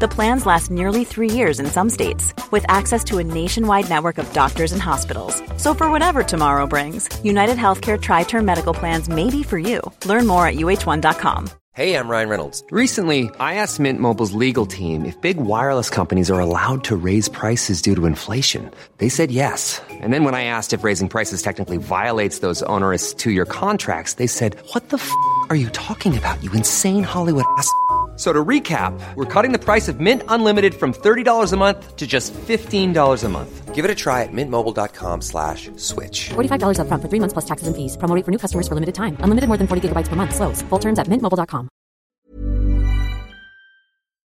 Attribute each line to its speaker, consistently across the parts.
Speaker 1: The plans last nearly three years in some states, with access to a nationwide network of doctors and hospitals. So, for whatever tomorrow brings, United Healthcare Tri Term Medical Plans may be for you. Learn more at uh1.com.
Speaker 2: Hey, I'm Ryan Reynolds. Recently, I asked Mint Mobile's legal team if big wireless companies are allowed to raise prices due to inflation. They said yes. And then when I asked if raising prices technically violates those onerous two year contracts, they said, What the f are you talking about, you insane Hollywood ass? f- So to recap, we're cutting the price of Mint Unlimited from $30 a month to just $15 a month. Give it a try at mintmobile.com slash switch.
Speaker 3: $45 upfront for three months plus taxes and fees. Promote for new customers for limited time. Unlimited more than 40 gigabytes per month. Slows. Full terms at mintmobile.com.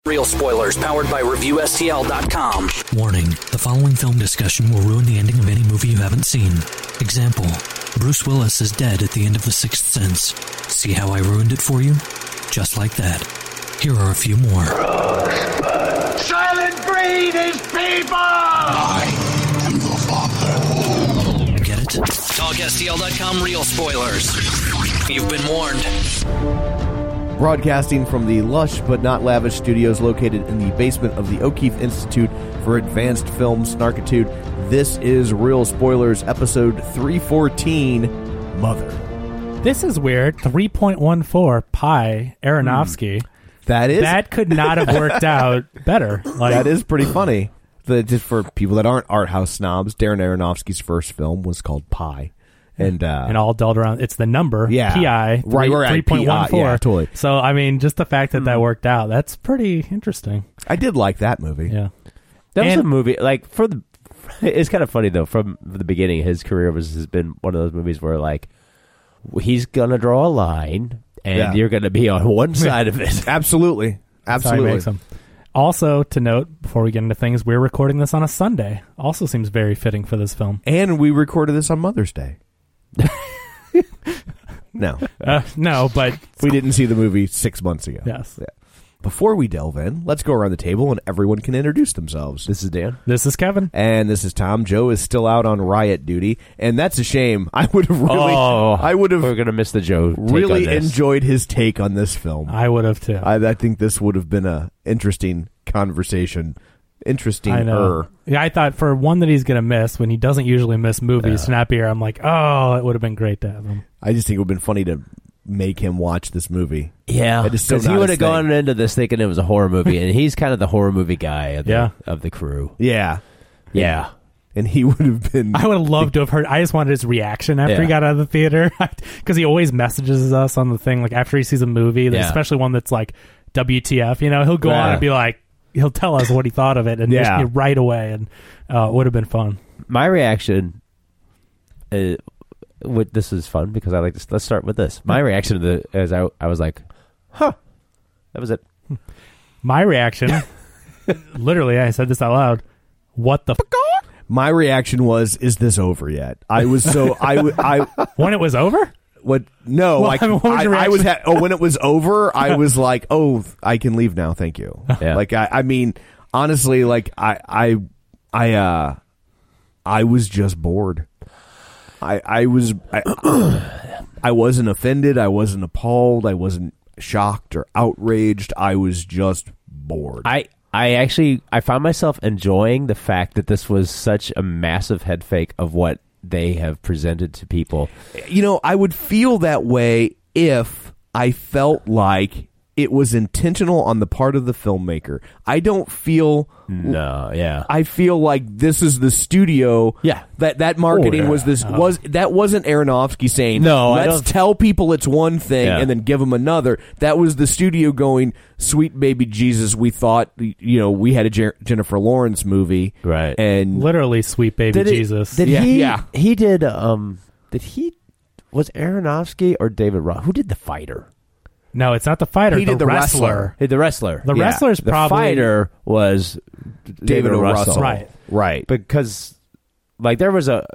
Speaker 4: Real spoilers powered by ReviewSTL.com.
Speaker 5: Warning the following film discussion will ruin the ending of any movie you haven't seen. Example Bruce Willis is dead at the end of The Sixth Sense. See how I ruined it for you? Just like that. Here are a few more.
Speaker 6: Silent breed is people! I am your father.
Speaker 5: Get it?
Speaker 4: TalkSTL.com real spoilers. You've been warned.
Speaker 7: Broadcasting from the lush but not lavish studios located in the basement of the O'Keefe Institute for Advanced Film Snarkitude, this is Real Spoilers, episode 314 Mother.
Speaker 8: This is weird. 3.14 pi
Speaker 7: Hmm.
Speaker 8: Aronofsky.
Speaker 7: That is.
Speaker 8: That could not have worked out better. Like
Speaker 7: that is pretty funny. The, just for people that aren't art house snobs, Darren Aronofsky's first film was called Pie. And, uh,
Speaker 8: and all dealt around. It's the number.
Speaker 7: Yeah.
Speaker 8: Pi.
Speaker 7: Right, right,
Speaker 8: Three point one
Speaker 7: PI,
Speaker 8: four.
Speaker 7: yeah, totally. Hmm.
Speaker 8: So I mean, just the fact that that worked out. That's pretty interesting.
Speaker 7: I did like that movie.
Speaker 8: Yeah.
Speaker 9: That was
Speaker 8: And-
Speaker 9: a movie like for the. It's kind of funny though. From the beginning, his career was has been one of those movies where like he's gonna draw a line, and
Speaker 7: Yeah.
Speaker 9: you're gonna be on one side of it.
Speaker 7: Absolutely.
Speaker 8: That's how he
Speaker 7: Absolutely.
Speaker 8: makes 'em. Also, to note before we get into things, we're recording this on a Sunday. Also, seems very fitting for this film.
Speaker 7: And we recorded this on Mother's Day. no.
Speaker 8: Uh, no, but
Speaker 7: We didn't see the movie six months ago.
Speaker 8: yes,
Speaker 7: Before we delve in, let's go around the table and everyone can introduce themselves. This is Dan.
Speaker 8: this is Kevin.
Speaker 7: And this is Tom. Joe is still out on riot duty, and that's a shame. I would have really,
Speaker 9: oh,
Speaker 7: I would
Speaker 9: We're
Speaker 7: have
Speaker 9: gonna miss the Joe. take
Speaker 7: really
Speaker 9: on this.
Speaker 7: enjoyed his take on this film.
Speaker 8: I would have too.
Speaker 7: I, I think this would have been a interesting conversation. Interesting.
Speaker 8: I know. Yeah, I thought for one that he's gonna miss when he doesn't usually miss movies to not be here, I'm like, oh, it would have been great to have him.
Speaker 7: I just think it would have been funny to make him watch this movie.
Speaker 9: Yeah,
Speaker 7: That is so
Speaker 9: because he
Speaker 7: not
Speaker 9: would
Speaker 7: his
Speaker 9: have gone into this thinking it was a horror movie, and he's kind of the horror movie guy. Of the,
Speaker 8: Yeah.
Speaker 9: of the crew.
Speaker 7: Yeah,
Speaker 9: Yeah,
Speaker 7: and he would have been.
Speaker 8: I would have loved to have heard. I just wanted his reaction after
Speaker 9: Yeah.
Speaker 8: he got out of the theater because he always messages us on the thing like after he sees a movie, that-
Speaker 9: Yeah.
Speaker 8: especially one that's like WTF. You know, he'll go on
Speaker 9: Yeah.
Speaker 8: and be like, he'll tell us what he thought of it and just
Speaker 9: Yeah.
Speaker 8: get right away, and uh, it would have been fun.
Speaker 9: my reaction. Uh, with, this is fun because I like this. Let's start with this. My reaction to the as I I was like, huh, that was it.
Speaker 8: My reaction, literally, I said this out loud. What the f-
Speaker 7: My reaction was, "Is this over yet?" I was so I w- I
Speaker 8: when it was over?
Speaker 7: what no
Speaker 8: Well,
Speaker 7: I,
Speaker 8: what was
Speaker 7: I,
Speaker 8: your
Speaker 7: I was
Speaker 8: reaction?
Speaker 7: ha- oh when it was over I was like oh I can leave now thank you
Speaker 9: Yeah.
Speaker 7: like I I mean honestly like I I I uh I was just bored I I was I, I wasn't offended I wasn't appalled I wasn't shocked or outraged I was just bored
Speaker 9: I I actually I found myself enjoying the fact that this was such a massive head fake of what they have presented to people.
Speaker 7: you know, I would feel that way if I felt like it was intentional on the part of the filmmaker. I don't feel.
Speaker 9: No, Uh, yeah.
Speaker 7: I feel like this is the studio.
Speaker 9: Yeah.
Speaker 7: that that marketing
Speaker 9: Oh, yeah.
Speaker 7: was this was that wasn't Aronofsky saying
Speaker 9: No, I
Speaker 7: Let's
Speaker 9: don't-
Speaker 7: tell people it's one thing
Speaker 9: Yeah.
Speaker 7: and then give them another. That was the studio going, sweet baby Jesus. We thought you know we had a Jer- Jennifer Lawrence movie,
Speaker 9: Right.
Speaker 7: And
Speaker 8: Literally, sweet baby Jesus.
Speaker 9: Did
Speaker 7: Yeah,
Speaker 9: he?
Speaker 7: yeah.
Speaker 9: He did. Um. Did he? Was Aronofsky or David Roth? Who did the fighter?
Speaker 8: no, it's not the fighter.
Speaker 7: He
Speaker 8: the,
Speaker 7: did The Wrestler.
Speaker 9: Hey, The wrestler.
Speaker 8: The wrestler's
Speaker 9: the
Speaker 8: probably-
Speaker 9: fighter was David,
Speaker 7: David O.
Speaker 9: Russell.
Speaker 7: Russell.
Speaker 8: Right.
Speaker 7: right.
Speaker 9: Because like there was a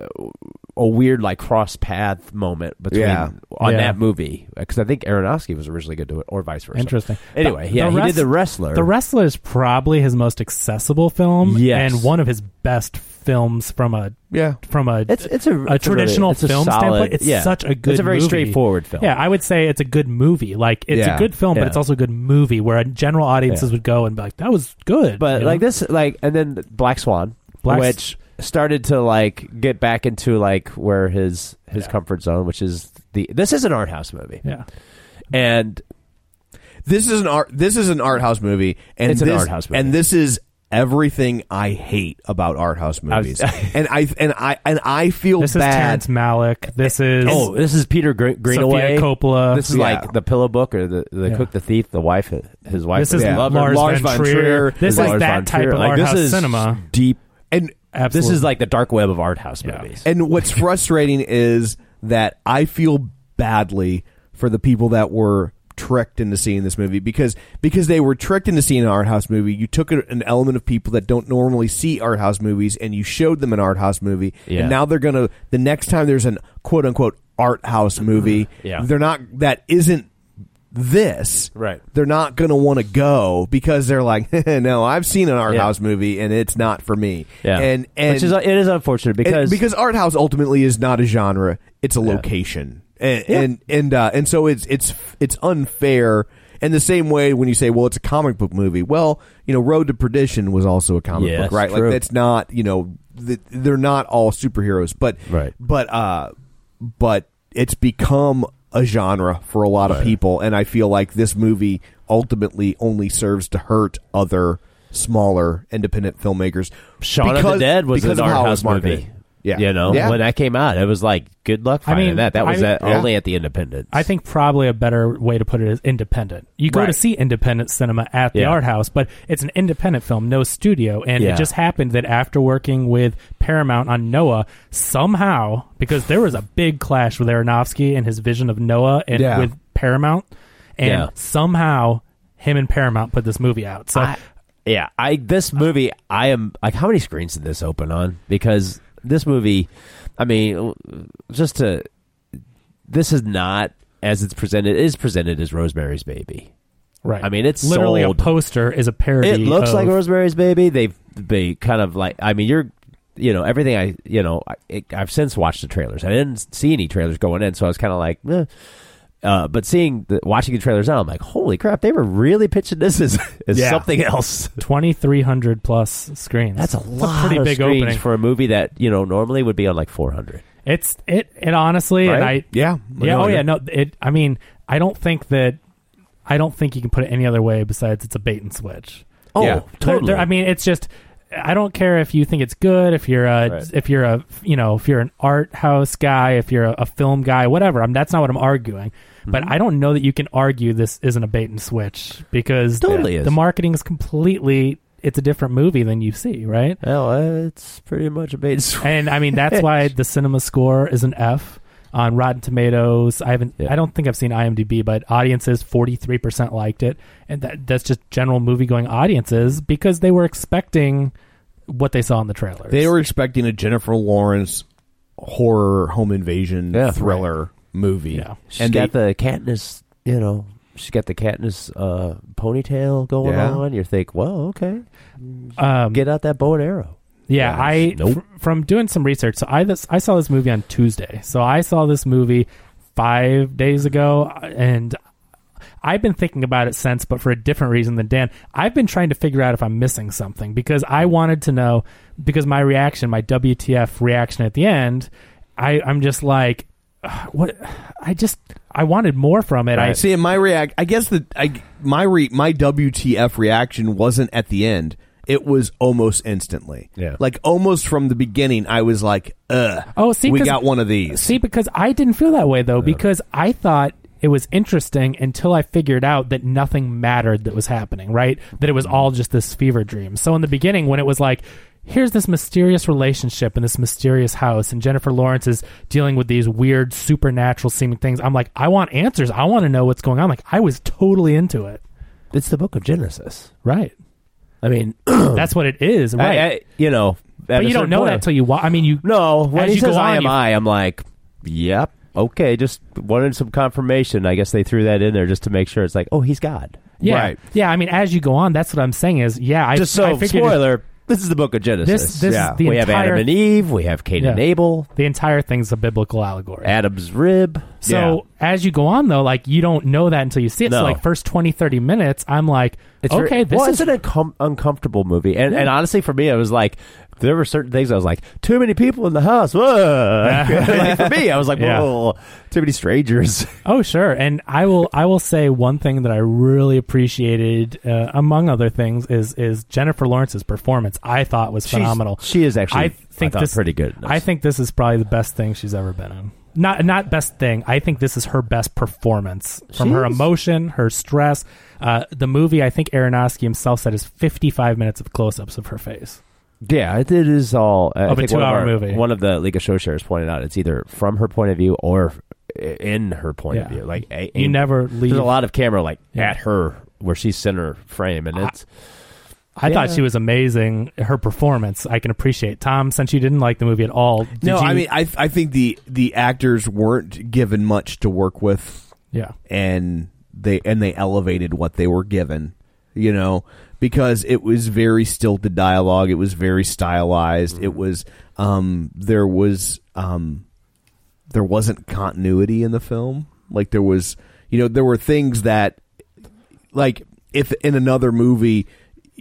Speaker 9: a weird like cross path moment between
Speaker 7: Yeah.
Speaker 9: on
Speaker 8: Yeah.
Speaker 9: that movie because I think Aronofsky was originally going to do it or vice versa.
Speaker 8: Interesting.
Speaker 9: Anyway,
Speaker 8: The-
Speaker 9: yeah,
Speaker 8: the
Speaker 9: he
Speaker 8: rest-
Speaker 9: did the wrestler.
Speaker 8: The Wrestler is probably his most accessible film,
Speaker 9: Yes.
Speaker 8: and one of his best films from a
Speaker 7: Yeah.
Speaker 8: from a
Speaker 9: It's it's a,
Speaker 8: a
Speaker 9: it's really-
Speaker 8: traditional
Speaker 9: it's a
Speaker 8: film
Speaker 9: solid-
Speaker 8: standpoint. It's
Speaker 9: yeah.
Speaker 8: such a good.
Speaker 9: It's a very
Speaker 8: movie.
Speaker 9: straightforward film.
Speaker 8: Yeah, I would say it's a good movie. Like it's
Speaker 7: Yeah,
Speaker 8: a good film,
Speaker 9: yeah.
Speaker 8: but it's also a good movie where general audiences
Speaker 9: Yeah.
Speaker 8: would go and be like, "That was good."
Speaker 9: but
Speaker 8: you
Speaker 9: like
Speaker 8: know?
Speaker 9: this, like and then Black Swan,
Speaker 8: Black S-
Speaker 9: which started to like get back into like where his his comfort zone, which is the this is an art house movie,
Speaker 8: yeah,
Speaker 9: and
Speaker 7: This is an art. This is an art house movie, and
Speaker 9: It's an
Speaker 7: this,
Speaker 9: art house movie.
Speaker 7: and this is everything I hate about art house movies. and I and I and I feel
Speaker 8: this is
Speaker 7: bad.
Speaker 8: Terrence Malick. This is
Speaker 9: oh, this is Peter Gr- Greenaway.
Speaker 8: Sofia Coppola.
Speaker 9: This is
Speaker 7: Yeah.
Speaker 9: like the pillow book or the, the
Speaker 8: Yeah.
Speaker 9: cook, the thief, the wife, his wife.
Speaker 8: This is
Speaker 7: Yeah.
Speaker 8: Lars,
Speaker 7: Lars
Speaker 8: von
Speaker 7: von
Speaker 8: Trier.
Speaker 7: Trier.
Speaker 8: This is
Speaker 9: Lars von
Speaker 8: that type
Speaker 9: Trier.
Speaker 8: of
Speaker 9: Like,
Speaker 8: art
Speaker 9: this
Speaker 8: house
Speaker 9: is
Speaker 8: cinema.
Speaker 9: Deep.
Speaker 7: and
Speaker 8: Absolutely.
Speaker 9: This is like the dark web of art house
Speaker 8: Yeah.
Speaker 9: movies.
Speaker 7: and what's frustrating is that I feel badly for the people that were tricked into seeing this movie because because they were tricked into seeing an art house movie. You took a- an element of people that don't normally see art house movies and you showed them an art house movie,
Speaker 9: Yeah.
Speaker 7: and now they're gonna the next time there's an quote unquote art house movie,
Speaker 9: Yeah.
Speaker 7: they're not that isn't this
Speaker 9: Right.
Speaker 7: they're not gonna want to go because they're like no i've seen an art
Speaker 9: Yeah.
Speaker 7: house movie and it's not for me
Speaker 9: yeah,
Speaker 7: and and
Speaker 9: which is uh, it is unfortunate
Speaker 7: and-
Speaker 9: because
Speaker 7: because art house ultimately is not a genre; it's a location, and
Speaker 9: Yeah.
Speaker 7: and and, uh, and so it's it's it's unfair. And the same way when you say, "Well, it's a comic book movie," well, you know, Road to Perdition was also a comic
Speaker 9: Yeah,
Speaker 7: book,
Speaker 9: that's
Speaker 7: right?
Speaker 9: true.
Speaker 7: Like that's not you know th- they're not all superheroes, but
Speaker 9: Right.
Speaker 7: but uh, but it's become a genre for a lot of people, and I feel like this movie ultimately only serves to hurt other smaller independent filmmakers.
Speaker 9: Shaun of the
Speaker 7: because-
Speaker 9: Dead was
Speaker 7: because
Speaker 9: an
Speaker 7: of
Speaker 9: art
Speaker 7: how it
Speaker 9: house
Speaker 7: was marketed.
Speaker 9: movie.
Speaker 7: Yeah.
Speaker 9: you know
Speaker 7: Yeah.
Speaker 9: when that came out, it was like good luck finding
Speaker 8: mean,
Speaker 9: that. That
Speaker 8: I
Speaker 9: was
Speaker 8: mean-
Speaker 9: at,
Speaker 7: Yeah.
Speaker 9: only at the Independence.
Speaker 8: I think probably a better way to put it is independent. You go to
Speaker 9: Right.
Speaker 8: see independent cinema at the
Speaker 9: Yeah.
Speaker 8: art house, but it's an independent film, no studio. And
Speaker 9: Yeah.
Speaker 8: it just happened that after working with Paramount on Noah, somehow, because there was a big clash with Aronofsky and his vision of Noah and
Speaker 7: Yeah.
Speaker 8: with Paramount, and
Speaker 9: Yeah.
Speaker 8: somehow him and Paramount put this movie out. So
Speaker 9: I- yeah, I this movie I am like how many screens did this open on? Because this movie, I mean, just to this is not as it's presented it is presented as Rosemary's Baby.
Speaker 8: right,
Speaker 9: I mean, it's
Speaker 8: literally
Speaker 9: sold.
Speaker 8: a poster is a parody.
Speaker 9: It looks
Speaker 8: of-
Speaker 9: like Rosemary's Baby. They've they kind of like I mean you're you know everything I you know I, it, I've since watched the trailers. I didn't see any trailers going in, so I was kind of like. Eh. Uh, but seeing the, watching the trailers now, I'm like, holy crap! They were really pitching this as, as
Speaker 7: Yeah.
Speaker 9: something else.
Speaker 8: 2300 plus screens
Speaker 9: That's a
Speaker 8: It's
Speaker 9: lot
Speaker 8: pretty
Speaker 9: of
Speaker 8: big
Speaker 9: screens
Speaker 8: opening
Speaker 9: for a movie that you know normally would be on like 400.
Speaker 8: it's it it honestly and
Speaker 9: Right?
Speaker 8: i
Speaker 7: Yeah.
Speaker 8: yeah oh yeah no it i mean i don't think that i don't think you can put it any other way besides it's a bait and switch
Speaker 9: Oh,
Speaker 7: Yeah.
Speaker 8: There-
Speaker 9: totally.
Speaker 8: there- i mean it's just i don't care if you think it's good if you're a
Speaker 9: Right.
Speaker 8: if you're a you know if you're an art house guy if you're a, a film guy whatever i'm that's not what i'm arguing
Speaker 9: Mm-hmm.
Speaker 8: but I don't know that you can argue this isn't a bait and switch because
Speaker 9: Totally
Speaker 8: the,
Speaker 9: is.
Speaker 8: the marketing is completely it's a different movie than you see, right?
Speaker 9: well, uh, it's pretty much a bait and switch.
Speaker 8: And I mean that's why the cinema score is an F on Rotten Tomatoes. I haven't
Speaker 9: Yeah.
Speaker 8: I don't think I've seen IMDb, but audiences 43% liked it. And that that's just general movie going audiences because they were expecting what they saw in the trailers.
Speaker 7: They were expecting a Jennifer Lawrence horror home invasion
Speaker 9: Yeah.
Speaker 7: thriller movie.
Speaker 8: Yeah.
Speaker 9: She's
Speaker 7: And
Speaker 9: got
Speaker 7: they-
Speaker 9: the Katniss, you know, she's got the Katniss uh, ponytail going
Speaker 7: Yeah.
Speaker 9: on. You think, well, okay,
Speaker 8: um,
Speaker 9: get out that bow and arrow.
Speaker 8: Yeah,
Speaker 9: Gosh,
Speaker 8: I
Speaker 9: nope.
Speaker 8: fr- from doing some research. So I this I saw this movie on Tuesday. So I saw this movie five days ago, and I've been thinking about it since, but for a different reason than Dan. I've been trying to figure out if I'm missing something because I wanted to know because my reaction, my WTF reaction at the end, I I'm just like, "Ugh, what? I just I wanted more from it. I
Speaker 7: see and my react I guess that I my re, my WTF reaction wasn't at the end. It was almost instantly.
Speaker 9: Yeah.
Speaker 7: Like almost from the beginning I was like, "Ugh.
Speaker 8: Oh, see,
Speaker 7: we
Speaker 8: 'cause-
Speaker 7: got one of these."
Speaker 8: See, because I didn't feel that way though, because I thought it was interesting until I figured out that nothing mattered that was happening, right? That it was
Speaker 9: Mm-hmm.
Speaker 8: all just this fever dream. So in the beginning, when it was like, here's this mysterious relationship in this mysterious house, and Jennifer Lawrence is dealing with these weird supernatural seeming things, I'm like, I want answers. I want to know what's going on. Like, I was totally into it.
Speaker 9: It's the Book of Genesis.
Speaker 8: Right.
Speaker 9: I mean,
Speaker 8: That's what it is. Right.
Speaker 9: I, I, you know, oh,
Speaker 8: but you don't know that till you watch. I mean, you
Speaker 9: no, when
Speaker 8: as
Speaker 9: he
Speaker 8: you
Speaker 9: says
Speaker 8: go on, you-
Speaker 9: IMI, I'm like, yep, okay, just wanted some confirmation. I guess they threw that in there just to make sure it's like, oh, he's God.
Speaker 8: yeah,
Speaker 7: Right.
Speaker 8: yeah. I mean, as you go on, that's what I'm saying is, yeah. I,
Speaker 9: just so,
Speaker 8: I figured it-
Speaker 9: spoiler, this is the book of Genesis.
Speaker 8: This- this is
Speaker 9: yeah.
Speaker 8: the
Speaker 9: we have
Speaker 8: entire-
Speaker 9: Adam and Eve, we have Cain and
Speaker 8: Yeah.
Speaker 9: Abel,
Speaker 8: the entire thing's a biblical allegory.
Speaker 9: Adam's rib.
Speaker 8: So as you go on though, like you don't know that until you see it.
Speaker 9: No.
Speaker 8: So like first 20, 30 minutes, I'm like,
Speaker 9: It's
Speaker 8: okay,
Speaker 9: very-
Speaker 8: this
Speaker 9: well,
Speaker 8: is
Speaker 9: it's an uncom- uncomfortable movie, and, and honestly, for me, it was like there were certain things I was like, too many people in the house. Whoa. like for me, I was like,
Speaker 8: Yeah.
Speaker 9: whoa, too many strangers.
Speaker 8: Oh sure, and I will. I will say one thing that I really appreciated, uh, among other things, is is Jennifer Lawrence's performance. I thought was
Speaker 9: She's-
Speaker 8: phenomenal.
Speaker 9: she is actually,
Speaker 8: I
Speaker 9: I
Speaker 8: think
Speaker 9: thought,
Speaker 8: this
Speaker 9: pretty good in this.
Speaker 8: I think this is probably the best thing she's ever been in. Not not best thing. I think this is her best performance from her
Speaker 9: Jeez.
Speaker 8: emotion, her stress. Uh, the movie, I think Aronofsky himself said, is fifty five minutes of close ups of her face.
Speaker 9: Yeah, it, it is all uh, I
Speaker 8: Of a
Speaker 9: think one
Speaker 8: two-hour
Speaker 9: our-
Speaker 8: movie.
Speaker 9: One of the League of Show Shares pointed out it's either from her point of view or in her point of
Speaker 8: Yeah.
Speaker 9: view. Like a-
Speaker 8: You
Speaker 9: aimed-
Speaker 8: never leave.
Speaker 9: There's a lot of camera like
Speaker 8: Yeah.
Speaker 9: at her where she's center frame, and it's
Speaker 8: I thought
Speaker 9: Yeah.
Speaker 8: she was amazing. Her performance, I can appreciate. Tom, since you didn't like the movie at all, did
Speaker 7: no,
Speaker 8: you,
Speaker 7: I mean, I I think the the actors weren't given much to work with,
Speaker 8: yeah.
Speaker 7: and they and they elevated what they were given, you know, because it was very stilted dialogue. It was very stylized.
Speaker 8: Mm-hmm.
Speaker 7: It was um there was um there wasn't continuity in the film. Like there was, you know, there were things that like if in another movie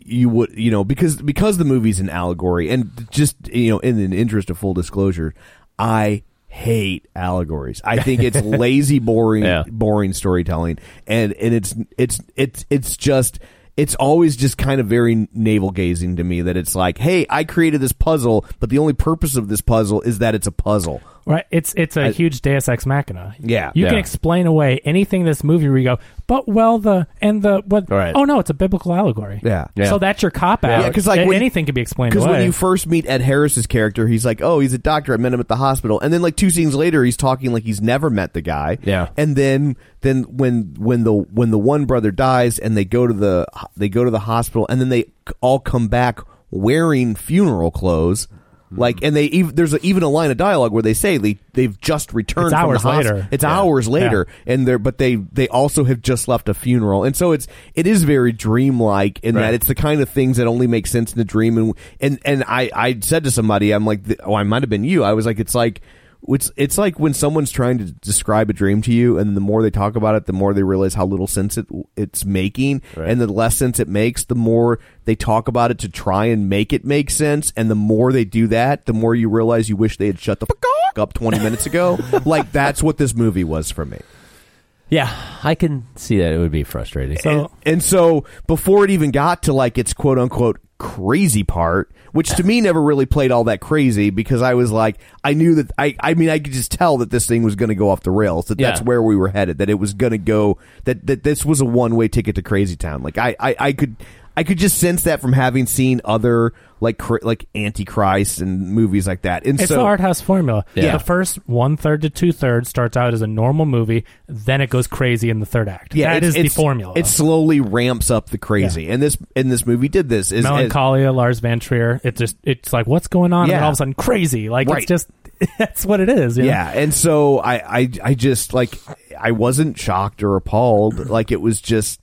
Speaker 7: you would you know because because the movie's an allegory and just you know in the interest of full disclosure i hate allegories i think it's lazy boring
Speaker 9: Yeah.
Speaker 7: boring storytelling and and it's it's it's it's just it's always just kind of very navel gazing to me that it's like hey i created this puzzle but the only purpose of this puzzle is that it's a puzzle
Speaker 8: Right, it's it's a
Speaker 7: I-
Speaker 8: huge Deus Ex Machina.
Speaker 7: Yeah,
Speaker 8: you can
Speaker 9: yeah.
Speaker 8: explain away anything in this movie where you go, but well the and the what?
Speaker 9: Right.
Speaker 8: Oh no, it's a biblical allegory.
Speaker 7: Yeah. Yeah.
Speaker 8: So that's your cop out.
Speaker 7: Yeah, 'cause, like,
Speaker 8: A-
Speaker 7: when-
Speaker 8: anything can be explained
Speaker 7: Because
Speaker 8: away.
Speaker 7: when you first meet Ed Harris's character, he's like, "Oh, he's a doctor. I met him at the hospital." And then, like two scenes later, he's talking like he's never met the guy.
Speaker 9: Yeah.
Speaker 7: And then, then when when the when the one brother dies, and they go to the they go to the hospital, and then they c- all come back wearing funeral clothes.
Speaker 8: Hmm.
Speaker 7: Like and they ev- there's a, even a line of dialogue where they say they they've just returned
Speaker 8: It's
Speaker 7: from
Speaker 8: hours
Speaker 7: the hosp-
Speaker 8: later.
Speaker 7: It's
Speaker 8: Yeah.
Speaker 7: hours later, and they're but they they also have just left a funeral, and so it's it is very dreamlike in that it's the kind of things that only make sense in a dream. And and and I I said to somebody, I'm like, th- oh, I might have been you. I was like, it's like. It's, it's like when someone's trying to describe a dream to you, and the more they talk about it, the more they realize how little sense it, it's making, and the less sense it makes, the more they talk about it to try and make it make sense, and the more they do that, the more you realize you wish they had shut the fuck up twenty minutes ago. like that's what this movie was for me.
Speaker 9: yeah, uh, I can see that it would be frustrating.
Speaker 8: so
Speaker 7: And so before it even got to like its quote unquote crazy part, which to me never really played all that crazy because I was like, I knew that I, I mean, I could just tell that this thing was going to go off the rails, that that's
Speaker 9: Yeah.
Speaker 7: where we were headed, that it was going to go, that, that this was a one way ticket to crazy town. Like I, I, I could, I could just sense that from having seen other like, cra- like Antichrist and movies like that. And
Speaker 8: it's
Speaker 7: so
Speaker 8: the art house formula.
Speaker 9: Yeah.
Speaker 8: The first one third to two thirds starts out as a normal movie, then it goes crazy in the third act. that
Speaker 7: it's-
Speaker 8: is the
Speaker 7: it's-
Speaker 8: formula.
Speaker 7: It slowly ramps up the crazy, and this and this movie did this. Is, is
Speaker 8: melancholia, Lars Van Trier. It just it's like what's going on, and then
Speaker 7: Yeah.
Speaker 8: all of a sudden crazy. Like
Speaker 7: Right.
Speaker 8: it's just that's what it is. you know?
Speaker 7: yeah and so I, I i just like i wasn't shocked or appalled like it was just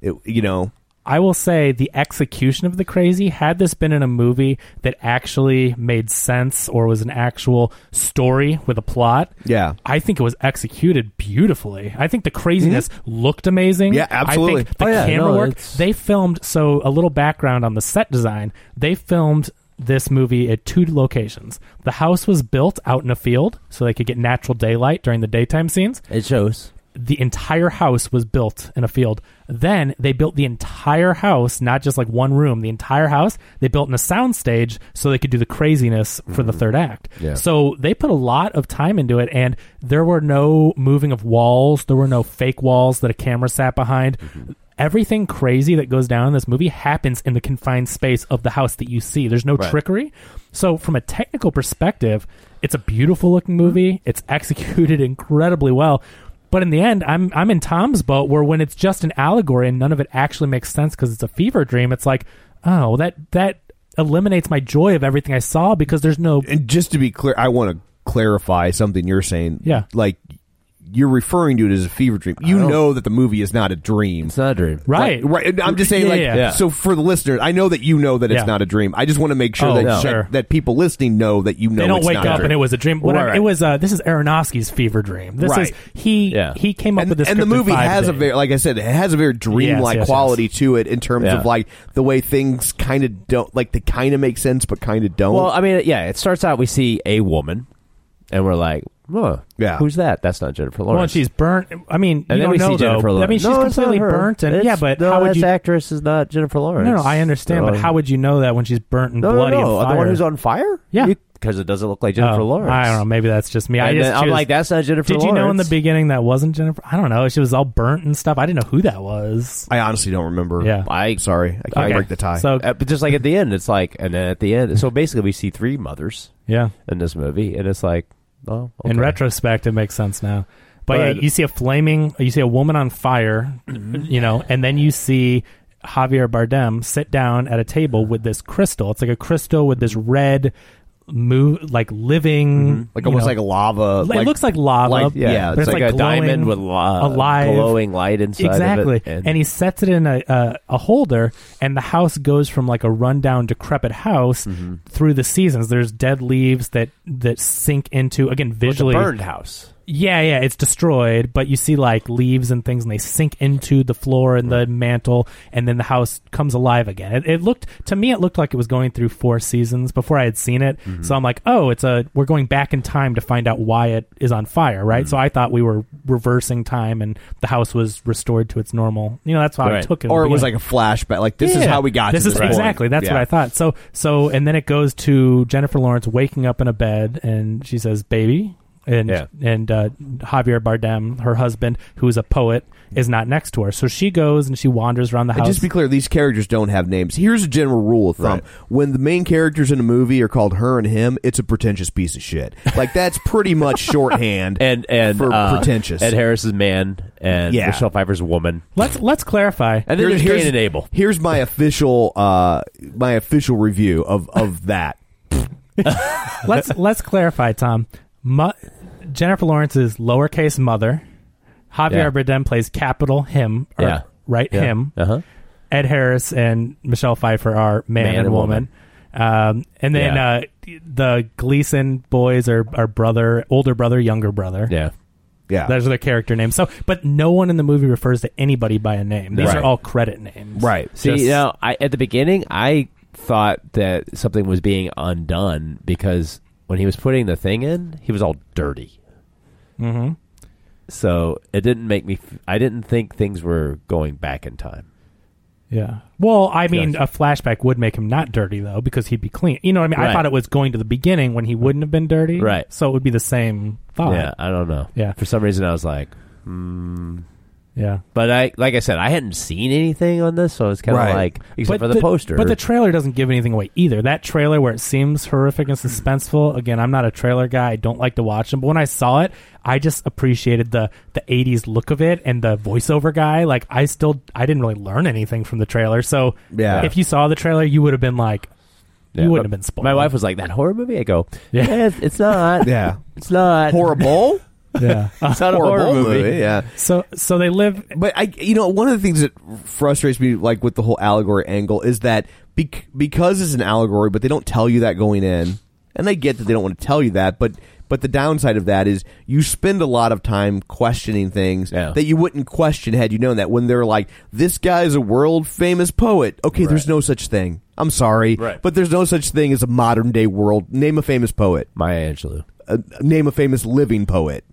Speaker 7: it, you know
Speaker 8: I will say the execution of the crazy, had this been in a movie that actually made sense or was an actual story with a plot,
Speaker 7: Yeah.
Speaker 8: I think it was executed beautifully. I think the craziness looked amazing.
Speaker 7: Mm-hmm. Yeah, absolutely.
Speaker 8: I think the
Speaker 7: Oh, yeah,
Speaker 8: camera
Speaker 9: no,
Speaker 8: work,
Speaker 9: it's-
Speaker 8: they filmed so a little background on the set design, they filmed this movie at two locations. The house was built out in a field so they could get natural daylight during the daytime scenes
Speaker 9: it shows.
Speaker 8: the entire house was built in a field. Then they built the entire house, not just like one room, the entire house. They built in a sound stage so they could do the craziness for the third act.
Speaker 9: Yeah.
Speaker 8: So they put a lot of time into it, and there were no moving of walls. There were no fake walls that a camera sat behind. Everything crazy that goes down in this movie happens in the confined space of the house that you see. There's no trickery. So, from a technical perspective, it's a beautiful looking movie. It's executed incredibly well. But in the end, I'm I'm in Tom's boat where when it's just an allegory and none of it actually makes sense because it's a fever dream, it's like, oh, that that eliminates my joy of everything I saw because there's no
Speaker 7: And just to be clear, I want to clarify something you're saying.
Speaker 8: Yeah. Oh.
Speaker 7: Like you're referring to it as a fever dream. You know that the movie is not a dream.
Speaker 9: It's not a dream.
Speaker 8: right.
Speaker 7: Like, right. and I'm just saying,
Speaker 8: Yeah,
Speaker 7: like,
Speaker 8: yeah, yeah.
Speaker 7: so for the listeners, I know that you know that it's
Speaker 8: Yeah.
Speaker 7: not a dream. I just want to make sure
Speaker 8: Oh,
Speaker 7: that,
Speaker 8: no.
Speaker 7: that,
Speaker 8: Sure.
Speaker 7: that people listening know that you know
Speaker 8: they don't
Speaker 7: it's
Speaker 8: wake
Speaker 7: not a
Speaker 8: up
Speaker 7: dream.
Speaker 8: and it was a dream. What
Speaker 7: Right,
Speaker 8: I-
Speaker 7: right.
Speaker 8: It was uh, this is Aronofsky's fever dream. This
Speaker 7: Right.
Speaker 8: is he
Speaker 9: Yeah.
Speaker 8: he came up
Speaker 7: and,
Speaker 8: with this.
Speaker 7: and the movie has a very, like I said, it has a very dreamlike
Speaker 8: yes, yes.
Speaker 7: quality to it in terms
Speaker 9: Yeah.
Speaker 7: of like the way things kind of don't, like they kind of make sense but kind of don't.
Speaker 9: Well, I mean, yeah, it starts out we see a woman, and we're like, huh,
Speaker 7: Yeah.
Speaker 9: who's that? That's not Jennifer Lawrence.
Speaker 8: well, and she's burnt. I mean, you
Speaker 9: And then
Speaker 8: don't
Speaker 9: we
Speaker 8: know
Speaker 9: see Jennifer
Speaker 8: though. I
Speaker 9: Lawrence.
Speaker 8: mean, she's
Speaker 9: No, it's not
Speaker 8: completely
Speaker 9: her.
Speaker 8: burnt. And
Speaker 9: It's-
Speaker 8: yeah, but
Speaker 9: no,
Speaker 8: how would
Speaker 9: this
Speaker 8: you?
Speaker 9: actress is not Jennifer Lawrence.
Speaker 8: No, no, I understand, but
Speaker 9: So-
Speaker 8: how would you know that when she's burnt and
Speaker 9: no,
Speaker 8: bloody
Speaker 9: no, no,
Speaker 8: and
Speaker 9: the one
Speaker 8: fire?
Speaker 9: who's on fire?
Speaker 8: Yeah.
Speaker 9: because it doesn't look like Jennifer
Speaker 8: Oh,
Speaker 9: Lawrence.
Speaker 8: I don't know. Maybe that's just me. I
Speaker 9: And
Speaker 8: just
Speaker 9: then I'm
Speaker 8: choose-
Speaker 9: like, that's not Jennifer.
Speaker 8: Did you know in the
Speaker 9: Lawrence.
Speaker 8: beginning that wasn't Jennifer? I don't know. She was all burnt and stuff. I didn't know who that was.
Speaker 7: I honestly don't remember.
Speaker 8: Yeah.
Speaker 9: I
Speaker 7: Sorry. I can't
Speaker 9: Okay.
Speaker 7: break the tie.
Speaker 8: So
Speaker 9: Uh, but just like at the end, it's like, and then at the end, so basically we see three mothers
Speaker 8: yeah,
Speaker 9: in this movie, and it's like, oh, okay.
Speaker 8: in retrospect, it makes sense now. But,
Speaker 9: But- Mm-hmm.
Speaker 8: yeah, you see a flaming, you see a woman on fire, you know, and then you see Javier Bardem sit down at a table with this crystal. It's like a crystal with this red, move like
Speaker 9: Mm-hmm.
Speaker 8: living,
Speaker 7: like almost like a lava.
Speaker 8: it looks like lava,
Speaker 7: like- yeah,
Speaker 8: but it's, like,
Speaker 9: a diamond
Speaker 8: glowing,
Speaker 9: with la-
Speaker 8: alive,
Speaker 9: glowing light inside. of it,
Speaker 8: exactly and, he sets it in a, a a holder and the house goes from like a rundown decrepit house
Speaker 9: Mm-hmm.
Speaker 8: through the seasons there's dead leaves that that sink into again
Speaker 9: it's a
Speaker 8: visually
Speaker 9: burned house.
Speaker 8: yeah yeah it's destroyed but you see like leaves and things and they sink into the floor and the mantle and then the house comes alive again it, it looked to me it looked like it was going through four seasons before i had seen it so i'm like oh it's a we're going back in time to find out why it is on fire right so i thought we were reversing time and the house was restored to its normal you know that's how i
Speaker 9: Right.
Speaker 8: took it in
Speaker 7: or
Speaker 8: the
Speaker 7: it was
Speaker 8: beginning.
Speaker 7: like a flashback. Like this is
Speaker 8: Yeah.
Speaker 7: how we got
Speaker 8: This
Speaker 7: to
Speaker 8: is
Speaker 7: this point.
Speaker 8: exactly that's
Speaker 7: Yeah.
Speaker 8: what I thought. So so and then it goes to Jennifer Lawrence waking up in a bed and she says, "Baby," and
Speaker 9: Yeah.
Speaker 8: and uh, Javier Bardem, her husband, who is a poet, is not next to her. So she goes and she wanders around the
Speaker 7: And
Speaker 8: house.
Speaker 7: just be clear, these characters don't have names. Here's a general rule of thumb:
Speaker 9: Right.
Speaker 7: when the main characters in a movie are called her and him, it's a pretentious piece of shit. Like that's pretty much shorthand
Speaker 9: And and
Speaker 7: for
Speaker 9: uh,
Speaker 7: pretentious.
Speaker 9: Ed Harris's man and
Speaker 7: Yeah.
Speaker 9: Michelle Pfeiffer's woman,
Speaker 8: let's let's clarify.
Speaker 9: and then there's Cain and Abel.
Speaker 7: Here's my official, uh, my official review of of that.
Speaker 8: let's let's clarify, Tom. Mu- Jennifer Lawrence is lowercase mother. Javier
Speaker 9: Yeah.
Speaker 8: Bardem plays capital him. Or,
Speaker 9: Yeah.
Speaker 8: Right,
Speaker 9: Yeah.
Speaker 8: him.
Speaker 9: Uh-huh.
Speaker 8: Ed Harris and Michelle Pfeiffer are man, and, woman. Um, and then
Speaker 9: Yeah.
Speaker 8: uh, the Gleason boys are, are brother, older brother, younger brother.
Speaker 9: Yeah.
Speaker 7: Yeah,
Speaker 8: Those are their character names. So, but no one in the movie refers to anybody by a name. These are
Speaker 9: Right.
Speaker 8: all credit names.
Speaker 7: right.
Speaker 9: See,
Speaker 8: Just-
Speaker 9: now I at the beginning I thought that something was being undone because when he was putting the thing in, he was all dirty. Mm-hmm. So it didn't make me. f- I didn't think things were going back in time.
Speaker 8: Yeah. Well, I mean,
Speaker 9: Gotcha.
Speaker 8: a flashback would make him not dirty though, because he'd be clean. You know what I mean? I
Speaker 9: Right.
Speaker 8: thought it was going to the beginning when he wouldn't have been dirty.
Speaker 9: Right.
Speaker 8: So it would be the same thought.
Speaker 9: Yeah, I don't know.
Speaker 8: Oh. Yeah.
Speaker 9: for some reason I was like,
Speaker 8: Yeah.
Speaker 9: but I like I said I hadn't seen anything on this, so it's kind of
Speaker 7: Right.
Speaker 9: like except for the, poster.
Speaker 8: But the trailer doesn't give anything away either. That trailer where it seems horrific
Speaker 9: Hmm.
Speaker 8: and suspenseful. Again, I'm not a trailer guy. I don't like to watch them. But when I saw it, I just appreciated the the 80s look of it and the voiceover guy. Like I still I didn't really learn anything from the trailer. So
Speaker 7: Yeah.
Speaker 8: if you saw the trailer, you would have been like,
Speaker 9: Yeah,
Speaker 8: you
Speaker 9: but
Speaker 8: wouldn't have been spoiled.
Speaker 9: My wife was like, "That horror movie." I go,
Speaker 8: Yeah.
Speaker 9: "Yeah, it's, it's not.
Speaker 7: Yeah,
Speaker 9: it's not
Speaker 7: horrible,
Speaker 8: yeah. Uh,
Speaker 9: It's not a
Speaker 7: horrible
Speaker 9: horror movie."
Speaker 7: Yeah,
Speaker 8: so so they live.
Speaker 7: but I, you know, one of the things that frustrates me, like with the whole allegory angle, is that bec- because it's an allegory, but they don't tell you that going in, and I get that they don't want to tell you that, but but the downside of that is you spend a lot of time questioning things
Speaker 9: Yeah.
Speaker 7: that you wouldn't question had you known that. When they're like, "This guy's a world famous poet," okay, there's no such thing. I'm sorry,
Speaker 9: Right.
Speaker 7: but there's no such thing as a modern day world. Name a famous poet.
Speaker 9: Maya Angelou.
Speaker 7: Uh, name a famous living poet.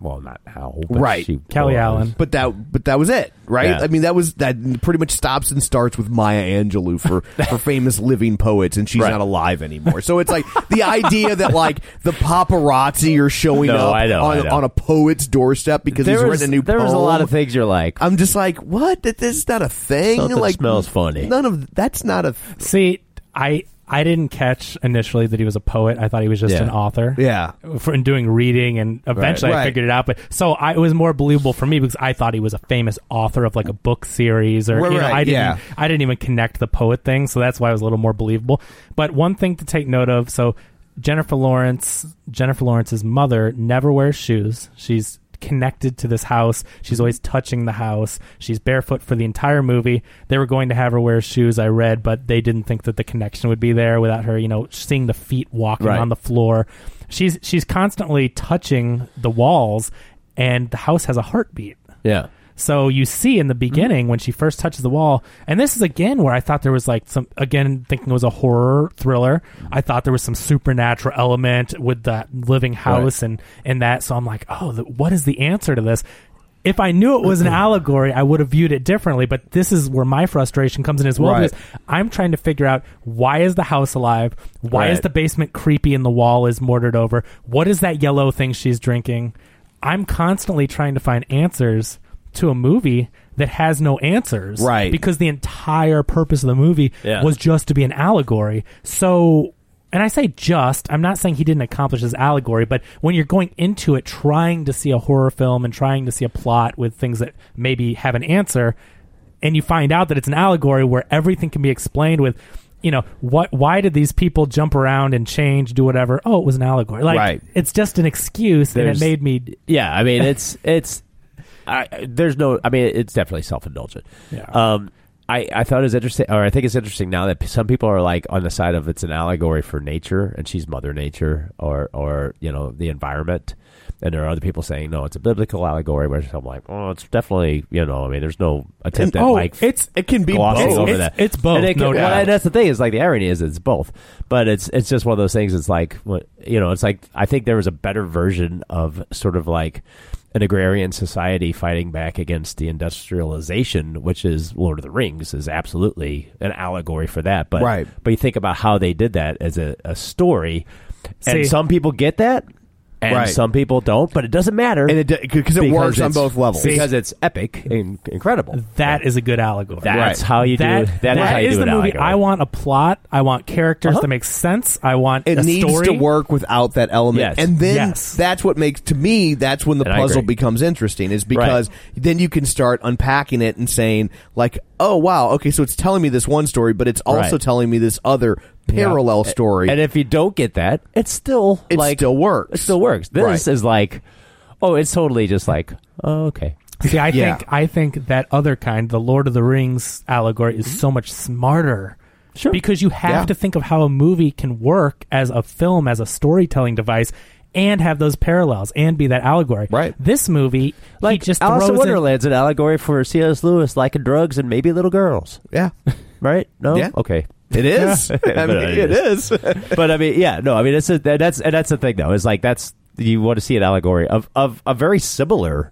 Speaker 9: Well, not how,
Speaker 7: Right.
Speaker 9: She
Speaker 8: Kelly
Speaker 9: was.
Speaker 8: Allen.
Speaker 7: But that, but that was it, right?
Speaker 9: Yeah.
Speaker 7: I mean, that was that pretty much stops and starts with Maya Angelou for for famous living poets, and she's
Speaker 9: Right.
Speaker 7: not alive anymore. So it's like the idea that like the paparazzi are showing
Speaker 9: No,
Speaker 7: up
Speaker 9: I know,
Speaker 7: on
Speaker 9: I know.
Speaker 7: on a poet's doorstep because
Speaker 9: There
Speaker 7: he's
Speaker 9: was-
Speaker 7: written a new.
Speaker 9: There
Speaker 7: poem.
Speaker 9: was a lot of things you're like.
Speaker 7: I'm just like, what? That this is not a thing.
Speaker 9: Something
Speaker 7: like
Speaker 9: smells funny.
Speaker 7: None of that's not a.
Speaker 8: See, I I didn't catch initially that he was a poet. I thought he was just
Speaker 9: Yeah.
Speaker 8: an author.
Speaker 7: Yeah.
Speaker 8: For, and doing reading, and eventually
Speaker 7: Right.
Speaker 8: I figured it out. But so I, it was more believable for me because I thought he was a famous author of like a book series, or
Speaker 7: Right,
Speaker 8: you know,
Speaker 7: right,
Speaker 8: I didn't,
Speaker 7: yeah.
Speaker 8: I didn't even connect the poet thing, so that's why it was a little more believable. But one thing to take note of: so Jennifer Lawrence, Jennifer Lawrence's mother never wears shoes. She's connected to this house. She's always touching the house. She's barefoot for the entire movie. They were going to have her wear shoes, I read, but they didn't think that the connection would be there without her, you know, seeing the feet walking
Speaker 9: Right.
Speaker 8: on the floor. She's she's constantly touching the walls and the house has a heartbeat.
Speaker 9: Yeah.
Speaker 8: So you see in the beginning when she first touches the wall, and this is again where I thought there was like some again thinking it was a horror thriller. I thought there was some supernatural element with that living house and and that. So I'm like, oh, the, what is the answer to this? If I knew it was an allegory, I would have viewed it differently. But this is where my frustration comes in as well
Speaker 7: Right.
Speaker 8: because I'm trying to figure out why is the house alive? Why is
Speaker 9: Right.
Speaker 8: the basement creepy and the wall is mortared over? What is that yellow thing she's drinking? I'm constantly trying to find answers to a movie that has no answers.
Speaker 9: Right.
Speaker 8: Because the entire purpose of the movie
Speaker 9: Yeah.
Speaker 8: was just to be an allegory. So and I say just, I'm not saying he didn't accomplish his allegory, but when you're going into it trying to see a horror film and trying to see a plot with things that maybe have an answer, and you find out that it's an allegory where everything can be explained with you know what why did these people jump around and change do whatever oh it was an allegory like
Speaker 9: Right.
Speaker 8: it's just an excuse and it
Speaker 9: There's-
Speaker 8: made me
Speaker 9: Yeah, I mean it's it's I, there's no I mean it's definitely self indulgent.
Speaker 8: Yeah.
Speaker 9: Um, I I thought it was interesting, or I think it's interesting now that some people are like on the side of it's an allegory for nature, and she's Mother Nature, or or you know the environment, and there are other people saying no, it's a biblical allegory. Where I'm like, oh, it's definitely you know I mean there's no attempt at
Speaker 8: oh,
Speaker 9: like
Speaker 8: it's
Speaker 7: It can be
Speaker 9: glossing
Speaker 7: both.
Speaker 9: over
Speaker 8: It's-
Speaker 9: that.
Speaker 8: it's both,
Speaker 9: And it
Speaker 8: no
Speaker 9: well,
Speaker 8: doubt.
Speaker 9: and that's the thing is like the irony is it's both, but it's it's just one of those things. It's like what you know. It's like I think there was a better version of sort of like an agrarian society fighting back against the industrialization, which is Lord of the Rings, is absolutely an allegory for that. But
Speaker 7: Right.
Speaker 9: but you think about how they did that as a, a story,
Speaker 8: See-
Speaker 9: and some people get that. And
Speaker 7: Right.
Speaker 9: some people don't, but it doesn't matter
Speaker 7: And it d- 'cause it works on
Speaker 9: it's-
Speaker 7: both levels.
Speaker 9: Because it's epic and incredible.
Speaker 8: that is a good allegory
Speaker 9: That's how you do.
Speaker 8: that,
Speaker 9: That,
Speaker 8: that
Speaker 9: is how you
Speaker 8: is
Speaker 9: do
Speaker 8: the
Speaker 9: an
Speaker 8: movie
Speaker 9: allegory. Uh-huh.
Speaker 8: i want a plot i want characters that make sense i want
Speaker 7: It
Speaker 8: a
Speaker 7: needs
Speaker 8: story
Speaker 7: to work without that element,
Speaker 9: Yes.
Speaker 7: and then
Speaker 8: Yes.
Speaker 7: that's what makes to me that's when the
Speaker 9: And I
Speaker 7: puzzle
Speaker 9: agree.
Speaker 7: becomes interesting. Is because then you can start unpacking it and saying like, "Oh wow, okay, so it's telling me this one story, but it's also
Speaker 9: Right.
Speaker 7: telling me this other parallel story."
Speaker 9: And if you don't get that, it's still
Speaker 7: It
Speaker 9: like
Speaker 7: still works.
Speaker 9: It still works. This
Speaker 7: Right.
Speaker 9: is like, oh, it's totally just like, oh, okay.
Speaker 8: See, I
Speaker 7: Yeah.
Speaker 8: think I think that other kind, the Lord of the Rings allegory, is so much smarter. Sure. Because you have
Speaker 7: Yeah.
Speaker 8: to think of how a movie can work as a film, as a storytelling device, and have those parallels and be that allegory.
Speaker 7: Right.
Speaker 8: This movie, like, just
Speaker 9: Alice
Speaker 8: throws
Speaker 9: in
Speaker 8: in-
Speaker 9: Wonderland's an allegory for C.S. Lewis, like drugs and maybe little girls,
Speaker 7: yeah,
Speaker 9: right? No,
Speaker 7: Yeah.
Speaker 9: okay.
Speaker 7: it is. I mean,
Speaker 9: But it
Speaker 7: it is.
Speaker 9: but I mean, yeah, no, I mean, it's a, that- that's and that's the thing though. Is like that's you want to see an allegory of of a very similar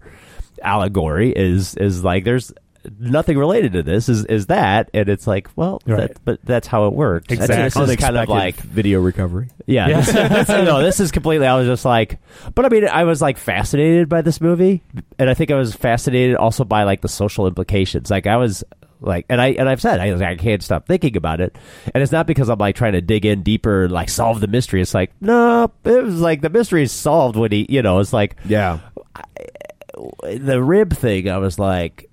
Speaker 9: allegory is is like there's nothing related to this is is that and it's like well
Speaker 8: Right.
Speaker 9: that, but that's how it works And so
Speaker 8: Exactly.
Speaker 9: this is kind of like
Speaker 7: video recovery.
Speaker 9: yeah,
Speaker 8: Yeah.
Speaker 9: this- no this is completely i was just like but i mean i was like fascinated by this movie and i think i was fascinated also by like the social implications like i was like and i and i've said i, was like, I can't stop thinking about it and it's not because i'm like trying to dig in deeper and like solve the mystery it's like no it was like the mystery is solved when he you know it's like
Speaker 7: Yeah,
Speaker 9: the rib thing, I was like,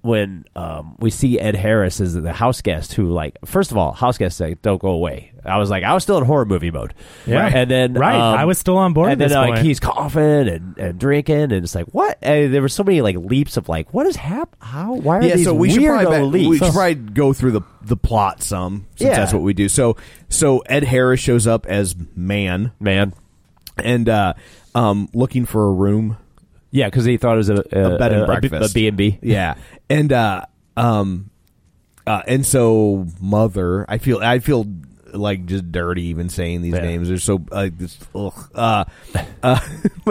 Speaker 9: when um, we see Ed Harris as the house guest, who like, first of all, house guests like, don't go away. I was like, I was still in horror movie mode.
Speaker 8: Yeah.
Speaker 9: and then
Speaker 8: Right.
Speaker 9: um,
Speaker 8: I was still on board at
Speaker 9: And then
Speaker 8: this
Speaker 9: like
Speaker 8: point.
Speaker 9: he's coughing and, and drinking, and it's like, what? And there were so many like leaps of like, what is hap? How? Why are
Speaker 7: yeah.
Speaker 9: these
Speaker 7: So we should
Speaker 9: weirdo
Speaker 7: probably back-
Speaker 9: leaps?
Speaker 7: we should probably go through the the plot some since
Speaker 9: Yeah.
Speaker 7: that's what we do. So so Ed Harris shows up as man
Speaker 9: man.
Speaker 7: and uh, um, looking for a room.
Speaker 9: Yeah, because he thought it was a, a,
Speaker 7: a bed and
Speaker 9: a- a b-
Speaker 7: breakfast,
Speaker 9: a B and B.
Speaker 7: Yeah, and uh, um, uh, and so mother, I feel I feel like just dirty even saying these
Speaker 9: Yeah.
Speaker 7: names. They're so like this. Ugh. Uh, uh,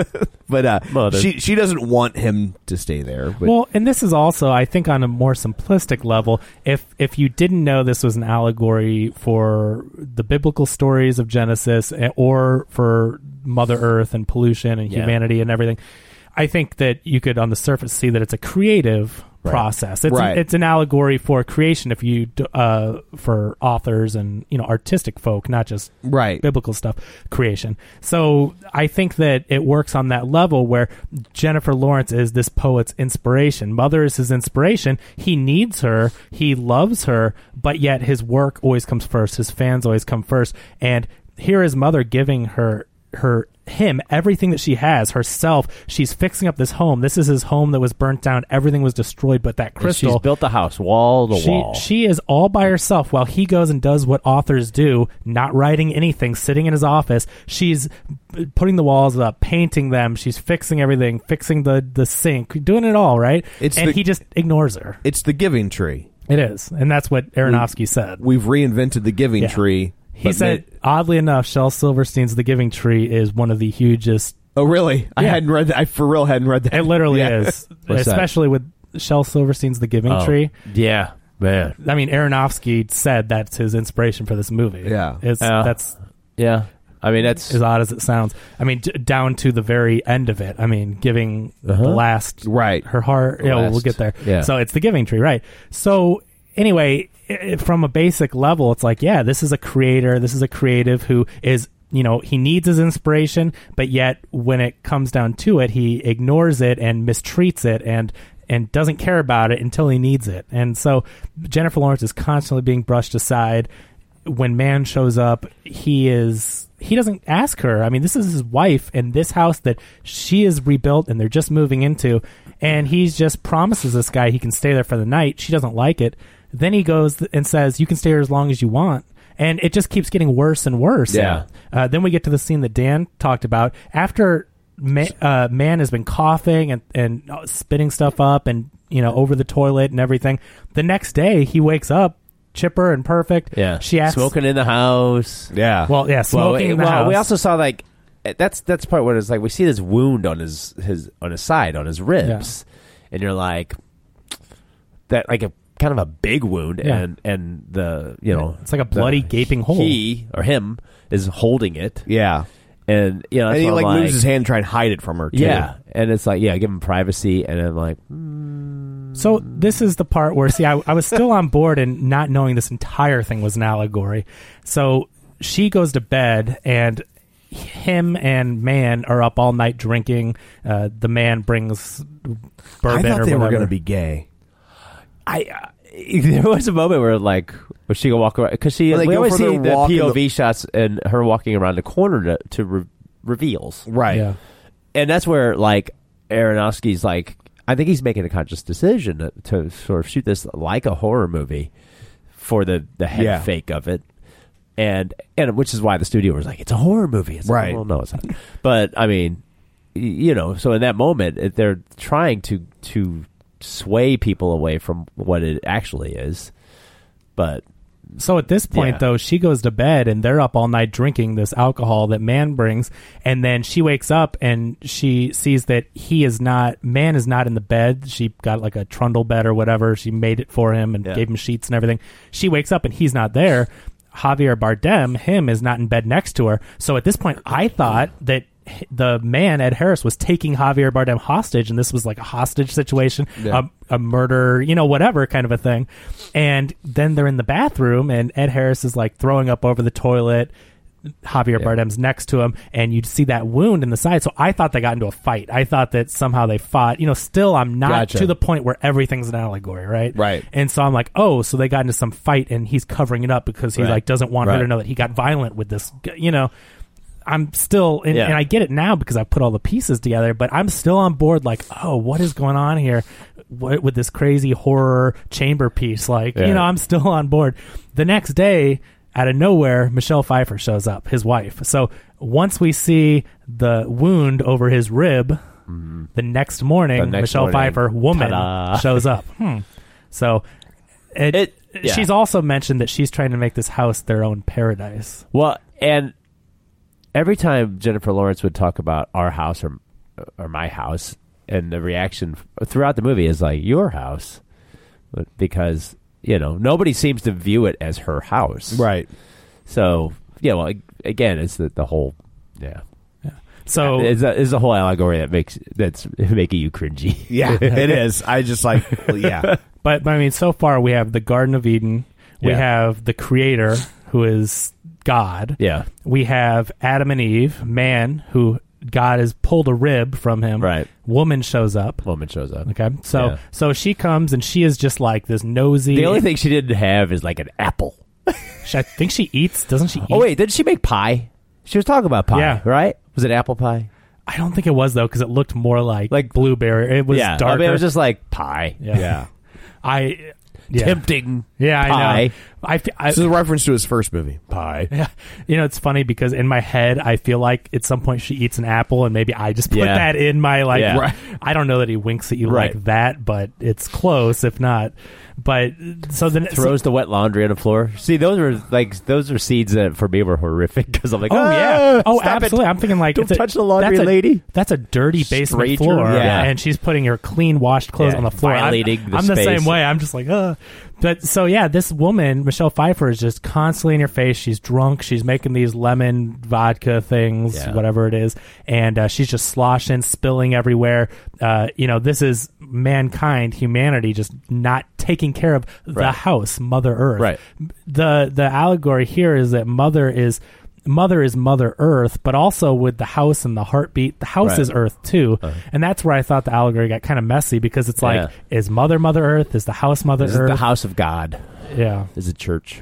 Speaker 7: but uh,
Speaker 9: Mother.
Speaker 7: she she doesn't want him to stay there. But
Speaker 8: well, and this is also, I think, on a more simplistic level. If if you didn't know this was an allegory for the biblical stories of Genesis eh, or for Mother Earth and pollution and
Speaker 9: Yeah.
Speaker 8: humanity and everything, I think that you could, on the surface, see that it's a creative
Speaker 9: Right.
Speaker 8: process. It's
Speaker 7: Right.
Speaker 8: it's an allegory for creation, if you d- uh, for authors and you know artistic folk, not just
Speaker 7: Right.
Speaker 8: biblical stuff creation. So I think that it works on that level where Jennifer Lawrence is this poet's inspiration. Mother is his inspiration. He needs her. He loves her, but yet his work always comes first. His fans always come first. And here is mother giving her her him everything that she has herself she's fixing up this home this is his home that was burnt down everything was destroyed but that crystal
Speaker 9: She's built the house, wall to
Speaker 8: she,
Speaker 9: wall.
Speaker 8: She is all by herself while he goes and does what authors do, not writing anything, sitting in his office. She's p- putting the walls up, painting them. She's fixing everything, fixing the, the sink, doing it all, right?
Speaker 7: It's
Speaker 8: and
Speaker 7: the-
Speaker 8: he just ignores her.
Speaker 7: It's the giving tree.
Speaker 8: It is. And that's what Aronofsky said.
Speaker 7: We've reinvented the giving
Speaker 8: Yeah.
Speaker 7: tree.
Speaker 8: He
Speaker 7: but
Speaker 8: said,
Speaker 7: ma-
Speaker 8: oddly enough, Shel Silverstein's The Giving Tree is one of the hugest.
Speaker 7: "Oh, really? I
Speaker 8: Yeah.
Speaker 7: hadn't read that. I for real hadn't read that.
Speaker 8: It literally
Speaker 7: Yeah.
Speaker 8: is.
Speaker 9: What's that?
Speaker 8: especially with Shel Silverstein's The Giving
Speaker 9: Oh,
Speaker 8: Tree.
Speaker 9: Yeah, man.
Speaker 8: I mean, Aronofsky said that's his inspiration for this movie.
Speaker 7: Yeah.
Speaker 8: It's,
Speaker 9: Yeah.
Speaker 8: That's
Speaker 9: Yeah, I mean that's
Speaker 8: as odd as it sounds. I mean, d- down to the very end of it. I mean, giving the last
Speaker 7: Right.
Speaker 8: her heart. Yeah, we'll
Speaker 9: Uh-huh. last-
Speaker 8: get there.
Speaker 9: yeah.
Speaker 8: So it's the giving tree, right? So anyway, i i- from a basic level, it's like, yeah, this is a creator. This is a creative who is. You know, he needs his inspiration, but yet when it comes down to it, he ignores it and mistreats it and and doesn't care about it until he needs it. And so Jennifer Lawrence is constantly being brushed aside when man shows up, he is he doesn't ask her. I mean, this is his wife and this house that she is rebuilt and they're just moving into, and he just promises this guy he can stay there for the night. She doesn't like it. Then he goes th- and says, "You can stay here as long as you want." And it just keeps getting worse and worse.
Speaker 9: Yeah.
Speaker 8: Uh, then we get to the scene that Dan talked about after ma- uh, man has been coughing and and uh, spitting stuff up and you know over the toilet and everything. The next day he wakes up chipper and perfect.
Speaker 9: yeah.
Speaker 8: She asks
Speaker 9: smoking in the house.
Speaker 7: Yeah.
Speaker 8: Well, yeah, smoking in the
Speaker 9: well, we
Speaker 8: house.
Speaker 9: also saw like that's that's part where it's like we see this wound on his his on his side on his ribs, and you're like that like a kind of a big wound,
Speaker 8: Yeah.
Speaker 9: and and the you know
Speaker 8: It's like a
Speaker 9: the-
Speaker 8: bloody gaping hole.
Speaker 9: He or him is holding it,
Speaker 7: yeah.
Speaker 9: and you know that's
Speaker 7: and he
Speaker 9: what
Speaker 7: like,
Speaker 9: I'm
Speaker 7: moves his hand to try and hide it from her. Too.
Speaker 9: Yeah, and it's like yeah, give him privacy, and I'm like
Speaker 8: So this is the part where see, I, I was still on board and not knowing this entire thing was an allegory. So she goes to bed and him and man are up all night drinking. Uh, the man brings
Speaker 7: I
Speaker 8: bourbon
Speaker 7: thought
Speaker 8: or
Speaker 7: they were
Speaker 8: whatever.
Speaker 7: going to be gay.
Speaker 9: I. Uh, there was a moment where like where she could walk around because she
Speaker 7: Well, they
Speaker 9: we
Speaker 7: go
Speaker 9: always
Speaker 7: for
Speaker 9: see
Speaker 7: their
Speaker 9: the
Speaker 7: walk in
Speaker 9: POV
Speaker 7: the-
Speaker 9: shots and her walking around the corner to, to re- reveals
Speaker 7: Right.
Speaker 8: Yeah.
Speaker 9: and that's where like Aronofsky's like I think he's making a conscious decision to, to sort of shoot this like a horror movie for the the head
Speaker 7: Yeah.
Speaker 9: fake of it. And and which is why the studio was like, it's a horror movie. It's like,
Speaker 7: Right.
Speaker 9: well, no, it's not. But I mean, y- you know, so in that moment, it- they're trying to to sway people away from what it actually is. But
Speaker 8: So at this point,
Speaker 9: Yeah.
Speaker 8: though, she goes to bed and they're up all night drinking this alcohol that man brings. And then she wakes up and she sees that he is not, man is not in the bed. She got like a trundle bed or whatever. She made it for him and
Speaker 9: Yeah.
Speaker 8: gave him sheets and everything. She wakes up and he's not there. Javier Bardem, him, is not in bed next to her. So at this point, I thought that h- the man Ed Harris was taking Javier Bardem hostage, and this was like a hostage situation, a, a murder, you know, whatever kind of a thing. And then they're in the bathroom, and Ed Harris is like throwing up over the toilet. Javier Bardem's next to him, and you'd see that wound in the side. So I thought they got into a fight. I thought that somehow they fought. You know, still I'm not
Speaker 7: Gotcha.
Speaker 8: to the point where everything's an allegory, right?
Speaker 7: Right.
Speaker 8: And so I'm like, oh, so they got into some fight, and he's covering it up because he
Speaker 9: Right.
Speaker 8: like doesn't want her to
Speaker 9: Right.
Speaker 8: know that he got violent with this. g- You know, I'm still, and,
Speaker 9: Yeah.
Speaker 8: and I get it now because I put all the pieces together. But I'm still on board. Like, oh, what is going on here? What, with this crazy horror chamber piece? Like, you
Speaker 9: Yeah.
Speaker 8: know, I'm still on board. The next day, out of nowhere, Michelle Pfeiffer shows up, his wife. So once we see the wound over his rib, the next morning,
Speaker 9: The next
Speaker 8: Michelle
Speaker 9: morning.
Speaker 8: Pfeiffer, woman,
Speaker 9: Ta-da.
Speaker 8: shows up. Hmm. So it,
Speaker 9: It- yeah.
Speaker 8: she's also mentioned that she's trying to make this house their own paradise.
Speaker 9: Well, and every time Jennifer Lawrence would talk about our house or or my house, and the reaction throughout the movie is like your house, But because you know nobody seems to view it as her house,
Speaker 7: Right.
Speaker 9: So yeah, well, ag- again, it's the the whole yeah.
Speaker 8: So
Speaker 9: It's a, it's a whole allegory that makes that's making you cringy.
Speaker 7: Yeah, it is. I just like, yeah.
Speaker 8: But, but I mean, so far we have the Garden of Eden. We
Speaker 9: Yeah.
Speaker 8: have the Creator, who is God.
Speaker 9: Yeah.
Speaker 8: We have Adam and Eve, man, who God has pulled a rib from him.
Speaker 9: Right.
Speaker 8: Woman shows up.
Speaker 9: Woman shows up.
Speaker 8: Okay. So
Speaker 9: Yeah.
Speaker 8: so she comes and she is just like this nosy.
Speaker 9: The only thing she didn't have is like an apple.
Speaker 8: She- I think she eats. Doesn't she? Eat?
Speaker 9: Oh wait, didn't she make pie? She was talking about pie,
Speaker 8: Yeah.
Speaker 9: right? Was it apple pie?
Speaker 8: I don't think it was though because it looked more like
Speaker 9: Like-
Speaker 8: blueberry. It was
Speaker 9: yeah,
Speaker 8: darker.
Speaker 9: I mean, it was just like pie.
Speaker 8: yeah. I. Yeah.
Speaker 9: Tempting.
Speaker 8: yeah, I
Speaker 9: pie.
Speaker 8: know. I, fe- I
Speaker 7: This is a reference to his first movie, Pie.
Speaker 8: Yeah. You know, it's funny because in my head, I feel like at some point she eats an apple, and maybe I just put
Speaker 9: Yeah.
Speaker 8: that in my like.
Speaker 9: Yeah. Right.
Speaker 8: I don't know that he winks at you
Speaker 9: Right.
Speaker 8: like that, but it's close, if not. But so then
Speaker 9: Throws the wet laundry on the floor. See, those were like those were seeds that for me were horrific because I'm like,
Speaker 8: Oh yeah!
Speaker 9: "Ah,
Speaker 8: Oh,
Speaker 9: stop it."
Speaker 8: absolutely! I'm thinking like,
Speaker 9: Don't
Speaker 8: it's a-
Speaker 9: touch the laundry
Speaker 8: that's a-
Speaker 9: lady.
Speaker 8: That's a dirty basement
Speaker 9: Stranger.
Speaker 8: floor,
Speaker 9: Yeah.
Speaker 8: and she's putting her clean washed clothes
Speaker 9: Yeah,
Speaker 8: on the floor. I'm-
Speaker 9: violating
Speaker 8: I'm,
Speaker 9: the
Speaker 8: the
Speaker 9: space.
Speaker 8: same way. I'm just like, uh. But so yeah, this woman Michelle Pfeiffer is just constantly in your face. She's drunk. She's making these lemon vodka things,
Speaker 9: Yeah.
Speaker 8: whatever it is, and uh, she's just sloshing, spilling everywhere. Uh, you know, this is mankind, humanity, just not taking care of the
Speaker 9: Right.
Speaker 8: house, Mother Earth
Speaker 9: Right.
Speaker 8: the the allegory here is that mother is mother is mother earth but also with the house and the heartbeat the house
Speaker 9: Right. Uh-huh.
Speaker 8: is earth too and that's where i thought the allegory got kind of messy because it's like is mother mother earth is the house mother
Speaker 9: This is
Speaker 8: earth
Speaker 9: the house of God.
Speaker 8: yeah
Speaker 9: This is a church.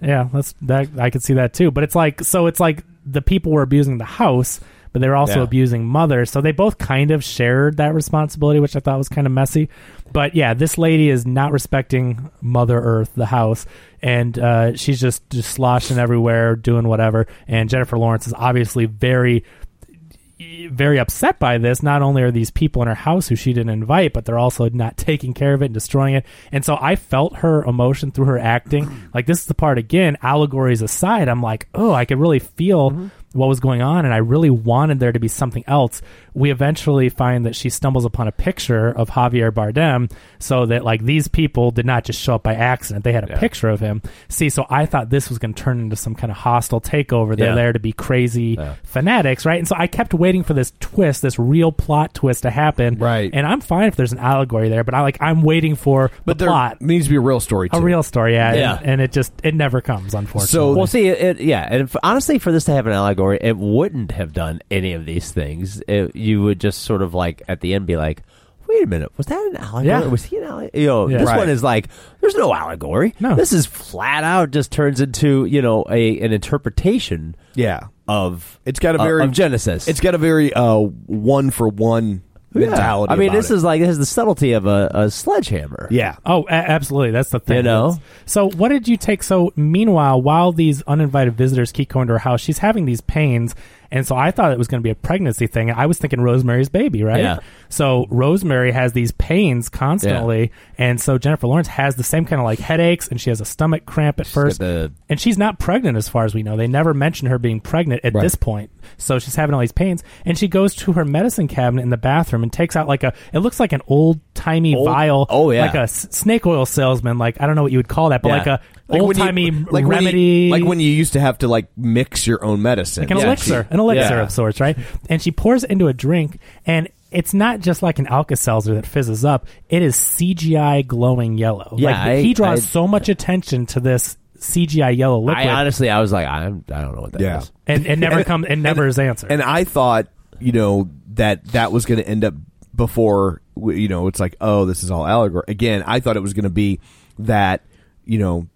Speaker 8: yeah that's that i could see that too but it's like so it's like the people were abusing the house but they were also
Speaker 9: Yeah.
Speaker 8: abusing mother so they both kind of shared that responsibility which i thought was kind of messy but yeah this lady is not respecting mother earth the house and uh, she's just just sloshing everywhere doing whatever and jennifer lawrence is obviously very very upset by this. Not only are these people in her house who she didn't invite, but they're also not taking care of it and destroying it. And so I felt her emotion through her acting. Like this is the part again, allegories aside, I'm like, oh, I could really feel what was going on, and I really wanted there to be something else. We eventually find that she stumbles upon a picture of Javier Bardem, so that like these people did not just show up by accident. They had a picture of him. See, so I thought this was going to turn into some kind of hostile takeover. They're
Speaker 9: Yeah.
Speaker 8: there to be crazy fanatics, right? And so I kept waiting for this twist, this real plot twist to happen.
Speaker 7: Right.
Speaker 8: And I'm fine if there's an allegory there, but I like I'm waiting for
Speaker 7: But
Speaker 8: the
Speaker 7: there
Speaker 8: plot.
Speaker 7: needs to be a real story, too.
Speaker 8: A real story, yeah,
Speaker 9: Yeah.
Speaker 8: And, and it just it never comes, unfortunately.
Speaker 7: So-
Speaker 9: Well, see, it, yeah, and f honestly, for this to have an allegory, it wouldn't have done any of these things. It, you would just sort of like at the end be like, "Wait a minute, was that an allegory?
Speaker 8: Yeah.
Speaker 9: Was he an allegory? You know,
Speaker 8: Yeah.
Speaker 9: this
Speaker 8: Right.
Speaker 9: one is like, there's no allegory.
Speaker 8: No.
Speaker 9: this is flat out just turns into you know a an interpretation
Speaker 7: Yeah.
Speaker 9: of
Speaker 7: It's got a
Speaker 9: uh,
Speaker 7: very
Speaker 9: of Genesis.
Speaker 7: It's got a very uh, one for one
Speaker 9: Yeah.
Speaker 7: mentality.
Speaker 9: I mean,
Speaker 7: about
Speaker 9: this
Speaker 7: it.
Speaker 9: is like this is the subtlety of a, a sledgehammer.
Speaker 7: yeah.
Speaker 8: Oh, a- absolutely. That's the thing.
Speaker 9: You know?
Speaker 8: It's- So, what did you take? So, meanwhile, while these uninvited visitors keep going to her house, she's having these pains, and so I thought it was going to be a pregnancy thing. I was thinking Rosemary's Baby, right?
Speaker 9: Yeah.
Speaker 8: So Rosemary has these pains constantly, and so Jennifer Lawrence has the same kind of like headaches, and she has a stomach cramp at
Speaker 9: got
Speaker 8: first,
Speaker 9: the-
Speaker 8: and she's not pregnant as far as we know. They never mention her being pregnant at this point, so she's having all these pains, and she goes to her medicine cabinet in the bathroom and takes out like a it looks like an old timey
Speaker 9: Old-
Speaker 8: vial,
Speaker 9: oh, yeah.
Speaker 8: like a s- snake oil salesman. Like I don't know what you would call that, but
Speaker 9: Yeah.
Speaker 8: like a
Speaker 7: Like when
Speaker 8: old
Speaker 7: you-
Speaker 8: timey
Speaker 7: like when you-
Speaker 8: remedy,
Speaker 7: like when you used to have to like mix your own medicine.
Speaker 8: like an elixir, an elixir of sorts, right? And she pours it into a drink, and it's not just like an Alka-Seltzer that fizzes up. It is CGI glowing yellow.
Speaker 9: Yeah,
Speaker 8: like,
Speaker 9: I-
Speaker 8: he draws
Speaker 9: I-
Speaker 8: so much attention to this CGI yellow liquid,
Speaker 9: I honestly, I was like, I'm, I don't know what that is.
Speaker 7: Yeah.
Speaker 8: and it never comes, and never is answered.
Speaker 7: And I thought, you know, that that was going to end up before, w- you know, it's like, oh, this is all allegory. Again, I thought it was going to be that, you know,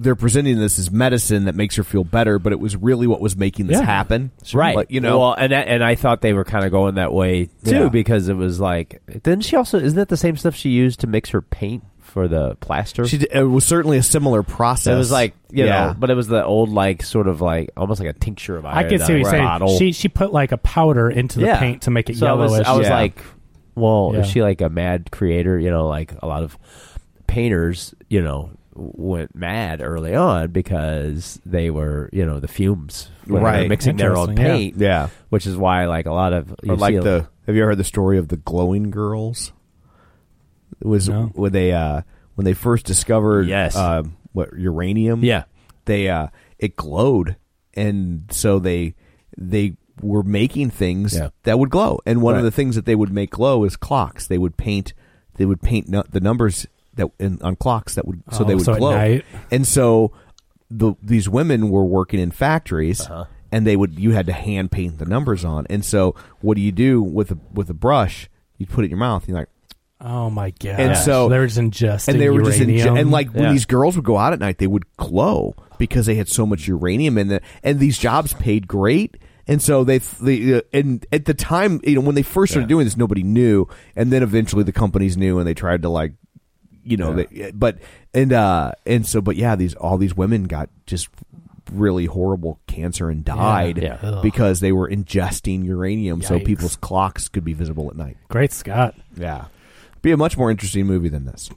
Speaker 7: they're presenting this as medicine that makes her feel better, but it was really what was making this
Speaker 8: Yeah.
Speaker 7: happen.
Speaker 9: right?
Speaker 7: Like, you know,
Speaker 9: well, and that, and I thought they were kind of going that way too
Speaker 7: Yeah.
Speaker 9: because it was like, didn't she also? Isn't that the same stuff she used to mix her paint for the plaster?
Speaker 7: she, d- it was certainly a similar
Speaker 9: So
Speaker 7: process.
Speaker 9: it was like you
Speaker 7: Yeah.
Speaker 9: know, but it was the old like sort of like almost like a tincture of
Speaker 8: I can
Speaker 9: iodine
Speaker 8: see what you're saying.
Speaker 9: bottle.
Speaker 8: She she put like a powder into the
Speaker 9: Yeah.
Speaker 8: paint to make it
Speaker 9: so I was,
Speaker 8: yellowish.
Speaker 9: I was
Speaker 7: Yeah.
Speaker 9: like, well,
Speaker 8: Yeah.
Speaker 9: is she like a mad creator? You know, like a lot of painters, you know, went mad early on because they were, you know, the fumes when they were
Speaker 7: Right.
Speaker 9: mixing their own
Speaker 8: Interesting, yeah.
Speaker 9: paint.
Speaker 7: Yeah.
Speaker 9: Which is why, like a lot of you
Speaker 7: Or like
Speaker 9: see a-
Speaker 7: the have you ever heard the story of the glowing girls? It was
Speaker 8: No.
Speaker 7: when they uh, when they first discovered
Speaker 9: Yes.
Speaker 7: uh, what uranium?
Speaker 9: Yeah.
Speaker 7: they uh, it glowed, and so they they were making things
Speaker 9: Yeah.
Speaker 7: that would glow. And one of
Speaker 9: Right.
Speaker 7: the things that they would make glow is clocks. They would paint they would paint nu- the numbers that in, on clocks that would so
Speaker 8: Oh,
Speaker 7: they would
Speaker 8: so at
Speaker 7: glow.
Speaker 8: night?
Speaker 7: And so the these women were working in factories
Speaker 8: Uh-huh.
Speaker 7: and they would you had to hand paint the numbers on. And so what do you do with a with a brush? You put it in your mouth. And you're like
Speaker 8: Oh my god!
Speaker 7: And so-
Speaker 8: they were just ingesting
Speaker 7: and they were just in,
Speaker 8: uranium.
Speaker 7: and like when
Speaker 9: Yeah.
Speaker 7: these girls would go out at night, they would glow because they had so much uranium in it. And these jobs paid great, and so they, they uh, and at the time, you know, when they first started doing this, nobody knew, and then eventually the companies knew, and they tried to like, you know, they, but and uh and so but yeah, these all these women got just really horrible cancer and died
Speaker 9: yeah. Ugh.
Speaker 7: because they were ingesting uranium so
Speaker 8: Yikes.
Speaker 7: people's clocks could be visible at night
Speaker 8: great Scott.
Speaker 7: yeah be a much more interesting movie than this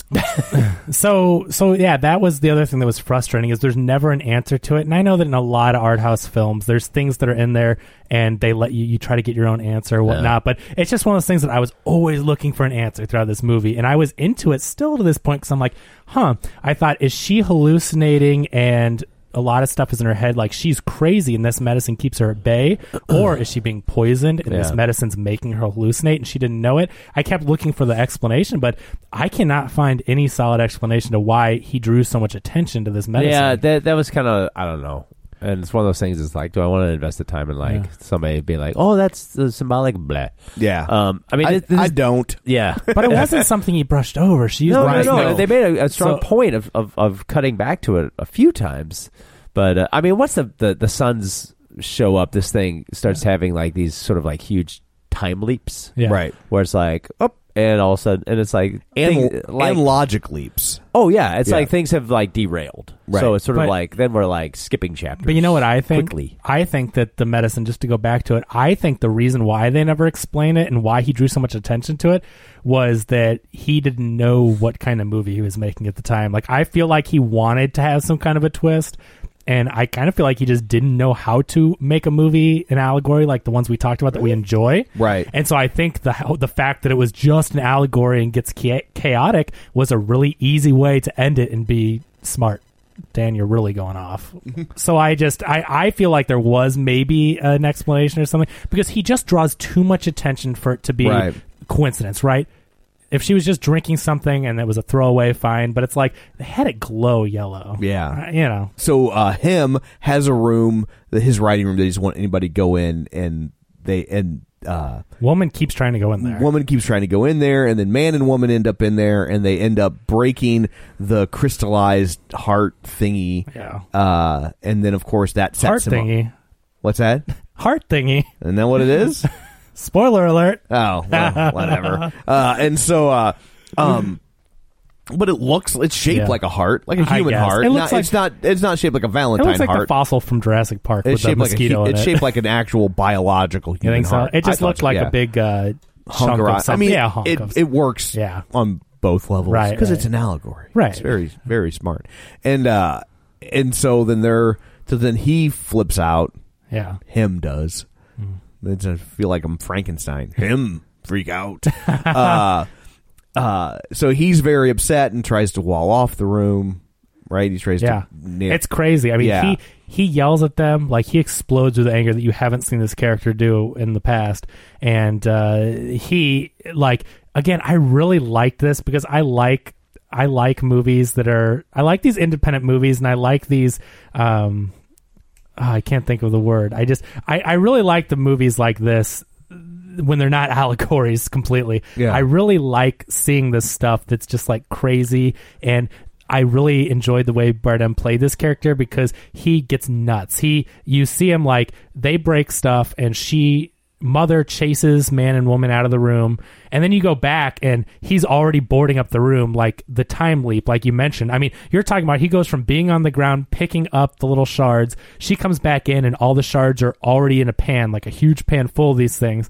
Speaker 8: So so yeah, that was the other thing that was frustrating is there's never an answer to it. And I know that in a lot of art house films, there's things that are in there and they let you you try to get your own answer or whatnot. But it's just one of those things that I was always looking for an answer throughout this movie, and I was into it still to this point because I'm like, huh. I thought, is she hallucinating and a lot of stuff is in her head, like she's crazy and this medicine keeps her at bay, or is she being poisoned and this
Speaker 9: Yeah.
Speaker 8: medicine's making her hallucinate and she didn't know it? I kept looking for the explanation, but I cannot find any solid explanation to why he drew so much attention to this medicine.
Speaker 9: Yeah, that that was kind of I don't know. And it's one of those things. It's like, do I want to invest the time in like somebody be like, oh, that's the symbolic blah.
Speaker 7: Yeah.
Speaker 9: Um. I mean,
Speaker 7: I,
Speaker 9: this, this
Speaker 7: I
Speaker 9: is-
Speaker 7: don't.
Speaker 9: yeah,
Speaker 8: but it wasn't something he brushed over. She used
Speaker 9: no,
Speaker 8: the
Speaker 9: no, no,
Speaker 8: right-
Speaker 9: They made a, a strong
Speaker 8: So-
Speaker 9: point of, of, of cutting back to it a few times, but uh, I mean, once the, the the suns show up, this thing starts having like these sort of like huge time leaps,
Speaker 8: Yeah.
Speaker 7: Right.
Speaker 9: Where it's like up. And all of a sudden, and it's like,
Speaker 7: And,
Speaker 9: thing-
Speaker 7: and logic leaps.
Speaker 9: oh yeah, it's
Speaker 7: Yeah.
Speaker 9: like things have like derailed.
Speaker 7: Right.
Speaker 9: So it's sort
Speaker 8: But-
Speaker 9: of like then we're like skipping chapters.
Speaker 8: But you know what I think?
Speaker 9: Quickly.
Speaker 8: I think that the medicine, just to go back to it, I think the reason why they never explain it and why he drew so much attention to it was that he didn't know what kind of movie he was making at the time. Like, I feel like he wanted to have some kind of a twist. And I kind of feel like he just didn't know how to make a movie, an allegory like the ones we talked about that we enjoy.
Speaker 7: Right.
Speaker 8: And so I think the how- the fact that it was just an allegory and gets cha- chaotic was a really easy way to end it and be smart. Dan, you're really going off. so I just I I feel like there was maybe an explanation or something because he just draws too much attention for it to be
Speaker 7: Right.
Speaker 8: coincidence, right? If she was just drinking something and it was a throwaway, fine. But it's like they had it glow yellow.
Speaker 7: Yeah.
Speaker 8: Uh, you know.
Speaker 7: So uh, him has a room, the- his writing room that he doesn't want anybody to go in, and they and uh,
Speaker 8: Woman keeps trying to go in there.
Speaker 7: woman keeps trying to go in there, and then man and woman end up in there, and they end up breaking the crystallized heart thingy.
Speaker 8: Yeah.
Speaker 7: Uh, and then of course that sets
Speaker 8: Heart
Speaker 7: him up.
Speaker 8: thingy.
Speaker 7: What's that?
Speaker 8: Heart thingy.
Speaker 7: Isn't that what it is?
Speaker 8: Spoiler alert.
Speaker 7: Oh, well, whatever. Uh, and so, uh, um, but it looks it's shaped
Speaker 8: Yeah.
Speaker 7: like a heart, like a
Speaker 8: I
Speaker 7: human
Speaker 8: guess.
Speaker 7: heart.
Speaker 8: It
Speaker 7: Not-
Speaker 8: looks like-
Speaker 7: it's not it's not shaped like a
Speaker 8: It
Speaker 7: Valentine
Speaker 8: looks like the
Speaker 7: heart.
Speaker 8: fossil from Jurassic Park
Speaker 7: it's
Speaker 8: with the
Speaker 7: shaped like a
Speaker 8: mosquito
Speaker 7: hu-
Speaker 8: in
Speaker 7: it's
Speaker 8: it.
Speaker 7: shaped like an actual biological
Speaker 8: you
Speaker 7: human
Speaker 8: think so?
Speaker 7: heart.
Speaker 8: It
Speaker 7: I
Speaker 8: just
Speaker 7: thought
Speaker 8: looked
Speaker 7: so,
Speaker 8: like
Speaker 7: yeah.
Speaker 8: a big uh, chunk
Speaker 7: Hunger-
Speaker 8: of
Speaker 7: I
Speaker 8: something.
Speaker 7: mean,
Speaker 8: yeah, hunk
Speaker 7: it,
Speaker 8: of
Speaker 7: it works
Speaker 8: Yeah.
Speaker 7: on both levels
Speaker 8: Right,
Speaker 7: because
Speaker 8: right.
Speaker 7: it's an allegory.
Speaker 8: Right.
Speaker 7: It's very very smart. And uh and so then they're so then he flips out
Speaker 8: yeah.
Speaker 7: him does. It's- I feel like I'm Frankenstein. Him freak out. uh, uh, so he's very upset and tries to wall off the room. Right? He tries
Speaker 8: Yeah.
Speaker 7: to. nail-
Speaker 8: It's crazy. I mean,
Speaker 7: Yeah.
Speaker 8: he he yells at them like he explodes with anger that you haven't seen this character do in the past. And uh, he like again, I really liked this because I like I like movies that are I like these independent movies and I like these um oh, I can't think of the word. I just I, I really like the movies like this when they're not allegories completely.
Speaker 7: Yeah.
Speaker 8: I really like seeing this stuff that's just like crazy and I really enjoyed the way Bardem played this character because he gets nuts. He you see him like they break stuff and she mother chases man and woman out of the room and then you go back and he's already boarding up the room like the time leap like you mentioned i mean you're talking about he goes from being on the ground picking up the little shards she comes back in and all the shards are already in a pan like a huge pan full of these things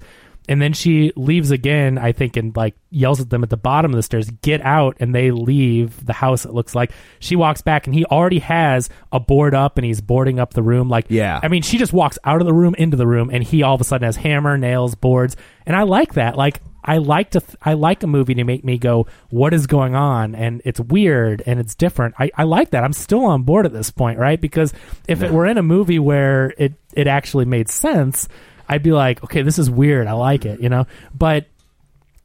Speaker 8: and then she leaves again i think and like yells at them at the bottom of the stairs get out and they leave the house it looks like she walks back and he already has a board up and he's boarding up the room like
Speaker 7: Yeah.
Speaker 8: i mean she just walks out of the room into the room and he all of a sudden has hammer nails boards and i like that like i like to th- i like a movie to make me go what is going on and it's weird and it's different i, I like that i'm still on board at this point right because if it were in a movie where it it actually made sense I'd be like, okay, this is weird. I like it, you know. But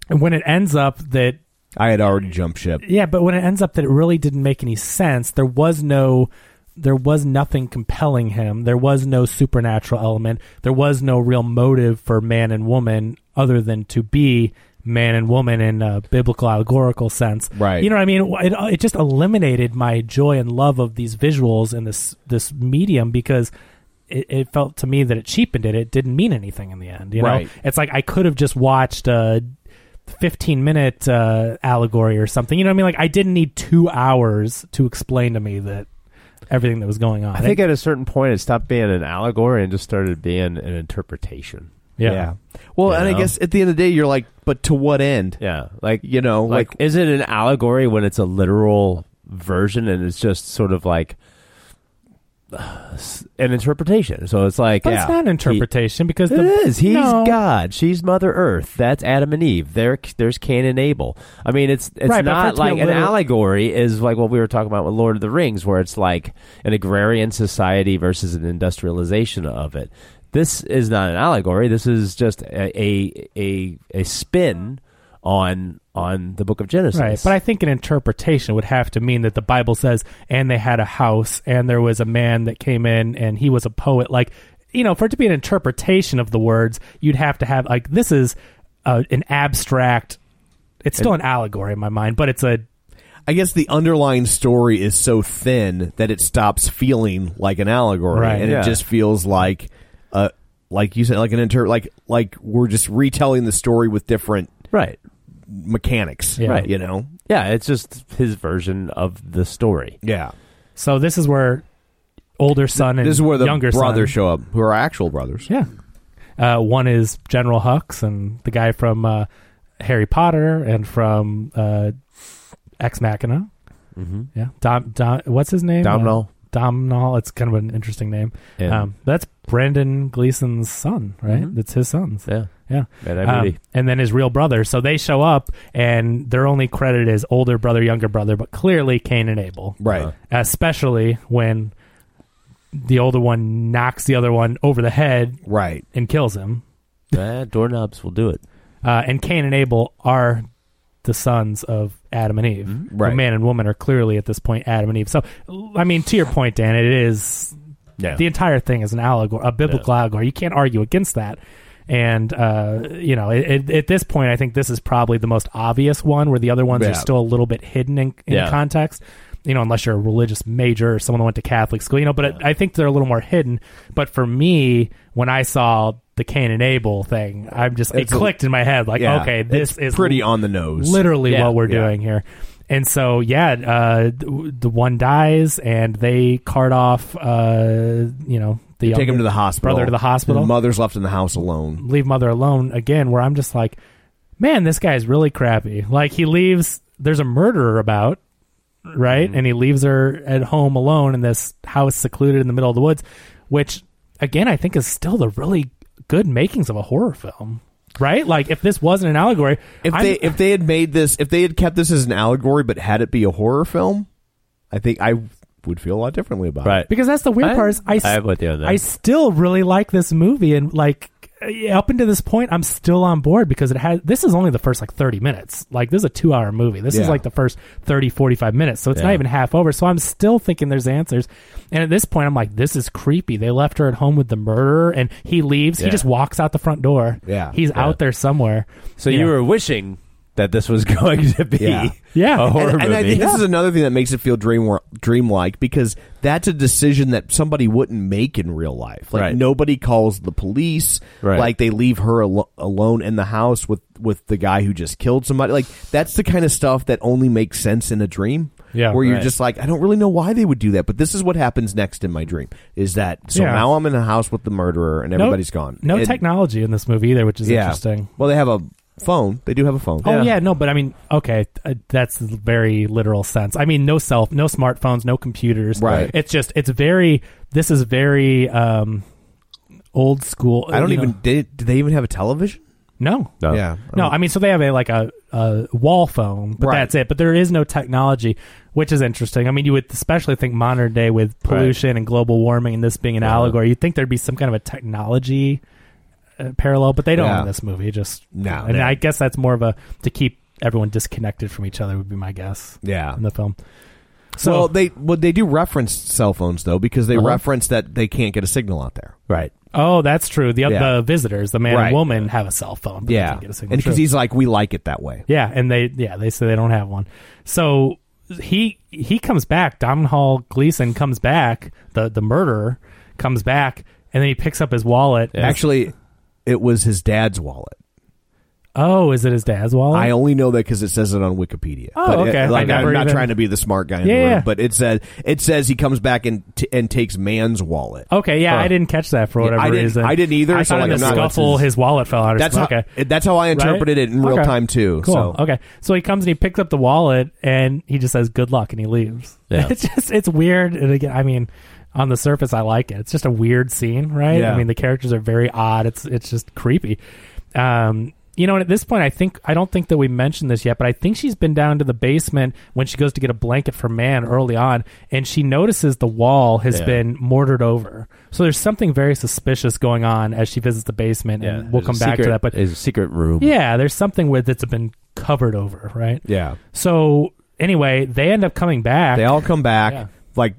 Speaker 8: when it ends up that
Speaker 7: I had already jumped ship.
Speaker 8: yeah, but when it ends up that it really didn't make any sense, there was no there was nothing compelling him. There was no supernatural element. There was no real motive for man and woman other than to be man and woman in a biblical allegorical sense.
Speaker 7: Right.
Speaker 8: You know what I mean? It, it just eliminated my joy and love of these visuals and this this medium because it, it felt to me that it cheapened it. It didn't mean anything in the end. You
Speaker 7: Right.
Speaker 8: know, it's like I could have just watched a 15 minute uh, allegory or something. You know what I mean? Like I didn't need two hours to explain to me that everything that was going on.
Speaker 9: I think at a certain point it stopped being an allegory and just started being an interpretation.
Speaker 8: yeah.
Speaker 7: Well,
Speaker 9: You
Speaker 7: and
Speaker 9: know?
Speaker 7: I guess at the end of the day, you're like, but to what end?
Speaker 9: Yeah, like
Speaker 7: You know,
Speaker 9: like,
Speaker 7: like,
Speaker 9: is it an allegory when it's a literal version and it's just sort of like s- an interpretation? So it's like
Speaker 8: But
Speaker 9: yeah,
Speaker 8: it's not an interpretation because
Speaker 9: He,
Speaker 8: the,
Speaker 9: it is. He's
Speaker 8: No.
Speaker 9: God. She's Mother Earth. That's Adam and Eve. There, there's Cain and Abel. I mean, it's it's
Speaker 8: Right, but for it to
Speaker 9: not
Speaker 8: be a
Speaker 9: like an
Speaker 8: literal-
Speaker 9: allegory is like what we were talking about with Lord of the Rings, where it's like an agrarian society versus an industrialization of it. This is not an allegory. This is just a a a, a spin on on the Book of Genesis.
Speaker 8: Right, but I think an interpretation would have to mean that the Bible says, and they had a house, and there was a man that came in, and he was a poet. Like, you know, for it to be an interpretation of the words, you'd have to have like this is uh, an abstract. It's still an allegory in my mind, but it's a
Speaker 7: I guess the underlying story is so thin that it stops feeling like an allegory,
Speaker 8: Right.
Speaker 7: and
Speaker 9: Yeah.
Speaker 7: it just feels like, uh, like you said, like an inter, like like we're just retelling the story with different
Speaker 9: right.
Speaker 7: mechanics,
Speaker 8: Yeah.
Speaker 7: You know,
Speaker 9: Yeah, it's just his version of the story.
Speaker 7: yeah.
Speaker 8: so this is where older son and
Speaker 7: This is where the
Speaker 8: younger
Speaker 7: brothers
Speaker 8: son,
Speaker 7: show up, who are actual brothers.
Speaker 8: yeah, uh, one is General Hux and the guy from uh, Harry Potter and from uh, Ex Machina.
Speaker 9: Mm-hmm.
Speaker 8: Yeah, Dom, Dom. What's his name? Uh,
Speaker 9: Domino.
Speaker 8: Domhnall. It's kind of an interesting name.
Speaker 9: Yeah.
Speaker 8: Um, that's Brandon Gleason's son, right?
Speaker 7: Mm-hmm.
Speaker 9: Mhm.
Speaker 8: That's his son's.
Speaker 9: yeah.
Speaker 8: Yeah.
Speaker 9: Man, I
Speaker 8: Um,
Speaker 9: really-
Speaker 8: and then his real brother. So they show up, and they're only credited as older brother, younger brother, but clearly Cain and Abel. Uh,
Speaker 7: Right.
Speaker 8: Especially when the older one knocks the other one over the head
Speaker 7: Right.
Speaker 8: and kills him.
Speaker 9: Eh, doorknobs will do it.
Speaker 8: Uh, and Cain and Abel are the sons of Adam and Eve.
Speaker 7: Right.
Speaker 8: The man and woman are clearly at this point Adam and Eve. So, l- I mean, to your point, Dan, it is
Speaker 9: Yeah.
Speaker 8: the entire thing is an allegory, a biblical allegory. You can't argue against that. And uh, you know, it, it, at this point, I think this is probably the most obvious one, where the other ones
Speaker 7: Yeah.
Speaker 8: are still a little bit hidden in, in
Speaker 9: Yeah.
Speaker 8: context. You know, unless you're a religious major or someone that went to Catholic school, you know. But it, I think they're a little more hidden. But for me, when I saw the Cain and Abel thing, I'm just
Speaker 7: It's
Speaker 8: it
Speaker 7: a-
Speaker 8: clicked in my head like,
Speaker 7: Yeah.
Speaker 8: okay, this
Speaker 7: It's
Speaker 8: is
Speaker 7: pretty on the nose.
Speaker 8: literally
Speaker 9: Yeah.
Speaker 8: what we're
Speaker 7: Yeah.
Speaker 8: doing here. And so, yeah, uh, the, the one dies, and they cart off, uh, you know, the
Speaker 7: Take him
Speaker 8: younger
Speaker 7: to the hospital.
Speaker 8: brother to the hospital,
Speaker 7: The mother's left in the house alone.
Speaker 8: leave mother alone again. Where I'm just like, man, this guy's really crappy. Like he leaves, there's a murderer about, right,
Speaker 7: Mm-hmm.
Speaker 8: and he leaves her at home alone in this house secluded in the middle of the woods, which again I think is still the really good makings of a horror film, right? Like if this wasn't an allegory,
Speaker 7: If
Speaker 8: I'm-
Speaker 7: they if they had made this, if they had kept this as an allegory, but had it be a horror film, I think I would feel a lot differently about it.
Speaker 9: Right.
Speaker 8: Because that's the weird
Speaker 9: I-
Speaker 8: part is I, s-
Speaker 9: I'm with you on that.
Speaker 8: I still really like this movie and like uh, up until this point I'm still on board because it has this is only the first like 30 minutes. Like this is a 2-hour movie. This is
Speaker 7: Yeah.
Speaker 8: like the first 30 45 minutes. So it's
Speaker 9: Yeah.
Speaker 8: not even half over. So I'm still thinking there's answers. And at this point I'm like this is creepy. They left her at home with the murderer and he leaves.
Speaker 9: Yeah.
Speaker 8: He just walks out the front door.
Speaker 7: Yeah.
Speaker 8: He's
Speaker 9: Yeah.
Speaker 8: out there somewhere.
Speaker 9: So you were wishing that this was going to be
Speaker 7: Yeah.
Speaker 8: Yeah.
Speaker 9: a horror
Speaker 7: And, and I
Speaker 9: movie.
Speaker 7: think this is another thing that makes it feel dream dreamlike because that's a decision that somebody wouldn't make in real life. Like
Speaker 9: Right.
Speaker 7: nobody calls the police.
Speaker 9: Right.
Speaker 7: Like they leave her al- alone in the house with with the guy who just killed somebody. Like that's the kind of stuff that only makes sense in a dream.
Speaker 8: Yeah,
Speaker 7: where you're
Speaker 9: right.
Speaker 7: just like, I don't really know why they would do that, but this is what happens next in my dream. Is that so?
Speaker 8: Yeah.
Speaker 7: Now I'm in a house with the murderer, and
Speaker 8: No-
Speaker 7: everybody's gone.
Speaker 8: No
Speaker 7: And-
Speaker 8: technology in this movie either, which is
Speaker 7: Yeah.
Speaker 8: interesting.
Speaker 7: Well, they have a phone. They do have a phone.
Speaker 8: Oh yeah. no, but I mean, okay, uh, that's the very literal sense. I mean, no self, no smartphones, no computers.
Speaker 7: Right.
Speaker 8: It's just it's very. This is very um, old school.
Speaker 7: I don't
Speaker 8: you
Speaker 7: even.
Speaker 8: know.
Speaker 7: Did, did they even have a television?
Speaker 8: no.
Speaker 9: No.
Speaker 8: No, I mean, so they have a like a, a wall phone, but
Speaker 7: Right.
Speaker 8: that's it. But there is no technology, which is interesting. I mean, you would especially think modern day with pollution and global warming and this being an allegory, you'd think there'd be some kind of a technology uh, parallel, but they don't
Speaker 7: Yeah.
Speaker 8: in this movie. Just
Speaker 7: No,
Speaker 8: and
Speaker 7: they-
Speaker 8: I guess that's more of a to keep everyone disconnected from each other would be my guess
Speaker 7: Yeah.
Speaker 8: in the film. So
Speaker 7: So they well they do reference cell phones though because they
Speaker 8: Uh-huh.
Speaker 7: reference that they can't get a signal out there.
Speaker 9: Right.
Speaker 8: oh, that's true. The
Speaker 7: Yeah.
Speaker 8: the visitors, the man
Speaker 7: Right.
Speaker 8: and woman, have a cell phone. But they
Speaker 7: Yeah,
Speaker 8: can't get a
Speaker 7: and
Speaker 8: signal.
Speaker 7: because
Speaker 8: True.
Speaker 7: he's like, we like it that way.
Speaker 8: Yeah, and they yeah they say they don't have one. So he he comes back. Diamond Hall Gleason comes back. The the murderer comes back, and then he picks up his wallet.
Speaker 7: Actually, it was his dad's wallet.
Speaker 8: oh, is it his dad's wallet?
Speaker 7: I only know that because it says it on Wikipedia.
Speaker 8: Oh,
Speaker 7: but it-
Speaker 8: okay.
Speaker 7: like
Speaker 8: I
Speaker 7: I'm
Speaker 8: never
Speaker 7: not
Speaker 8: even-
Speaker 7: trying to be the smart guy in
Speaker 8: Yeah,
Speaker 7: the room,
Speaker 8: yeah.
Speaker 7: but it says it says he comes back and t- and takes man's wallet.
Speaker 8: okay, yeah,
Speaker 7: Huh.
Speaker 8: I didn't catch that for whatever
Speaker 7: I didn't-
Speaker 8: reason.
Speaker 7: I didn't either,
Speaker 8: I
Speaker 7: so,
Speaker 8: thought in
Speaker 7: like,
Speaker 8: the
Speaker 7: I'm not-
Speaker 8: scuffle
Speaker 7: what's his-
Speaker 8: his wallet fell out. Or
Speaker 7: That's
Speaker 8: something. okay.
Speaker 7: how that's how I interpreted
Speaker 8: Right?
Speaker 7: it in real
Speaker 8: Okay.
Speaker 7: time too.
Speaker 8: Cool.
Speaker 7: So
Speaker 8: Okay. So he comes and he picks up the wallet and he just says good luck and he leaves.
Speaker 9: Yeah.
Speaker 8: It's just it's weird and again I mean on the surface I like it. It's just a weird scene, right?
Speaker 7: Yeah.
Speaker 8: I mean the characters are very odd. It's it's just creepy. Um you know, and at this point, I think I don't think that we mentioned this yet, but I think she's been down to the basement when she goes to get a blanket for man early on, and she notices the wall has
Speaker 9: Yeah.
Speaker 8: been mortared over. So there's something very suspicious going on as she visits the basement, and we'll
Speaker 9: There's a
Speaker 8: come back
Speaker 9: secret-
Speaker 8: to that. But
Speaker 9: there's a secret room.
Speaker 8: yeah, there's something with that's been covered over, right?
Speaker 7: yeah,
Speaker 8: So anyway, they end up coming back.
Speaker 7: they all come back
Speaker 8: Yeah.
Speaker 7: like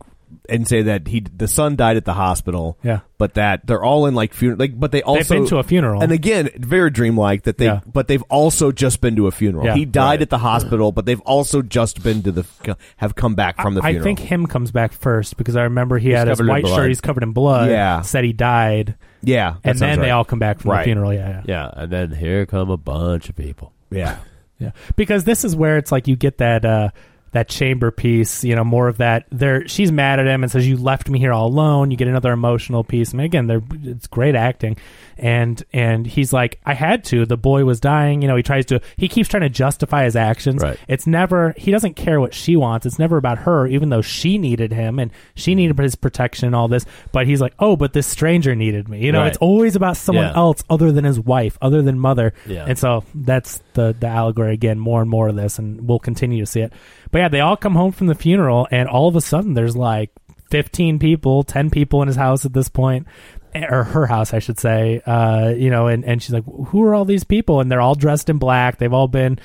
Speaker 7: and say that he the son died at the hospital.
Speaker 8: Yeah.
Speaker 7: but that they're all in like funeral. Like, but they also
Speaker 8: been to a funeral.
Speaker 7: And again, very dreamlike that they.
Speaker 8: Yeah.
Speaker 7: But they've also just been to a funeral.
Speaker 8: Yeah.
Speaker 7: he died at the hospital, but they've also just been to the have come back from the
Speaker 8: I
Speaker 7: funeral.
Speaker 8: think him comes back first because I remember he had his
Speaker 9: covered in
Speaker 8: white
Speaker 9: blood.
Speaker 8: shirt. He's covered in blood.
Speaker 7: Yeah.
Speaker 8: said he died,
Speaker 7: yeah, that
Speaker 8: and then
Speaker 7: sounds
Speaker 8: they
Speaker 7: right.
Speaker 8: all come back from
Speaker 7: Right.
Speaker 8: the funeral. Yeah, yeah,
Speaker 9: Yeah, and then here come a bunch of people.
Speaker 7: yeah.
Speaker 8: yeah. Because this is where it's like you get that uh, that chamber piece. You know, more of that. There, she's mad at him and says, "You left me here all alone." You get another emotional piece. And again, they're it's great acting, and and he's like, "I had to." The boy was dying. You know, he tries to. He keeps trying to justify his actions.
Speaker 9: Right.
Speaker 8: It's never. He doesn't care what she wants. It's never about her, even though she needed him and
Speaker 9: Mm-hmm.
Speaker 8: she needed his protection and all this. But he's like, "Oh, but this stranger needed me." You know,
Speaker 9: Right.
Speaker 8: it's always about someone
Speaker 9: Yeah.
Speaker 8: else other than his wife, other than mother.
Speaker 9: Yeah.
Speaker 8: And so that's the the allegory again, more and more of this, and we'll continue to see it. But yeah, they all come home from the funeral, and all of a sudden there's like 15 people, 10 people in his house at this point, eh, or her house, I should say. Uh, you know, and, and she's like, who are all these people? And they're all dressed in black. They've all been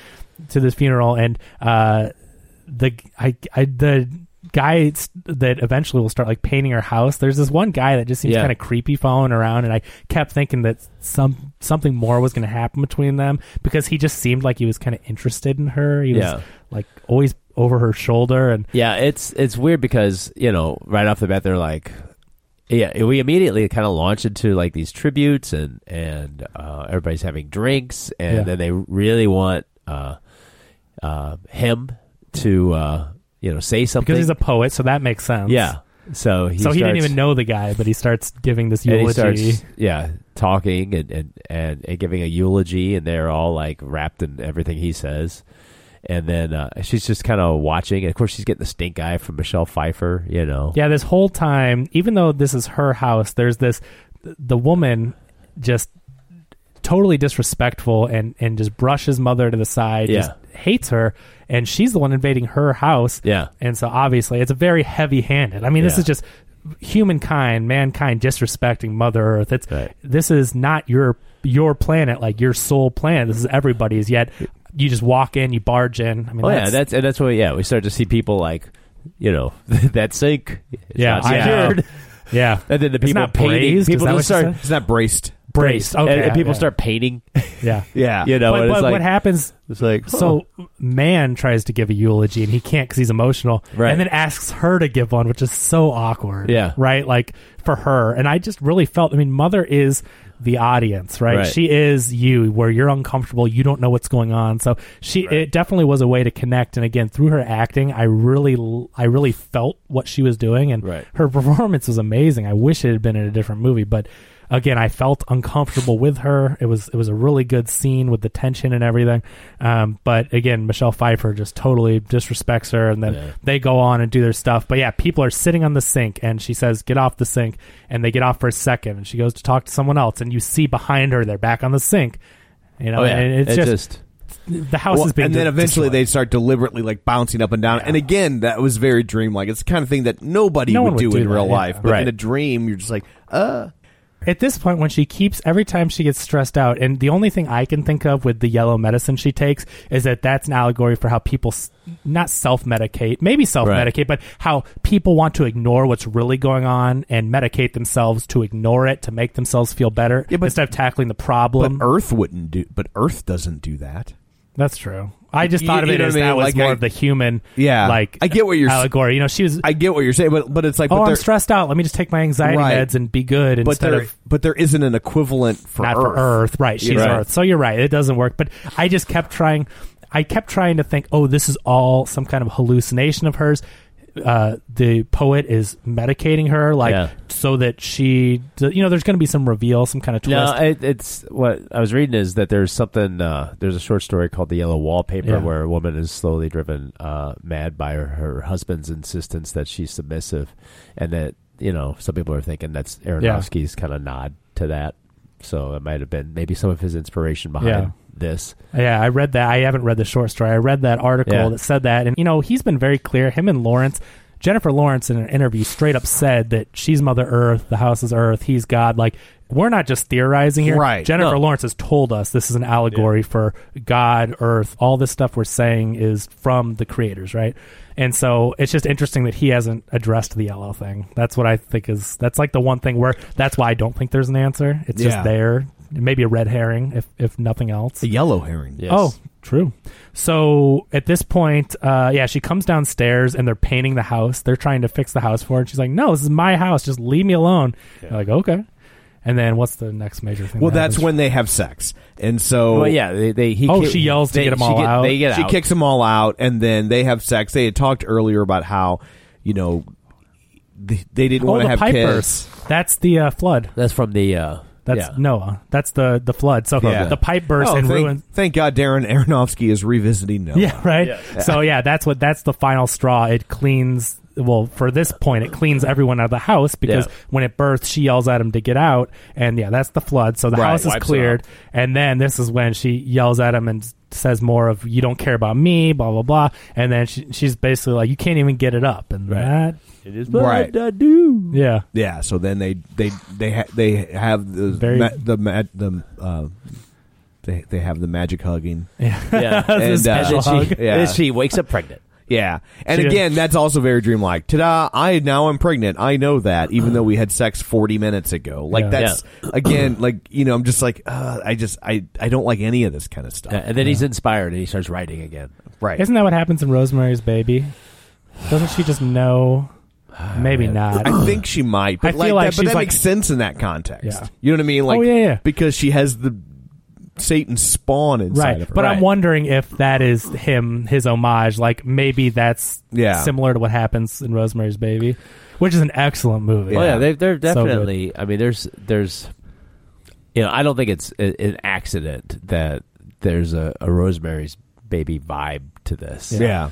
Speaker 8: to this funeral, and uh, the I, I the guy s- that eventually will start like painting her house. There's this one guy that just seems
Speaker 9: Yeah.
Speaker 8: kind of creepy following around, and I kept thinking that some something more was going to happen between them because he just seemed like he was kind of interested in her. He
Speaker 9: Yeah.
Speaker 8: was like always over her shoulder, and
Speaker 9: Yeah, it's it's weird because you know right off the bat they're like, yeah, we immediately kind of launch into like these tributes and and uh, everybody's having drinks and
Speaker 8: Yeah.
Speaker 9: then they really want uh, uh, him to uh, you know say something
Speaker 8: because he's a poet, so that makes sense.
Speaker 9: yeah. So he
Speaker 8: so he didn't
Speaker 9: starts-
Speaker 8: even know the guy, but he starts giving this
Speaker 9: and
Speaker 8: eulogy.
Speaker 9: he starts yeah talking and, and, and, and giving a eulogy and they're all like wrapped in everything he says and then uh, she's just kind of watching and of course she's getting the stink eye from michelle pfeiffer you know
Speaker 8: Yeah, this whole time, even though this is her house, there's this the woman just totally disrespectful and and just brushes mother to the side, just hates her, and she's the one invading her house.
Speaker 9: Yeah.
Speaker 8: And so obviously it's a very heavy handed. I mean, this
Speaker 9: Yeah.
Speaker 8: is just humankind, mankind disrespecting Mother Earth. It's
Speaker 9: Right.
Speaker 8: this is not your your planet, like your sole planet. This is everybody's yet you just walk in, you barge in. I mean
Speaker 9: oh yeah
Speaker 8: that's,
Speaker 9: that's and that's why yeah we start to see people like you know that sink is
Speaker 8: yeah,
Speaker 9: not
Speaker 8: I know.
Speaker 9: secured.
Speaker 8: yeah.
Speaker 9: and then the
Speaker 8: It's
Speaker 9: people
Speaker 8: not
Speaker 9: painting
Speaker 8: braised, is
Speaker 9: people
Speaker 8: that
Speaker 9: just
Speaker 8: what you
Speaker 9: start
Speaker 8: said?
Speaker 7: It's not braced.
Speaker 8: Braced.
Speaker 9: and,
Speaker 8: Okay,
Speaker 9: and people
Speaker 8: yeah.
Speaker 9: start painting
Speaker 8: Yeah.
Speaker 7: Yeah,
Speaker 9: you know
Speaker 8: but
Speaker 9: and it's
Speaker 8: but
Speaker 9: like
Speaker 8: what happens?
Speaker 9: it's like
Speaker 8: So, man tries to give a eulogy and he can't because he's emotional,
Speaker 9: Right.
Speaker 8: and then asks her to give one, which is so awkward.
Speaker 9: Yeah.
Speaker 8: right. Like for her, and I just really felt. I mean, mother is the audience, right?
Speaker 9: Right.
Speaker 8: She is you, where you're uncomfortable, you don't know what's going on. So she, it definitely was a way to connect. And again, through her acting, I really, l- I really felt what she was doing, and
Speaker 9: Right.
Speaker 8: her performance was amazing. I wish it had been in a different movie, but again, I felt uncomfortable with her. It was it was a really good scene with the tension and everything. Um, but again, Michelle Pfeiffer just totally disrespects her, and then they go on and do their stuff. But yeah, people are sitting on the sink, and she says, "Get off the sink," and they get off for a second, and she goes to talk to someone else, and you see behind her they're back on the sink. You know,
Speaker 9: oh yeah
Speaker 8: and it's
Speaker 9: it
Speaker 8: just,
Speaker 9: just
Speaker 8: the house
Speaker 7: Well,
Speaker 8: is being
Speaker 7: and then
Speaker 8: de-
Speaker 7: eventually
Speaker 8: destroyed.
Speaker 7: they start deliberately like bouncing up and down. And again, that was very dreamlike. It's the kind of thing that nobody
Speaker 8: No
Speaker 7: would,
Speaker 8: one
Speaker 7: do, in
Speaker 8: that,
Speaker 7: real
Speaker 8: yeah.
Speaker 7: life, but
Speaker 9: Right.
Speaker 7: in a dream, you're just like, uh,
Speaker 8: at this point when she keeps every time she gets stressed out and the only thing i can think of with the yellow medicine she takes is that that's an allegory for how people s- not self-medicate maybe self-medicate but how people want to ignore what's really going on and medicate themselves to ignore it to make themselves feel better
Speaker 7: Yeah, but-
Speaker 8: instead of tackling the
Speaker 7: But er
Speaker 8: problem
Speaker 7: Earth wouldn't do. But Earth doesn't do that.
Speaker 8: that's true i just
Speaker 7: You-
Speaker 8: thought of
Speaker 7: you
Speaker 8: it
Speaker 7: know
Speaker 8: as
Speaker 7: what I
Speaker 8: that
Speaker 7: mean?
Speaker 8: was
Speaker 7: Like,
Speaker 8: more
Speaker 7: I-
Speaker 8: of the human
Speaker 7: Yeah.
Speaker 8: like
Speaker 7: I get what you're s-
Speaker 8: allegory you know she was
Speaker 7: I get what you're saying, but but it's like
Speaker 8: oh
Speaker 7: but
Speaker 8: i'm
Speaker 7: there,
Speaker 8: stressed out let me just take my anxiety
Speaker 7: Right.
Speaker 8: meds and be good
Speaker 7: but
Speaker 8: instead
Speaker 7: there
Speaker 8: of
Speaker 7: but there isn't an equivalent for
Speaker 8: not
Speaker 7: Earth.
Speaker 8: for Earth, right? She's
Speaker 7: You're right.
Speaker 8: Earth, so you're right. It doesn't work. But I just kept trying. I kept trying to think. Oh, this is all some kind of hallucination of hers. Uh, the poet is medicating her, like
Speaker 9: Yeah.
Speaker 8: so that she, you know, there's going to be some reveal, some kind of twist.
Speaker 9: No, it, it's what I was reading is that there's something. Uh, there's a short story called "The Yellow Wallpaper"
Speaker 8: Yeah.
Speaker 9: where a woman is slowly driven uh, mad by her, her husband's insistence that she's submissive, and that you know some people are thinking that's Aronofsky's kind of nod to that. So it might have been maybe some of his inspiration behind
Speaker 8: Yeah.
Speaker 9: this.
Speaker 8: Yeah, I read that. I haven't read the short story. I read that article
Speaker 9: Yeah.
Speaker 8: that said that, and you know, he's been very clear. Him and Lawrence, Jennifer Lawrence, in an interview, straight up said that she's Mother Earth, the house is Earth, he's God. Like we're not just theorizing here.
Speaker 7: Right.
Speaker 8: Jennifer
Speaker 9: No.
Speaker 8: Lawrence has told us this is an allegory for God, Earth. All this stuff we're saying is from the creators, right? And so it's just interesting that he hasn't addressed the yellow thing. That's what I think is that's like the one thing where that's why I don't think there's an answer. It's
Speaker 7: Yeah.
Speaker 8: just there. Maybe a red herring, if if nothing else.
Speaker 7: A yellow herring.
Speaker 9: Yes.
Speaker 8: Oh, true. So at this point, uh, yeah, she comes downstairs and they're painting the house. They're trying to fix the house for her. And she's like, no, this is my house. Just leave me alone. They're like, okay. And then what's the next major thing?
Speaker 7: Well,
Speaker 8: that
Speaker 7: that's
Speaker 8: happens?
Speaker 7: when they have sex, and so
Speaker 9: well, yeah, they, they he
Speaker 8: Oh,
Speaker 9: ki-
Speaker 8: she yells to
Speaker 9: they-
Speaker 8: get 'em
Speaker 9: she
Speaker 8: all out.
Speaker 9: They get
Speaker 7: she
Speaker 9: out.
Speaker 7: kicks them all out, and then they have sex. They had talked earlier about how you know th- they didn't
Speaker 8: Oh,
Speaker 7: want to
Speaker 8: the
Speaker 7: have
Speaker 8: pipers.
Speaker 7: kids.
Speaker 8: That's the uh, flood.
Speaker 9: That's from the. Uh,
Speaker 8: That's
Speaker 9: yeah.
Speaker 8: Noah. That's the the flood. So
Speaker 7: Yeah.
Speaker 8: the pipe burst
Speaker 7: Oh,
Speaker 8: and
Speaker 7: thank,
Speaker 8: ruins.
Speaker 7: Thank God, Darren Aronofsky is revisiting Noah.
Speaker 8: Yeah, right. So yeah, that's what that's the final straw. It cleans well, for this point, it cleans everyone out of the house because
Speaker 9: Yeah.
Speaker 8: when it births, she yells at him to get out, and yeah, that's the flood. So the
Speaker 7: Right,
Speaker 8: house is
Speaker 7: wipes it
Speaker 8: cleared,
Speaker 7: out.
Speaker 8: and then this is when she yells at him and says more of "You don't care about me," blah blah blah, and then she, she's basically like, "You can't even get it up," and that,
Speaker 9: It is
Speaker 7: Right.
Speaker 9: what I do.
Speaker 8: yeah,
Speaker 7: Yeah, so then they they they ha- they have the
Speaker 8: Very-
Speaker 7: ma- the ma- the uh, they they have the magic hugging.
Speaker 9: Yeah,
Speaker 7: And,
Speaker 9: and,
Speaker 7: uh,
Speaker 9: then
Speaker 8: hug.
Speaker 9: she,
Speaker 7: Yeah.
Speaker 9: then she wakes up pregnant.
Speaker 7: Yeah, and
Speaker 8: She-
Speaker 7: again, that's also very dreamlike. Ta-da! I now am pregnant. I know that, even though we had sex forty minutes ago. Like
Speaker 8: Yeah.
Speaker 7: that's again, like you know, I'm just like, uh, I just I I don't like any of this kind of stuff.
Speaker 9: Yeah, and then he's inspired and he starts writing again.
Speaker 7: right?
Speaker 8: Isn't that what happens in Rosemary's Baby? Doesn't she just know? Maybe not.
Speaker 7: I think she might, but
Speaker 8: I
Speaker 7: like,
Speaker 8: feel like
Speaker 7: that, but
Speaker 8: she's
Speaker 7: that
Speaker 8: like-
Speaker 7: makes sense in that context.
Speaker 8: Yeah. Oh,
Speaker 7: You know what I mean? Like,
Speaker 8: yeah, yeah.
Speaker 7: because she has the Satan spawn inside
Speaker 8: right
Speaker 7: of her.
Speaker 8: but i'm
Speaker 9: Right.
Speaker 8: wondering if that is him his homage like maybe that's
Speaker 7: Yeah.
Speaker 8: similar to what happens in rosemary's baby which is an excellent movie
Speaker 9: Oh yeah, they, they're
Speaker 8: So good.
Speaker 9: definitely. I mean, there's there's, you know, I don't think it's a, an accident that there's a, a Rosemary's Baby vibe to this.
Speaker 7: Yeah.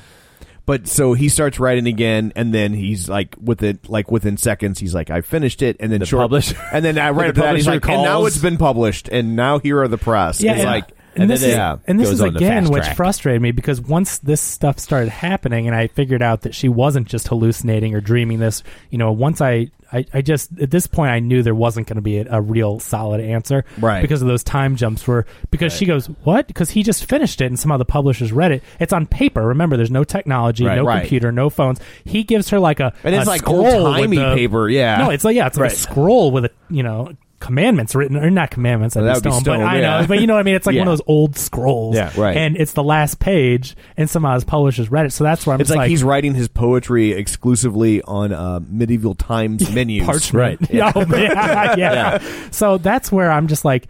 Speaker 7: But so he starts writing again, and then he's like, with it, like within seconds, he's like, "I finished it," and then
Speaker 9: The
Speaker 7: short,
Speaker 9: publisher-
Speaker 7: and then I right after
Speaker 9: the
Speaker 7: that, he's
Speaker 9: publisher
Speaker 7: like, "And now
Speaker 9: calls."
Speaker 7: it's been published, and now here are the press."
Speaker 8: yeah
Speaker 7: it's
Speaker 8: and,
Speaker 7: like,
Speaker 8: and,
Speaker 9: and
Speaker 8: this
Speaker 9: then
Speaker 8: is,
Speaker 9: it
Speaker 8: and this
Speaker 9: goes
Speaker 8: is
Speaker 9: on the
Speaker 8: again
Speaker 9: fast
Speaker 8: which
Speaker 9: track.
Speaker 8: frustrated me because once this stuff started happening and i figured out that she wasn't just hallucinating or dreaming this you know once i I, I just at this point I knew there wasn't going to be a, a real solid answer,
Speaker 7: Right.
Speaker 8: Because of those time jumps were because she goes what? Because he just finished it and somehow the publishers read it. It's on paper. Remember, there's no technology,
Speaker 7: Right.
Speaker 8: no
Speaker 7: Right.
Speaker 8: computer, no phones. He gives her like a
Speaker 7: And it's
Speaker 8: a
Speaker 7: like
Speaker 8: scroll with
Speaker 7: old-timey
Speaker 8: the-
Speaker 7: paper, yeah.
Speaker 8: no, it's like yeah, it's like a
Speaker 7: Right.
Speaker 8: scroll with a you know commandments written or not commandments. That'd
Speaker 7: That
Speaker 8: be
Speaker 7: would be
Speaker 8: stone,
Speaker 7: stone,
Speaker 8: but I
Speaker 7: yeah.
Speaker 8: know, but you know what I mean. It's like one
Speaker 7: Yeah.
Speaker 8: of those old scrolls.
Speaker 7: Yeah, right.
Speaker 8: And it's the last page, and somehow his publishers read it. So that's where I'm
Speaker 7: it's
Speaker 8: just
Speaker 7: like,
Speaker 8: like,
Speaker 7: he's writing his poetry exclusively on uh, medieval times menus.
Speaker 8: parchment. Oh, man. yeah. So that's where I'm just like,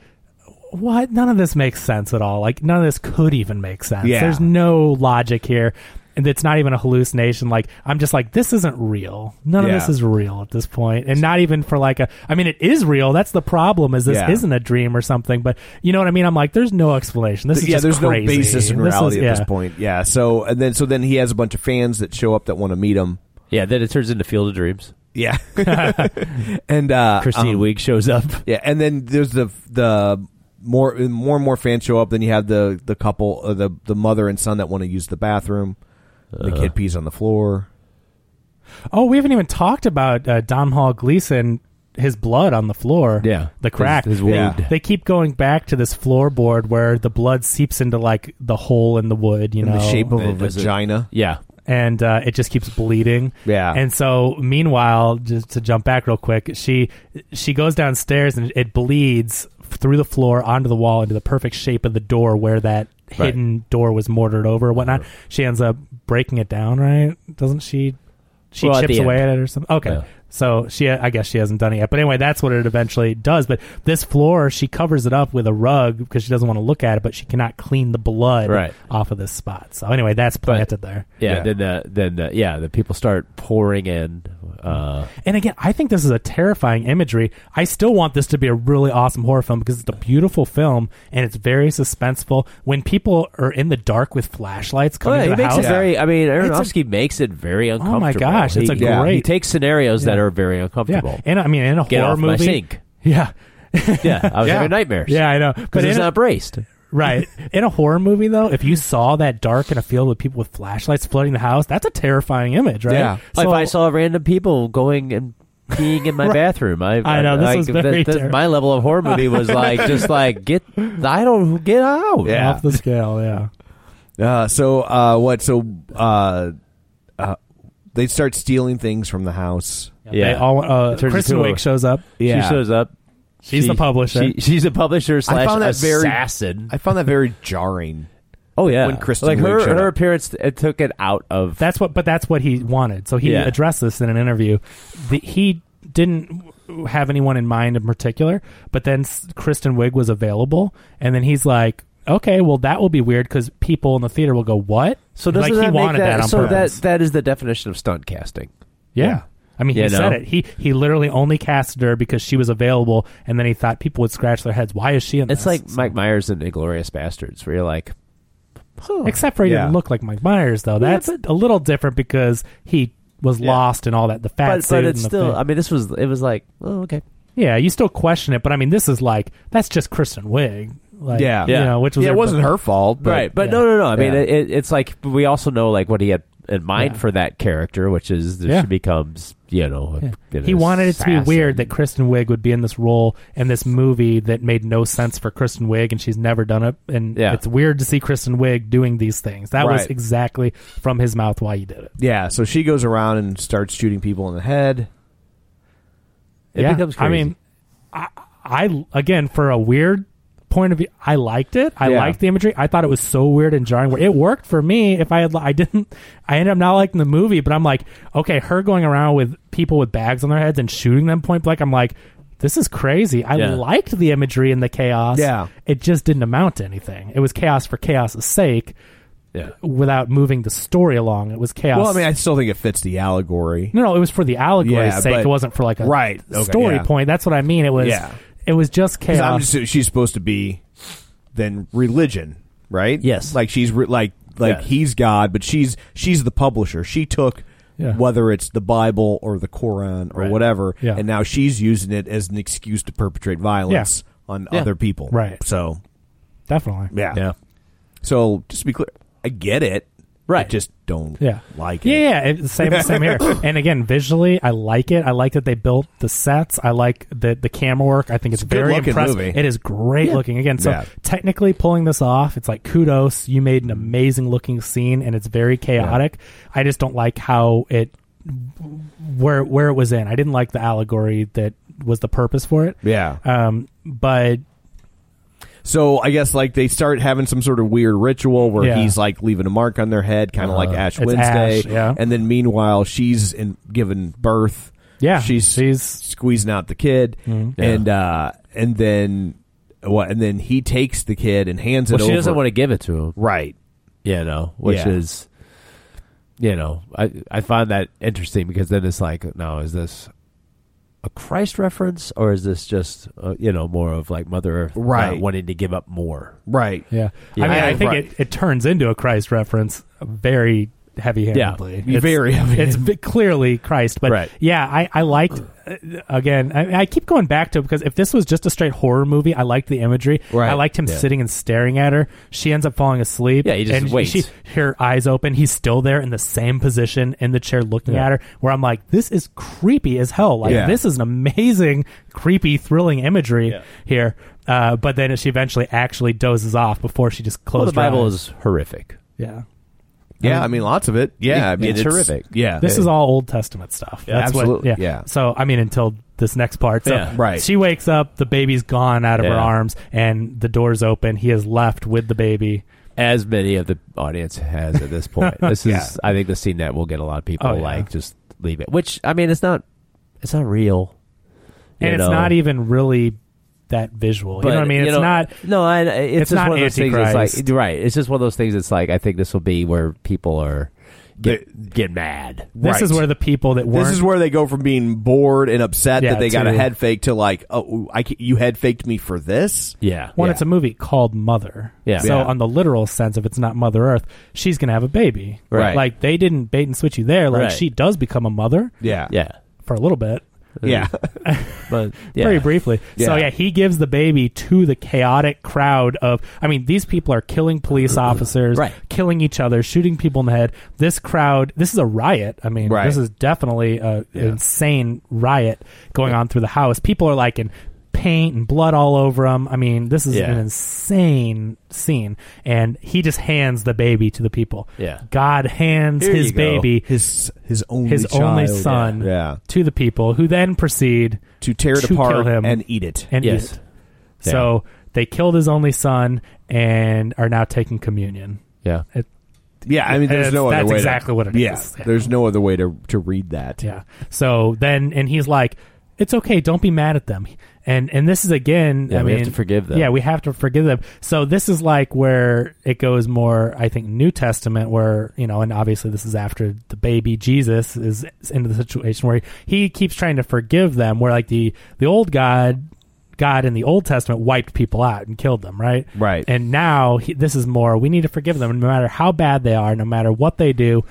Speaker 8: what? None of this makes sense at all. Like, none of this could even make sense.
Speaker 7: Yeah.
Speaker 8: There's no logic here. And it's not even a hallucination. Like, I'm just like, this isn't real. None
Speaker 7: Yeah.
Speaker 8: of this is real at this point. And not even for like a, I mean, it is real. That's the problem is this
Speaker 7: Yeah.
Speaker 8: isn't a dream or something. But you know what I mean? I'm like, there's no explanation. This is
Speaker 7: yeah,
Speaker 8: just
Speaker 7: there's
Speaker 8: crazy.
Speaker 7: no basis in
Speaker 8: This is-
Speaker 7: reality at
Speaker 8: yeah.
Speaker 7: this point. Yeah, so and then so then he has a bunch of fans that show up that want to meet him.
Speaker 9: yeah. Then it turns into Field of Dreams.
Speaker 7: Yeah, and uh,
Speaker 9: Christine
Speaker 7: um,
Speaker 9: Wiig shows up.
Speaker 7: Yeah, and then there's the the more more and more fans show up. Then you have the the couple, uh, the the mother and son that want to use the bathroom. the kid pees on the floor.
Speaker 8: Oh, we haven't even talked about uh, Don Hall Gleason his blood on the floor.
Speaker 9: Yeah.
Speaker 8: the crack,
Speaker 9: His- his wound.
Speaker 8: They keep going back to this floorboard where the blood seeps into like the hole in the wood, you
Speaker 7: in
Speaker 8: know,
Speaker 7: the shape of a
Speaker 9: It doesn't-
Speaker 7: vagina.
Speaker 9: Yeah.
Speaker 8: and uh, it just keeps bleeding.
Speaker 9: Yeah.
Speaker 8: And so, meanwhile, just to jump back real quick, she she goes downstairs and it bleeds through the floor onto the wall into the perfect shape of the door where that
Speaker 9: Right.
Speaker 8: hidden door was mortared over or whatnot. She ends up breaking it down, right? Doesn't she? She
Speaker 9: Well, at
Speaker 8: chips
Speaker 9: the
Speaker 8: away
Speaker 9: end.
Speaker 8: at it or something. Okay.
Speaker 9: Yeah.
Speaker 8: So she, I guess she hasn't done it yet. But anyway, that's what it eventually does. But this floor, she covers it up with a rug because she doesn't want to look at it, but she cannot clean the blood
Speaker 9: Right.
Speaker 8: off of this spot. So anyway, that's planted there.
Speaker 9: Yeah,
Speaker 7: Yeah.
Speaker 9: then uh, then uh, yeah, the people start pouring in. Uh,
Speaker 8: And again, I think this is a terrifying imagery. I still want this to be a really awesome horror film because it's a beautiful film and it's very suspenseful. When people are in the dark with flashlights coming
Speaker 9: yeah,
Speaker 8: to
Speaker 9: he
Speaker 8: the
Speaker 9: makes
Speaker 8: house,
Speaker 9: it very. I mean,
Speaker 8: It's a- Oh
Speaker 9: Aronofsky makes it very uncomfortable.
Speaker 8: gosh, it's a
Speaker 9: He-
Speaker 7: great-
Speaker 9: He takes scenarios that are very
Speaker 8: yeah,
Speaker 9: uncomfortable.
Speaker 8: and I mean in a
Speaker 9: Get
Speaker 8: horror
Speaker 9: off my
Speaker 8: movie,
Speaker 9: sink.
Speaker 8: yeah,
Speaker 9: Yeah, I was
Speaker 7: Yeah.
Speaker 9: having nightmares.
Speaker 8: yeah, I know.
Speaker 9: because
Speaker 8: in
Speaker 9: it's
Speaker 8: a-
Speaker 9: not braced.
Speaker 8: right in a horror movie though, if you saw that dark in a field with people with flashlights flooding the house, that's a terrifying image, right?
Speaker 7: Yeah.
Speaker 8: So,
Speaker 9: if I saw random people going and peeing in my bathroom, I,
Speaker 8: I know, this was very
Speaker 9: th- th-
Speaker 8: terrible.
Speaker 9: my level of horror movie was like just like get I don't get out.
Speaker 7: Yeah.
Speaker 8: off the scale, yeah.
Speaker 7: Uh, so uh, what? So uh, uh, they start stealing things from the house.
Speaker 8: They all, uh,
Speaker 9: It turns
Speaker 8: Kristen
Speaker 9: into a-
Speaker 8: Wiig shows up.
Speaker 9: She shows up.
Speaker 8: She's
Speaker 9: She-
Speaker 8: the publisher.
Speaker 9: she- she's a publisher slash
Speaker 7: found that very-
Speaker 9: assassin.
Speaker 7: I found that very jarring.
Speaker 9: oh yeah,
Speaker 7: when Kristen
Speaker 9: like her
Speaker 7: Wiig showed
Speaker 9: her
Speaker 7: up.
Speaker 9: appearance, it took it out of
Speaker 8: That's what, but that's what he wanted. So he
Speaker 9: Yeah.
Speaker 8: addressed this in an interview. The, he didn't have anyone in mind in particular, but then s- Kristen Wiig was available, and then he's like, "Okay, well that will be weird because people in the theater will go, what?"
Speaker 9: So doesn't
Speaker 8: like he
Speaker 9: that make
Speaker 8: wanted that, on
Speaker 9: so
Speaker 8: purpose.
Speaker 9: that that is the definition of stunt casting.
Speaker 8: yeah.
Speaker 9: yeah.
Speaker 8: I mean, he
Speaker 9: You know?
Speaker 8: said it. He he literally only casted her because she was available, and then he thought people would scratch their heads. Why is she in
Speaker 9: It's
Speaker 8: this?
Speaker 9: like Mike Myers and Inglorious Bastards, where you're like, huh.
Speaker 8: Except for he
Speaker 7: Yeah.
Speaker 8: didn't look like Mike Myers, though. That's a little different because he was lost and all that. The fat
Speaker 9: but,
Speaker 8: suit
Speaker 9: but
Speaker 8: and
Speaker 9: it's
Speaker 8: the
Speaker 9: still.
Speaker 8: thing.
Speaker 9: I mean, this was it was like, oh okay,
Speaker 8: Yeah, you still question it, but I mean, this is like that's just Kristen Wiig. Like,
Speaker 7: Yeah.
Speaker 8: you
Speaker 9: Yeah.
Speaker 8: know, which was
Speaker 7: yeah, it
Speaker 8: her-
Speaker 7: wasn't her fault, but
Speaker 9: right? But
Speaker 8: yeah.
Speaker 9: no, no, no. I mean,
Speaker 7: Yeah.
Speaker 9: it, it's like we also know like what he had in mind
Speaker 8: Yeah.
Speaker 9: for that character, which is that
Speaker 8: Yeah.
Speaker 9: she becomes, you know, a- an
Speaker 8: He wanted it to be
Speaker 9: assassin.
Speaker 8: weird that Kristen Wiig would be in this role in this movie that made no sense for Kristen Wiig, and she's never done it. And
Speaker 9: Yeah.
Speaker 8: it's weird to see Kristen Wiig doing these things. That was
Speaker 7: Right.
Speaker 8: exactly from his mouth why he did it.
Speaker 7: yeah. So she goes around and starts shooting people in the head.
Speaker 9: It becomes
Speaker 8: I
Speaker 9: crazy.
Speaker 8: mean, I, I again for a weird point of view, I liked it. I
Speaker 7: Yeah.
Speaker 8: liked the imagery. I thought it was so weird and jarring. It worked for me. If I had, I didn't, I ended up not liking the movie. But I'm like, okay, her going around with people with bags on their heads and shooting them point blank. I'm like. This is crazy. I
Speaker 9: Yeah.
Speaker 8: liked the imagery and the chaos.
Speaker 7: Yeah.
Speaker 8: It just didn't amount to anything. It was chaos for chaos's sake
Speaker 9: yeah.
Speaker 8: without moving the story along. It was chaos.
Speaker 7: Well, I mean, I still think it fits the allegory.
Speaker 8: No, no, it was for the allegory's
Speaker 7: Yeah,
Speaker 8: sake.
Speaker 7: but-
Speaker 8: it wasn't for like a
Speaker 7: Right, okay,
Speaker 8: story
Speaker 7: yeah.
Speaker 8: point. That's what I mean. It was
Speaker 7: Yeah.
Speaker 8: it was just
Speaker 7: 'Cause
Speaker 8: chaos.
Speaker 7: I'm just, she's supposed to be then religion, right?
Speaker 9: Yes.
Speaker 7: Like she's re- like like
Speaker 9: Yes.
Speaker 7: he's God, but she's she's the publisher. She took
Speaker 8: Yeah.
Speaker 7: whether it's the Bible or the Quran or
Speaker 9: Right.
Speaker 7: whatever,
Speaker 8: Yeah.
Speaker 7: and now she's using it as an excuse to perpetrate violence on
Speaker 9: Yeah.
Speaker 7: other people.
Speaker 8: Right.
Speaker 7: So
Speaker 8: Definitely.
Speaker 7: yeah.
Speaker 9: Yeah.
Speaker 7: So just to be clear, I get it.
Speaker 9: Right.
Speaker 7: I just don't
Speaker 8: Yeah.
Speaker 7: like
Speaker 8: Yeah,
Speaker 7: it.
Speaker 8: yeah, it- same, same here. And again, visually, I like it. I like that they built the sets. I like the the camera work. I think it's,
Speaker 7: It's a good
Speaker 8: very
Speaker 7: looking
Speaker 8: impressive.
Speaker 7: movie.
Speaker 8: It is great looking. Again, so
Speaker 7: Yeah.
Speaker 8: technically pulling this off, it's like kudos. You made an amazing looking scene, and it's very chaotic. I just don't like how it where where it was in. I didn't like the allegory that was the purpose for it.
Speaker 7: Yeah.
Speaker 8: Um, but
Speaker 7: So I guess like they start having some sort of weird ritual where
Speaker 8: Yeah. Uh,
Speaker 7: he's like leaving a mark on their head, kind of like Ash
Speaker 8: It's
Speaker 7: Wednesday.
Speaker 8: Ash, yeah.
Speaker 7: And then meanwhile, she's in giving birth.
Speaker 8: Yeah,
Speaker 7: she's
Speaker 8: she's- Mm-hmm.
Speaker 7: squeezing out the kid, and uh, and then what? And then he takes the kid and hands
Speaker 9: Well,
Speaker 7: it
Speaker 9: she
Speaker 7: over.
Speaker 9: doesn't want to give it to him.
Speaker 7: right?
Speaker 9: you know, which
Speaker 7: Yeah.
Speaker 9: is, you know, I I find that interesting because then it's like, now is this a Christ reference or is this just, uh, you know, more of like Mother Earth not
Speaker 7: Right.
Speaker 9: wanting to give up more?
Speaker 7: Right.
Speaker 8: Yeah.
Speaker 9: Yeah.
Speaker 8: I mean, I
Speaker 9: Yeah,
Speaker 8: think
Speaker 7: right.
Speaker 8: it, it turns into a Christ reference very heavy-handedly.
Speaker 7: Yeah,
Speaker 8: It's-
Speaker 7: very heavy-handed.
Speaker 8: It's bi- clearly Christ, but
Speaker 9: Right.
Speaker 8: yeah, I I liked uh, again. I, I keep going back to it because if this was just a straight horror movie, I liked the imagery.
Speaker 9: Right.
Speaker 8: I liked him
Speaker 9: Yeah.
Speaker 8: sitting and staring at her. She ends up falling asleep.
Speaker 9: Yeah, he just
Speaker 8: and
Speaker 9: waits.
Speaker 8: She, her eyes open. He's still there in the same position in the chair, looking
Speaker 9: Yeah.
Speaker 8: at her. Where I'm like, this is creepy as hell. Like
Speaker 7: Yeah.
Speaker 8: this is an amazing, creepy, thrilling imagery here. Uh, but then she eventually actually dozes off before she just
Speaker 9: Well,
Speaker 8: closes.
Speaker 9: the
Speaker 8: her
Speaker 9: Bible
Speaker 8: eyes.
Speaker 9: is horrific.
Speaker 8: yeah.
Speaker 7: Yeah, I mean, lots of it. Yeah, I mean,
Speaker 9: it's horrific.
Speaker 7: Yeah,
Speaker 8: This is all Old Testament stuff.
Speaker 9: Yeah,
Speaker 8: That's
Speaker 9: absolutely.
Speaker 8: What, yeah.
Speaker 7: Yeah.
Speaker 8: So I mean, until this next part. So
Speaker 9: Yeah.
Speaker 7: Right.
Speaker 8: She wakes up. The baby's gone out of her
Speaker 9: Yeah.
Speaker 8: arms, and the door's open. He is left with the baby.
Speaker 9: As many of the audience has at this point. This is,
Speaker 7: Yeah.
Speaker 9: I think, the scene that will get a lot of people
Speaker 8: Oh, yeah.
Speaker 9: like just leave it. Which I mean, it's not, it's not real, you
Speaker 8: And it's
Speaker 9: know.
Speaker 8: not even really that visual. you know what I mean? It's not.
Speaker 9: No, I, it's,
Speaker 8: it's
Speaker 9: just
Speaker 8: not
Speaker 9: one of those things. It's
Speaker 8: Antichrist.
Speaker 9: like right. It's just one of those things. It's like I think this will be where people are get get mad.
Speaker 8: This is
Speaker 7: Right.
Speaker 8: where the people that weren't.
Speaker 7: This is where they go from being bored and upset
Speaker 8: Yeah,
Speaker 7: that they got a
Speaker 8: to-
Speaker 7: head fake to like, oh, I ca- you head faked me for this.
Speaker 9: Yeah.
Speaker 8: One,
Speaker 9: yeah.
Speaker 8: it's a movie called Mother.
Speaker 9: Yeah.
Speaker 8: So
Speaker 9: Yeah.
Speaker 8: on the literal sense, if it's not Mother Earth, she's gonna have a baby.
Speaker 9: Right.
Speaker 8: Like they didn't bait and switch you there. Like
Speaker 9: Right.
Speaker 8: she does become a mother
Speaker 7: Yeah,
Speaker 9: yeah.
Speaker 8: for a little bit.
Speaker 7: yeah.
Speaker 9: But yeah.
Speaker 8: very briefly. So
Speaker 7: Yeah.
Speaker 8: yeah, he gives the baby to the chaotic crowd of. I mean, these people are killing police officers,
Speaker 9: Right.
Speaker 8: killing each other, shooting people in the head. This crowd, this is a riot. I mean,
Speaker 7: Right.
Speaker 8: this is definitely a insane riot going on through the house. People are like in paint and blood all over them. I mean, this is
Speaker 9: Yeah.
Speaker 8: an insane scene, and he just hands the baby to the people.
Speaker 9: Yeah.
Speaker 8: God hands
Speaker 9: Here
Speaker 8: his
Speaker 9: you go.
Speaker 8: baby.
Speaker 7: His his only
Speaker 8: His only
Speaker 7: child.
Speaker 8: son
Speaker 7: Yeah. Yeah.
Speaker 8: to the people, who then proceed
Speaker 7: to tear it
Speaker 8: To
Speaker 7: apart
Speaker 8: kill him.
Speaker 7: and eat it.
Speaker 8: and
Speaker 9: Yes.
Speaker 8: eat it. So they killed his only son and are now taking communion.
Speaker 9: yeah.
Speaker 7: yeah, I mean, there's
Speaker 8: That's-
Speaker 7: no other
Speaker 8: that's
Speaker 7: way.
Speaker 8: exactly
Speaker 7: to,
Speaker 8: what it
Speaker 7: yeah,
Speaker 8: is. Yeah.
Speaker 7: there's no other way to to read that.
Speaker 8: Yeah. So then, and he's like, "It's okay. Don't be mad at them." And and this is again.
Speaker 9: Yeah,
Speaker 8: I
Speaker 9: we have
Speaker 8: mean,
Speaker 9: to forgive them.
Speaker 8: Yeah, we have to forgive them. So this is like where it goes more. I think New Testament, where you know, and obviously this is after the baby Jesus is is into the situation where he keeps trying to forgive them. Where like the the old God. God in the Old Testament wiped people out and killed them, right?
Speaker 7: Right.
Speaker 8: And now he, this is more. We need to forgive them, no matter how bad they are, no matter what they do.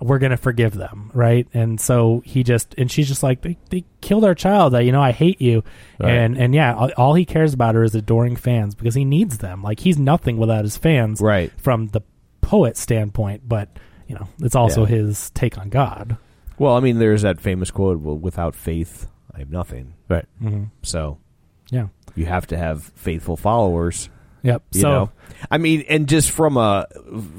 Speaker 8: We're gonna forgive them, right? And so he just and she's just like they, they killed our child. I, you know, I hate you, and and yeah, all, all he cares about her is adoring fans because he needs them. Like he's nothing without his fans,
Speaker 7: Right.
Speaker 8: From the poet standpoint, but you know, it's also
Speaker 9: Yeah.
Speaker 8: his take on God.
Speaker 7: Well, I mean, there's that famous quote: "Well, without faith, I am nothing."
Speaker 9: Right.
Speaker 7: Mm-hmm. So
Speaker 8: Yeah.
Speaker 7: you have to have faithful followers.
Speaker 8: Yep.
Speaker 7: You
Speaker 8: so
Speaker 7: know? I mean, and just from a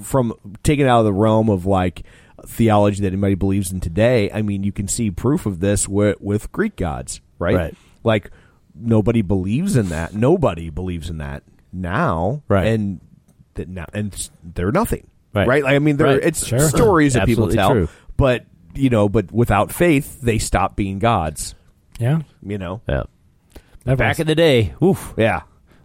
Speaker 7: from taken out of the realm of like theology that anybody believes in today, I mean, you can see proof of this with, with Greek gods, right?
Speaker 9: Right.
Speaker 7: Like nobody believes in that. Nobody believes in that now,
Speaker 9: Right.
Speaker 7: And that now, and s- they're nothing,
Speaker 9: Right.
Speaker 7: Like, I mean, there
Speaker 9: Right.
Speaker 7: it's
Speaker 9: Sure.
Speaker 7: stories that people
Speaker 9: Absolutely
Speaker 7: tell,
Speaker 9: true.
Speaker 7: but you know, but without faith, they stop being gods.
Speaker 8: yeah,
Speaker 7: You know,
Speaker 9: Yeah.
Speaker 8: that
Speaker 9: Back
Speaker 8: was-
Speaker 9: in the day, oof.
Speaker 7: yeah,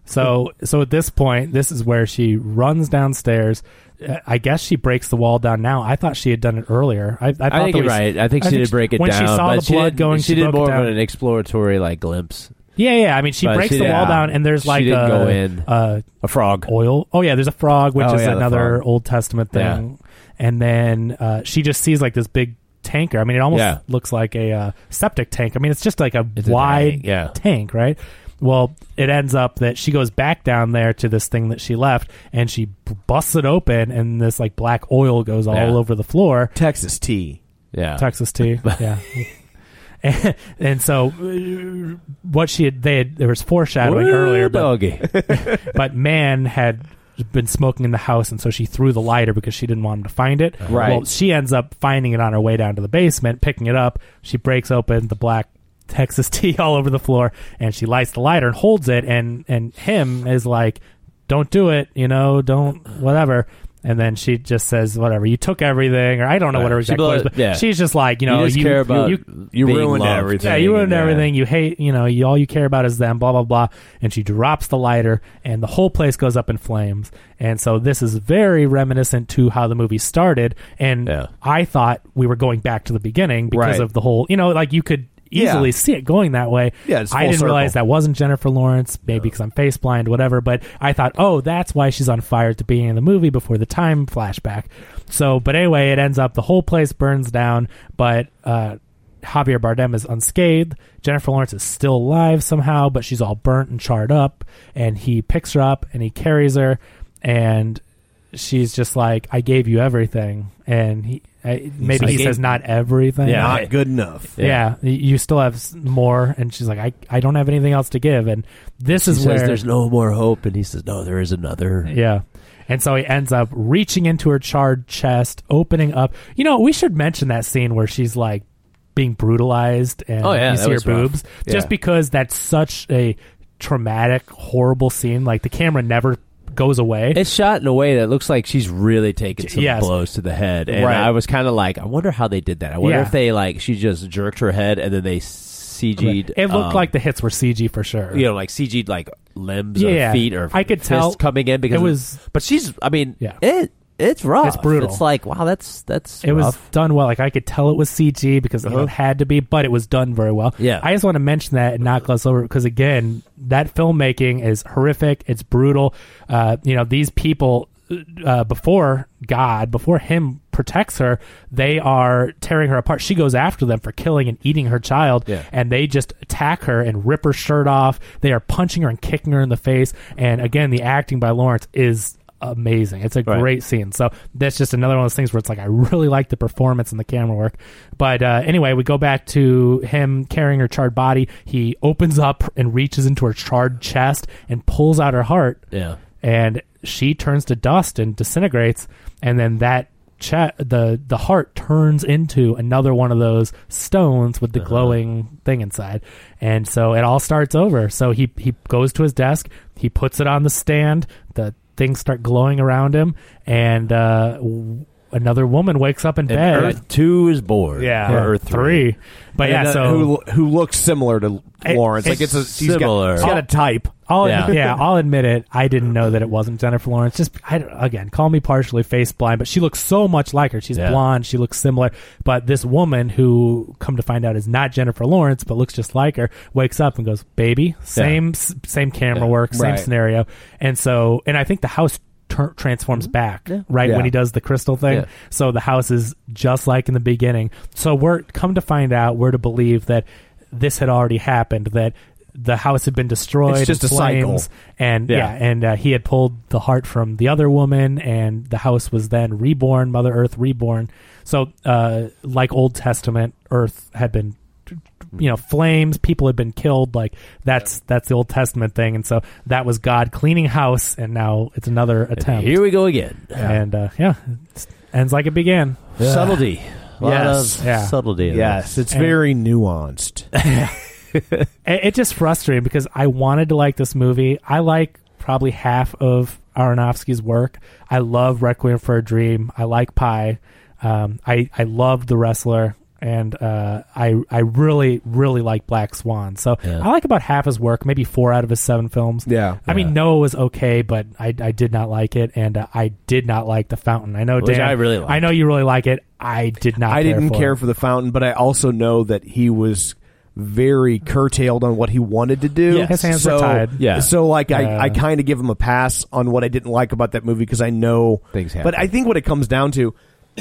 Speaker 8: So so at this point, this is where she runs downstairs. Uh, I guess she breaks the wall down now. I thought she had done it earlier. I, I, thought
Speaker 9: I think
Speaker 8: that
Speaker 9: you're
Speaker 8: we-
Speaker 9: right. I think she did break it
Speaker 8: when
Speaker 9: down.
Speaker 8: she saw
Speaker 9: but
Speaker 8: the blood
Speaker 9: did,
Speaker 8: going.
Speaker 9: She, did
Speaker 8: broke it
Speaker 9: more
Speaker 8: down.
Speaker 9: of an exploratory like glimpse.
Speaker 8: Yeah, yeah. I mean, she
Speaker 9: But
Speaker 8: breaks
Speaker 9: she
Speaker 8: the
Speaker 9: didn't-
Speaker 8: wall down, and there's
Speaker 9: She
Speaker 8: like
Speaker 9: didn't
Speaker 8: a,
Speaker 9: go in.
Speaker 8: a
Speaker 9: A frog.
Speaker 8: oil. Oh yeah, there's a frog, which
Speaker 7: Oh,
Speaker 8: is
Speaker 7: yeah, the
Speaker 8: another
Speaker 7: frog.
Speaker 8: Old Testament thing. And then uh, she just sees like this big tanker. I mean, it almost
Speaker 9: Yeah.
Speaker 8: looks like a uh, septic tank. I mean, it's just like a
Speaker 9: It's a
Speaker 8: wide
Speaker 9: tank, yeah.
Speaker 8: tank, right? Well, it ends up that she goes back down there to this thing that she left, and she b- busts it open, and this like black oil goes all
Speaker 9: Yeah.
Speaker 8: over the floor.
Speaker 7: Texas tea.
Speaker 9: Yeah.
Speaker 8: Texas tea. Yeah. And, and so, uh, what she had, they had, there was foreshadowing
Speaker 9: Woo,
Speaker 8: earlier, but
Speaker 9: doggy.
Speaker 8: but man had been smoking in the house and so she threw the lighter because she didn't want him to find it
Speaker 7: Right.
Speaker 8: well she ends up finding it on her way down to the basement picking it up she breaks open the black texas tea all over the floor and she lights the lighter and holds it and and him is like don't do it you know don't whatever and then she just says whatever you took everything or i don't know what her
Speaker 9: She
Speaker 8: exact
Speaker 9: blew
Speaker 8: words
Speaker 9: it-
Speaker 8: but
Speaker 9: yeah.
Speaker 8: she's just like you
Speaker 9: you
Speaker 8: know
Speaker 9: just care about
Speaker 8: you,
Speaker 7: you
Speaker 9: being
Speaker 7: ruined
Speaker 9: loved.
Speaker 7: everything.
Speaker 8: yeah, you ruined
Speaker 7: Yeah.
Speaker 8: everything. You hate, you know, you, all you care about is them, blah, blah, blah. And she drops the lighter, and the whole place goes up in flames. And so this is very reminiscent to how the movie started. And
Speaker 9: Yeah.
Speaker 8: I thought we were going back to the beginning because
Speaker 7: Right.
Speaker 8: of the whole, you know, like you could easily
Speaker 7: Yeah.
Speaker 8: see it going that way.
Speaker 7: Yeah, it's
Speaker 8: I
Speaker 7: full
Speaker 8: didn't realize
Speaker 7: circle.
Speaker 8: that wasn't Jennifer Lawrence, maybe because I'm face blind, whatever. But I thought, oh, that's why she's on fire at the beginning of the movie before the time flashback. So, but anyway, it ends up the whole place burns down, but uh, Javier Bardem is unscathed. Jennifer Lawrence is still alive somehow, but she's all burnt and charred up. And he picks her up and he carries her, and she's just like, "I gave you everything," and he. I, maybe
Speaker 9: like,
Speaker 8: he
Speaker 9: "I
Speaker 8: says
Speaker 9: gave-
Speaker 8: not everything.
Speaker 9: Yeah.
Speaker 7: Not good enough.
Speaker 8: Yeah. y- you still have s- more, and she's like, I, I don't have anything else to give, and this
Speaker 9: She
Speaker 8: is
Speaker 9: says
Speaker 8: where
Speaker 9: there's no more hope, and he says no, there is another.
Speaker 8: yeah, and so he ends up reaching into her charred chest, opening up. You know, we should mention that scene where she's like being brutalized, and
Speaker 9: Oh, yeah,
Speaker 8: you
Speaker 9: that
Speaker 8: see her
Speaker 9: was rough.
Speaker 8: boobs, just
Speaker 7: Yeah.
Speaker 8: because that's such a traumatic, horrible scene. Like the camera never goes away.
Speaker 9: It's shot in a way that looks like she's really taking some
Speaker 8: Yes.
Speaker 9: blows to the head, and
Speaker 8: Right.
Speaker 9: I was kind of like, I wonder how they did that. I wonder
Speaker 8: Yeah.
Speaker 9: if they like she just jerked her head and then they CG'd.
Speaker 8: it looked
Speaker 9: um,
Speaker 8: like the hits were CG for sure.
Speaker 9: you know, like CG'd like limbs
Speaker 8: Yeah.
Speaker 9: or feet or
Speaker 8: I could
Speaker 9: fists
Speaker 8: tell
Speaker 9: coming in because
Speaker 8: it was-
Speaker 9: But she's, I mean,
Speaker 8: Yeah.
Speaker 9: it it's rough.
Speaker 8: It's brutal.
Speaker 9: It's like wow, that's that's
Speaker 8: It was
Speaker 9: rough. Uh-huh.
Speaker 8: done well. Like I could tell it was CG because you know, it had to be, but it was done very well.
Speaker 9: Yeah.
Speaker 8: I just want to mention that and not gloss over because again, that filmmaking is horrific. It's brutal. Uh, you know, these people uh, before God, before Him protects her, they are tearing her apart. She goes after them for killing and eating her child,
Speaker 9: Yeah.
Speaker 8: and they just attack her and rip her shirt off. They are punching her and kicking her in the face. And again, the acting by Lawrence is amazing. It's a
Speaker 9: Right.
Speaker 8: great scene. So that's just another one of those things where it's like I really like the performance and the camera work. But uh, anyway, we go back to him carrying her charred body. He opens up and reaches into her charred chest and pulls out her heart.
Speaker 9: Yeah.
Speaker 8: And she turns to dust and disintegrates. And then that che- the the heart turns into another one of those stones with the glowing thing inside. And so it all starts over. So he he goes to his desk, he puts it on the stand, the things start glowing around him, and uh, w- another woman wakes up in
Speaker 9: And
Speaker 8: bed.
Speaker 9: Earth two is born.
Speaker 8: yeah,
Speaker 9: or Earth three.
Speaker 8: But
Speaker 7: And
Speaker 8: yeah,
Speaker 7: that-
Speaker 8: so
Speaker 7: who who looks similar to
Speaker 8: It-
Speaker 7: Lawrence? like
Speaker 8: it's
Speaker 7: it's a he's got-
Speaker 9: similar.
Speaker 7: he's got a type.
Speaker 8: I'll, yeah.
Speaker 9: Yeah.
Speaker 8: I'll admit it. I didn't know that it wasn't Jennifer Lawrence. Just I don't- again, call me partially face blind, but she looks so much like her. She's
Speaker 9: Yeah.
Speaker 8: blonde. She looks similar. But this woman, who come to find out is not Jennifer Lawrence, but looks just like her, wakes up and goes, "Baby, same s- same camera work, same
Speaker 7: Right.
Speaker 8: scenario." And so, and I think the house. tur transforms back right
Speaker 7: Yeah.
Speaker 8: when he does the crystal thing
Speaker 9: Yeah.
Speaker 8: so the house is just like in the beginning so we're come to find out we're to believe that this had already happened that the house had been destroyed
Speaker 7: It's just
Speaker 8: in
Speaker 7: a cycle.
Speaker 8: flames, and yeah,
Speaker 9: Yeah.
Speaker 8: and uh, he had pulled the heart from the other woman, and the house was then reborn, Mother Earth reborn. So, uh, like Old Testament, Earth had been, you know, flames. People had been killed. Like that's that's the Old Testament thing, and so that was God cleaning house, and now it's another attempt.
Speaker 9: Here we go again.
Speaker 8: and uh, yeah, it's- ends like it began.
Speaker 9: Subtlety. A lot
Speaker 7: Yes.
Speaker 9: of
Speaker 8: Yeah.
Speaker 9: subtlety. in
Speaker 7: Yes, it's
Speaker 8: And-
Speaker 7: very nuanced.
Speaker 8: it, it just frustrated because I wanted to like this movie. I like probably half of Aronofsky's work. I love Requiem for a Dream. I like Pie. Um, I I love The Wrestler, and uh, I I really really like Black Swan. So
Speaker 9: Yeah.
Speaker 8: I like about half his work, maybe four out of his seven films.
Speaker 7: Yeah.
Speaker 8: I mean, Noah was okay, but I, I did not like it, and uh, I did not like The Fountain. I know,
Speaker 9: Which
Speaker 8: Dan,
Speaker 9: I really liked.
Speaker 8: I know you really like it. I did not.
Speaker 7: I didn't
Speaker 8: for
Speaker 7: care
Speaker 8: it.
Speaker 7: for the fountain, but I also know that he was very curtailed on what he wanted to do.
Speaker 8: Yes. His hands were
Speaker 7: so,
Speaker 8: tied.
Speaker 9: Yeah.
Speaker 7: So like
Speaker 8: Uh,
Speaker 7: I, I kind of give him a pass on what I didn't like about that movie because I know
Speaker 9: Things happen.
Speaker 7: But I think what it comes down to,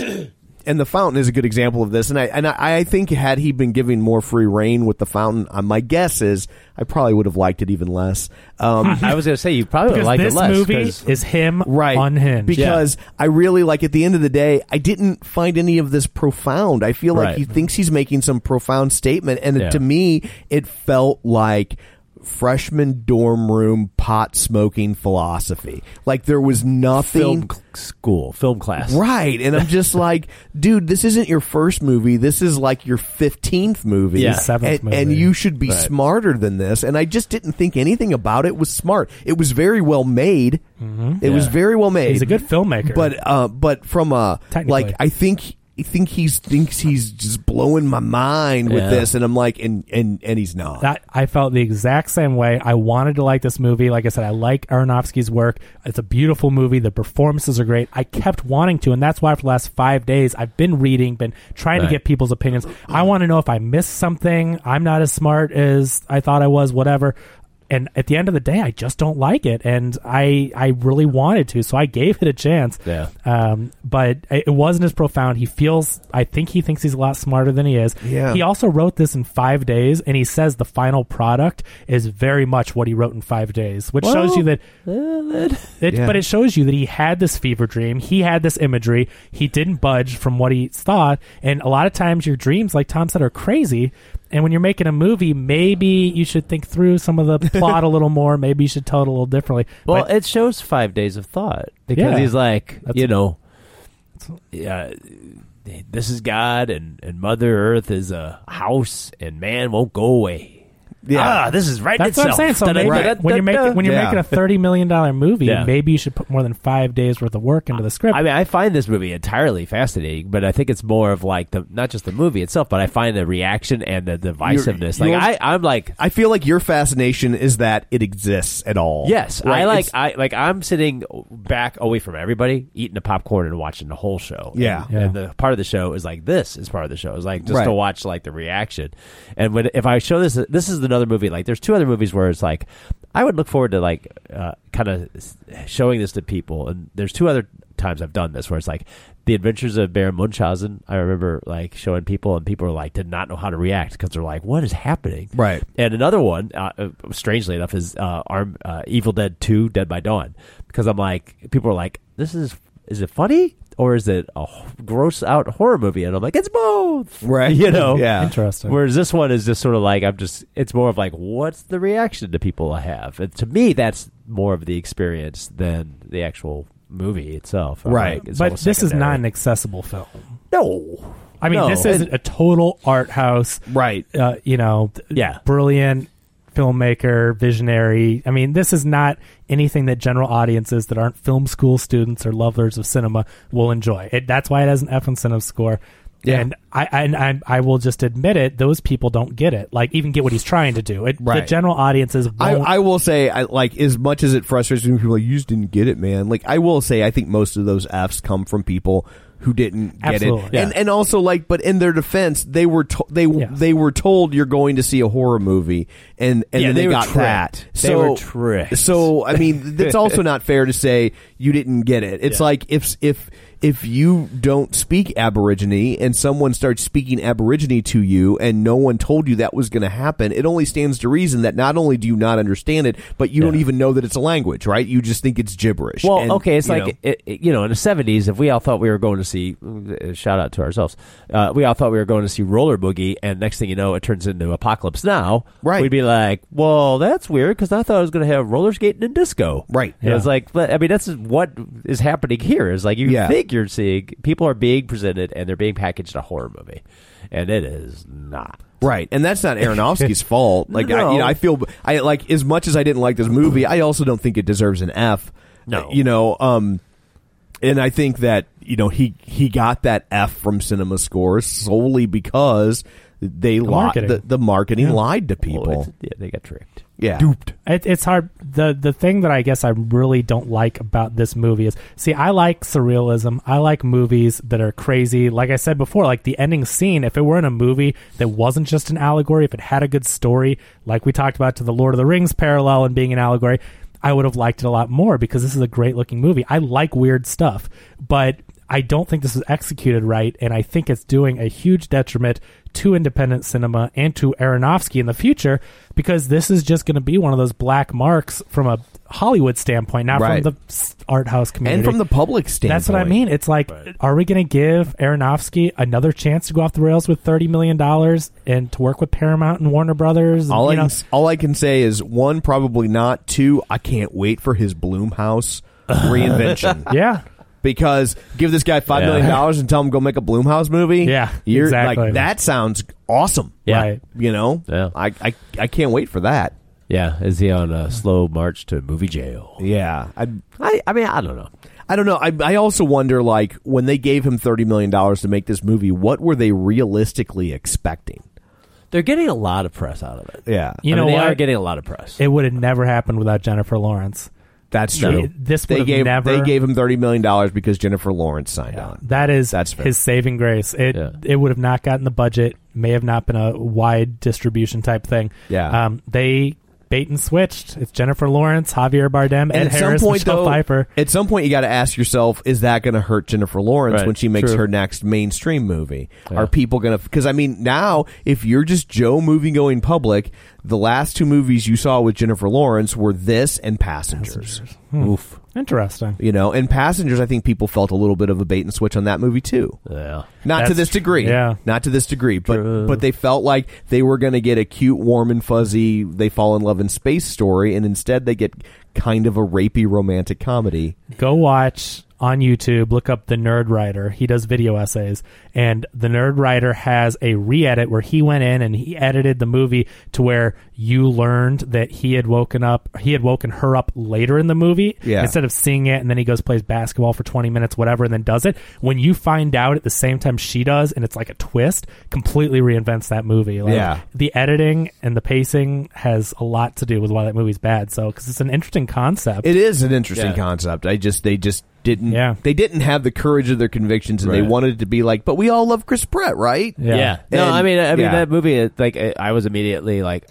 Speaker 7: and the fountain is a good example of this. And I and I, I think had he been giving more free reign with the fountain, uh, my guess is I probably would have liked it even less. Um,
Speaker 9: I was going to say you probably
Speaker 8: because
Speaker 9: like
Speaker 8: this
Speaker 9: it less.
Speaker 8: movie
Speaker 9: 'cause-
Speaker 8: is him
Speaker 7: right
Speaker 8: unhinged
Speaker 7: because i really like at the end of the day i didn't find any of this profound i feel like
Speaker 9: Right.
Speaker 7: he thinks he's making some profound statement and
Speaker 9: Yeah.
Speaker 7: to me it felt like freshman dorm room pot smoking philosophy like there was nothing
Speaker 9: film cl- school, film class.
Speaker 7: Right. And I'm just like, dude, this isn't your first movie. This is like your 15th movie.
Speaker 9: Yeah.
Speaker 8: Seventh
Speaker 7: and, and
Speaker 8: movie.
Speaker 7: you should be smarter than this. And I just didn't think anything about it was smart. It was very well made. It was very well made.
Speaker 8: He's Mm-hmm. a good filmmaker.
Speaker 7: But uh, but from a
Speaker 8: Technically.
Speaker 7: like I think I think he's thinks he's just blowing my mind with
Speaker 9: Yeah.
Speaker 7: this, and I'm like, and and and he's not.
Speaker 8: That I felt the exact same way. I wanted to like this movie. Like I said, I like Aronofsky's work. It's a beautiful movie. The performances are great. I kept wanting to, and that's why for the last five days I've been reading, been trying
Speaker 9: Right.
Speaker 8: to get people's opinions. I want to know if I missed something. I'm not as smart as I thought I was. Whatever. And at the end of the day, I just don't like it, and I I really wanted to, so I gave it a chance.
Speaker 9: Yeah.
Speaker 8: Um, but it it wasn't as profound. He feels. I think he thinks he's a lot smarter than he is.
Speaker 7: Yeah.
Speaker 8: He also wrote this in five days, and he says the final product is very much what he wrote in five days, which shows you that. It,
Speaker 7: Yeah.
Speaker 8: But it shows you that he had this fever dream. He had this imagery. He didn't budge from what he thought. And a lot of times, your dreams, like Tom said, are crazy. And when you're making a movie, maybe you should think through some of the plot a little more. Maybe you should tell it a little differently.
Speaker 9: Well,
Speaker 8: But-
Speaker 9: it shows five days of thought because
Speaker 8: Yeah.
Speaker 9: he's like,
Speaker 8: That's-
Speaker 9: you know, yeah, this is God and, and Mother Earth is a house and man won't go away.
Speaker 7: yeah,
Speaker 9: Ah, this is right
Speaker 8: That's what I'm
Speaker 9: itself.
Speaker 8: saying. So maybe
Speaker 9: Da-da-da-da-da-da.
Speaker 8: when you're making when you're
Speaker 7: Yeah.
Speaker 8: making a thirty million dollar movie,
Speaker 9: Yeah.
Speaker 8: maybe you should put more than five days worth of work into the script.
Speaker 9: I mean, I find this movie entirely fascinating, but I think it's more of like the not just the movie itself, but I find the reaction and the divisiveness.
Speaker 7: you're-
Speaker 9: like I, I'm like,
Speaker 7: I feel like your fascination is that it exists at all.
Speaker 9: yes,
Speaker 7: Right?
Speaker 9: I like,
Speaker 7: It's-
Speaker 9: I like, I'm sitting back away from everybody, eating a popcorn and watching the whole show.
Speaker 7: Yeah.
Speaker 9: and, and the part of the show is like this is part of the show is like just
Speaker 7: Right.
Speaker 9: to watch like the reaction. And when if I show this, this is another movie. Like, there's two other movies where it's like. I would look forward to like uh, kind of showing this to people, and there's two other times I've done this where it's like the Adventures of Baron Munchausen. I remember like showing people, and people are like did not know how to react because they're like, "What is happening?"
Speaker 7: Right.
Speaker 9: And another one, uh, uh, strangely enough, is uh, Arm uh, Evil Dead Two: Dead by Dawn because I'm like, people are like, "This is is it funny?" Or is it a h- gross out horror movie? And I'm like, it's both.
Speaker 7: Right.
Speaker 9: You know?
Speaker 7: Yeah.
Speaker 8: Interesting.
Speaker 9: Whereas this one is just sort of like I'm just it's more of like what's the reaction to people I have? And to me that's more of the experience than the actual movie itself. I'm
Speaker 7: Right.
Speaker 9: like, it's
Speaker 8: but
Speaker 9: almost
Speaker 8: this is not an
Speaker 9: secondary.
Speaker 8: accessible film.
Speaker 9: No.
Speaker 8: I mean,
Speaker 9: No.
Speaker 8: this is a total art house,
Speaker 7: Right.
Speaker 8: uh, you know, th-
Speaker 9: Yeah.
Speaker 8: brilliant filmmaker, visionary. I mean, this is not anything that general audiences that aren't film school students or lovers of cinema will enjoy. It, that's why it has an F on Cinema score.
Speaker 7: Yeah.
Speaker 8: And I, I, and I I will just admit it. Those people don't get it. Like even get what he's trying to do. It, The
Speaker 7: Right.
Speaker 8: general audiences won't.
Speaker 7: I, I will say, I like as much as it frustrates me, when people are like, you just didn't get it, man. Like I will say, I think most of those Fs come from people who didn't get
Speaker 8: Absolutely.
Speaker 7: it,
Speaker 8: Yeah.
Speaker 7: and and also like, but in their defense, they were to- they
Speaker 8: Yeah.
Speaker 7: they were told you're going to see a horror movie, and and
Speaker 9: Yeah,
Speaker 7: then
Speaker 9: they
Speaker 7: they,
Speaker 9: were
Speaker 7: got
Speaker 9: tricked.
Speaker 7: that.
Speaker 9: They
Speaker 7: so,
Speaker 9: were tricked.
Speaker 7: So I mean, it's also not fair to say you didn't get it. It's like if if if you don't speak Aborigine and someone starts speaking Aborigine to you and no one told you that was going to happen, it only stands to reason that not only do you not understand it, but you don't even know that it's a language, right? You just think it's gibberish.
Speaker 9: Well,
Speaker 7: And,
Speaker 9: okay, it's
Speaker 7: you
Speaker 9: like
Speaker 7: know,
Speaker 9: it, it- you know, in the seventies, if we all thought we were going to see, uh, shout out to ourselves, uh, we all thought we were going to see Roller Boogie, and next thing you know, it turns into Apocalypse Now.
Speaker 7: Right.
Speaker 9: We'd be like, well, that's weird because I thought I was going to have roller skating and disco.
Speaker 7: Right.
Speaker 9: And It's
Speaker 8: Yeah.
Speaker 9: like, but, I mean, that's what is happening here. Is like you
Speaker 7: Yeah.
Speaker 9: think you're seeing people are being presented and they're being packaged in a horror movie, and it is not.
Speaker 7: Right, and that's not Aronofsky's fault. Like I, you
Speaker 9: No.
Speaker 7: know, I feel I like as much as I didn't like this movie, I also don't think it deserves an F.
Speaker 9: No.
Speaker 7: you know, um, and I think that you know he he got that F from Cinema Scores solely because they lied.
Speaker 8: marketing.
Speaker 7: The, the marketing lied to
Speaker 9: Well,
Speaker 7: people.
Speaker 9: it's- yeah, they got tricked.
Speaker 7: yeah,
Speaker 8: It, it's hard. the The thing that I guess I really don't like about this movie is, see, I like surrealism. I like movies that are crazy. Like I said before, like the ending scene. If it were in a movie that wasn't just an allegory, if it had a good story, like we talked about to the Lord of the Rings parallel and being an allegory, I would have liked it a lot more because this is a great looking movie. I like weird stuff, but I don't think this was executed right, and I think it's doing a huge detriment to independent cinema and to Aronofsky in the future because this is just going to be one of those black marks from a Hollywood standpoint, not
Speaker 7: Right.
Speaker 8: from the s- art house community.
Speaker 7: and from the public standpoint,
Speaker 8: That's what I mean. It's like, are we going to give Aronofsky another chance to go off the rails with thirty million dollars and to work with Paramount and Warner Brothers?
Speaker 7: All
Speaker 8: you
Speaker 7: I,
Speaker 8: know?
Speaker 7: can, s- all I can say is one, probably not. Two, I can't wait for his Bloomhouse reinvention.
Speaker 8: yeah,
Speaker 7: because give this guy five
Speaker 9: Yeah.
Speaker 7: million dollars and tell him go make a Bloomhouse movie.
Speaker 8: Yeah,
Speaker 7: you're
Speaker 8: exactly.
Speaker 7: like that sounds awesome.
Speaker 9: Yeah.
Speaker 8: right.
Speaker 7: You know,
Speaker 9: Yeah.
Speaker 7: I, I I can't wait for that.
Speaker 9: Yeah, is he on a slow march to movie jail?
Speaker 7: Yeah, I
Speaker 9: I, I mean, I don't know.
Speaker 7: I don't know. I, I also wonder, like, when they gave him thirty million dollars to make this movie, what were they realistically expecting?
Speaker 9: They're getting a lot of press out of it.
Speaker 7: Yeah,
Speaker 8: You
Speaker 9: I mean,
Speaker 8: know
Speaker 9: they
Speaker 8: what?
Speaker 9: are getting a lot of press.
Speaker 8: It would have never happened without Jennifer Lawrence.
Speaker 7: that's
Speaker 8: No.
Speaker 7: true.
Speaker 8: This
Speaker 7: they
Speaker 8: would've
Speaker 7: gave
Speaker 8: never-
Speaker 7: they gave him thirty million dollars because Jennifer Lawrence signed on.
Speaker 8: That is
Speaker 7: That's fair.
Speaker 8: his saving grace. It
Speaker 9: Yeah.
Speaker 8: it would have not gotten the budget. May have not been a wide distribution type thing.
Speaker 7: Yeah.
Speaker 8: Um, they bait and switched. It's Jennifer Lawrence, Javier Bardem, Ed
Speaker 7: at
Speaker 8: Harris,
Speaker 7: some point,
Speaker 8: Michelle
Speaker 7: though,
Speaker 8: Pfeiffer.
Speaker 7: at some point, you got to ask yourself: Is that going to hurt Jennifer Lawrence
Speaker 9: Right,
Speaker 7: when she makes
Speaker 9: true.
Speaker 7: her next mainstream movie?
Speaker 9: Yeah.
Speaker 7: Are people going to? Because I mean, now if you're just Joe movie going public, the last two movies you saw with Jennifer Lawrence were this and Passengers. Oof.
Speaker 8: Interesting.
Speaker 7: You know, and Passengers, I think people felt a little bit of a bait and switch on that movie too.
Speaker 9: yeah.
Speaker 7: Not to
Speaker 8: That's
Speaker 7: this
Speaker 8: tr-
Speaker 7: degree,
Speaker 8: yeah.
Speaker 7: Not to this degree, but
Speaker 9: True.
Speaker 7: but they felt like they were going to get a cute, warm and fuzzy, they fall in love in space story, and instead they get kind of a rapey romantic comedy.
Speaker 8: Go watch on YouTube. Look up the Nerd Writer. He does video essays, and the Nerd Writer has a re-edit where he went in and he edited the movie to where you learned that he had woken up. He had woken her up later in the movie.
Speaker 7: Yeah.
Speaker 8: Instead of seeing it, and then he goes plays basketball for twenty minutes, whatever, and then does it. When you find out at the same time she does, and it's like a twist, completely reinvents that movie. Like,
Speaker 7: Yeah.
Speaker 8: The editing and the pacing has a lot to do with why that movie's bad. So because it's an interesting concept.
Speaker 7: It is an interesting
Speaker 9: Yeah.
Speaker 7: concept. I just they just didn't
Speaker 8: Yeah.
Speaker 7: they didn't have the courage of their convictions, and they
Speaker 9: Right.
Speaker 7: wanted to be like, but we all love Chris Pratt, right?
Speaker 8: Yeah.
Speaker 9: Yeah. No,
Speaker 7: And-
Speaker 9: I mean, I mean
Speaker 7: yeah.
Speaker 9: that movie. it- Like, I I was immediately like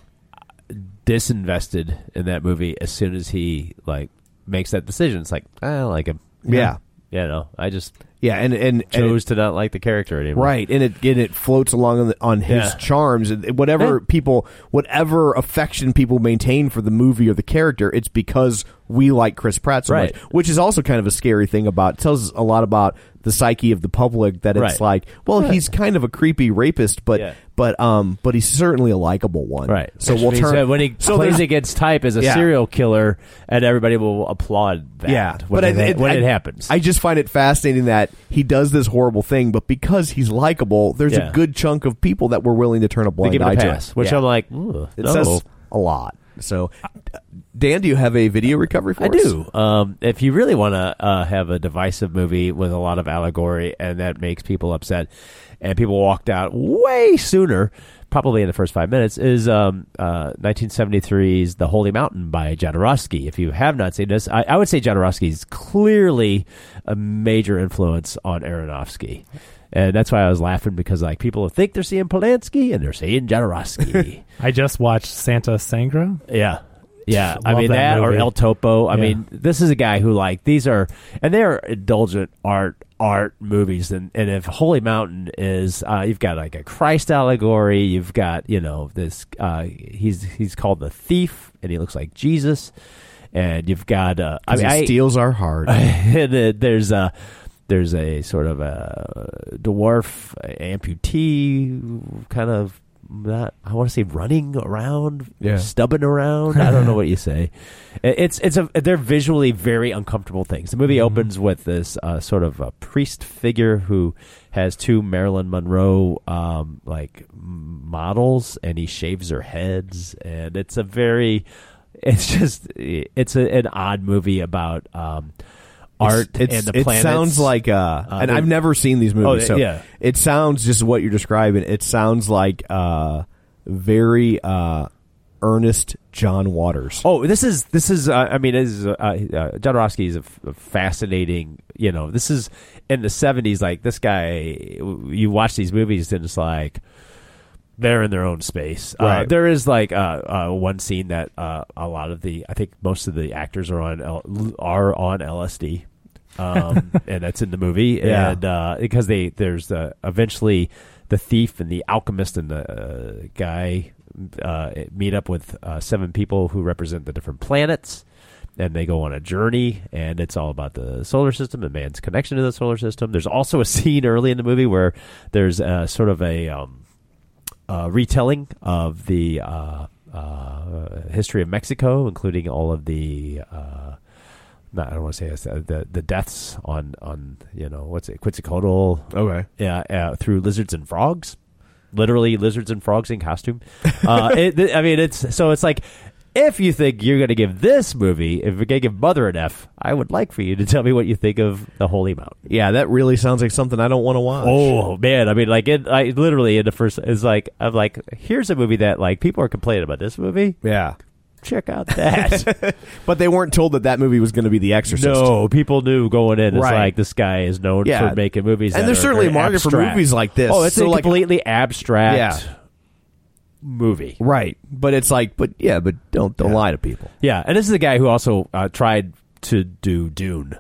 Speaker 9: disinvested in that movie as soon as he like makes that decision. It's like "Ah, I don't like him.
Speaker 7: Yeah.
Speaker 9: You know, I just
Speaker 7: Yeah, and and, and it-
Speaker 9: chose to not like the character anymore.
Speaker 7: Right, and it and it floats along on, the, on his
Speaker 9: Yeah.
Speaker 7: charms and whatever
Speaker 9: Yeah.
Speaker 7: people, whatever affection people maintain for the movie or the character, it's because we like Chris Pratt so
Speaker 9: Right.
Speaker 7: much, which is also kind of a scary thing about. Tells us a lot about the psyche of the public that it's
Speaker 9: Right.
Speaker 7: like, well, he's kind of a creepy rapist, but
Speaker 9: Yeah.
Speaker 7: but um, but he's certainly a likable one,
Speaker 9: Right.
Speaker 7: So
Speaker 9: Which
Speaker 7: we'll
Speaker 9: means
Speaker 7: turn
Speaker 9: that when he
Speaker 7: so
Speaker 9: plays
Speaker 7: there's-
Speaker 9: against type as a
Speaker 7: Yeah.
Speaker 9: serial killer, and everybody will applaud that.
Speaker 7: Yeah,
Speaker 9: when,
Speaker 7: I-
Speaker 9: it, when
Speaker 7: I-
Speaker 9: it happens.
Speaker 7: I just find it fascinating that he does this horrible thing, but because he's likable, there's
Speaker 9: Yeah.
Speaker 7: a good chunk of people that were willing to turn a
Speaker 9: they
Speaker 7: blind
Speaker 9: give it
Speaker 7: eye
Speaker 9: a
Speaker 7: to.
Speaker 9: pass, which Oh.
Speaker 7: Yeah.
Speaker 9: I'm like, "Ooh,
Speaker 7: It
Speaker 9: no.
Speaker 7: says a lot. So, uh, Dan, do you have a video recovery for
Speaker 9: I
Speaker 7: us?
Speaker 9: do. Um, if you really want to uh, have a divisive movie with a lot of allegory and that makes people upset, and people walked out way sooner, probably in the first five minutes, is um, uh, 1973's The Holy Mountain by Jodorowsky. If you have not seen this, I, I would say Jodorowsky is clearly a major influence on Aronofsky. And that's why I was laughing because like people think they're seeing Polanski and they're seeing Jodorowsky.
Speaker 8: I just watched Santa Sangra.
Speaker 9: Yeah. Yeah. I
Speaker 8: Love
Speaker 9: mean
Speaker 8: that
Speaker 9: that, or
Speaker 8: movie.
Speaker 9: El Topo. I
Speaker 8: Yeah.
Speaker 9: mean, this is a guy who like these are and they are indulgent art art movies and, and if Holy Mountain is uh, you've got like a Christ allegory, you've got, you know, this uh, he's he's called the thief and he looks like Jesus. And you've got uh, I
Speaker 7: 'Cause
Speaker 9: mean
Speaker 7: he
Speaker 9: I-
Speaker 7: steals our heart.
Speaker 9: and uh, there's a there's a sort of a dwarf amputee kind of not I want to say running around,
Speaker 7: Yeah.
Speaker 9: stubbing around. I don't know what you say. It- It's it's a they're visually very uncomfortable things. The movie
Speaker 7: Mm-hmm.
Speaker 9: opens with this uh, sort of a priest figure who has two Marilyn Monroe um, like m- models, and he shaves their heads, and it's a very it's just it's a, an odd movie about um, art
Speaker 7: It's-
Speaker 9: and the
Speaker 7: it
Speaker 9: planets.
Speaker 7: sounds like, uh, and
Speaker 9: they-
Speaker 7: I've never seen these movies,
Speaker 9: Oh,
Speaker 7: so
Speaker 9: yeah.
Speaker 7: it sounds just what you're describing. It sounds like uh, very uh, earnest John Waters.
Speaker 9: Oh, this is this is. Uh, I mean, this is, uh, uh, Jodorowsky is a, f- a fascinating. You know, this is in the seventies. Like this guy, you watch these movies and it's like they're in their own space. Uh,
Speaker 7: Right.
Speaker 9: there is like uh, uh, one scene that uh, a lot of the, I think most of the actors are on L- are on LSD. um, and that's in the movie,
Speaker 7: Yeah.
Speaker 9: and uh, because they there's uh, eventually the thief and the alchemist and the uh, guy uh, meet up with uh, seven people who represent the different planets, and they go on a journey, and it's all about the solar system and man's connection to the solar system. There's also a scene early in the movie where there's uh, sort of a um, uh, retelling of the uh, uh, history of Mexico, including all of the. Uh, not, I don't want to say this, uh, the the deaths on on you know what's it Quetzalcoatl
Speaker 7: Okay,
Speaker 9: yeah, uh, through lizards and frogs, literally lizards and frogs in costume. Uh, it, th- I mean, it's so it's like If you think you're going to give this movie, if you're going to give Mother an F, I would like for you to tell me what you think of The Holy Mountain.
Speaker 7: Yeah, that really sounds like something I don't want to watch.
Speaker 9: Oh man, I mean, like it, I literally in the first is like I'm like, here's a movie that like people are complaining about this movie.
Speaker 7: yeah.
Speaker 9: Check out that.
Speaker 7: But they weren't told that that movie was going to be The Exorcist.
Speaker 9: no, people knew going in. It's
Speaker 7: Right.
Speaker 9: like this guy is known
Speaker 7: Yeah.
Speaker 9: for making movies,
Speaker 7: And
Speaker 9: that
Speaker 7: there's
Speaker 9: are
Speaker 7: certainly a
Speaker 9: very
Speaker 7: market for
Speaker 9: abstract.
Speaker 7: movies like this.
Speaker 9: Oh, it's
Speaker 7: So,
Speaker 9: a
Speaker 7: like-
Speaker 9: completely abstract
Speaker 7: Yeah.
Speaker 9: movie.
Speaker 7: Right. But it's like, but yeah, but don't don't lie to people.
Speaker 9: Yeah, and this is the guy who also uh, tried to do Dune,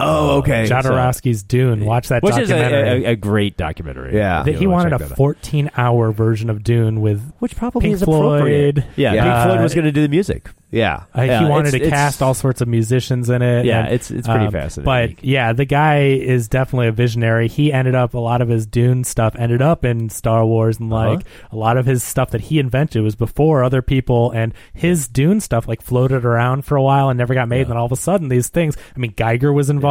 Speaker 7: Oh, okay.
Speaker 8: Jodorowsky's Dune. Watch that
Speaker 9: which is a,
Speaker 8: documentary.
Speaker 9: a, a great documentary.
Speaker 7: Yeah.
Speaker 8: that he
Speaker 9: You wanna
Speaker 8: wanted
Speaker 9: check
Speaker 8: a
Speaker 9: that out.
Speaker 8: 14 hour version of Dune with
Speaker 9: which probably
Speaker 8: Pink
Speaker 9: is appropriate.
Speaker 8: Floyd.
Speaker 9: Yeah,
Speaker 7: Yeah.
Speaker 9: Pink Floyd was
Speaker 8: Uh,
Speaker 9: going to do the music.
Speaker 7: yeah.
Speaker 8: Uh,
Speaker 9: Yeah,
Speaker 8: he wanted
Speaker 9: it's-
Speaker 8: to
Speaker 9: it's-
Speaker 8: cast all sorts of musicians in it. um,
Speaker 9: Yeah, it's- it's pretty fascinating.
Speaker 8: But yeah, the guy is definitely a visionary. He ended up a lot of his Dune stuff ended up in Star Wars, and
Speaker 9: Uh-huh.
Speaker 8: like a lot of his stuff that he invented was before other people. And his Dune stuff like floated around for a while and never got made. And then all of a sudden, these things. I mean, Geiger was involved.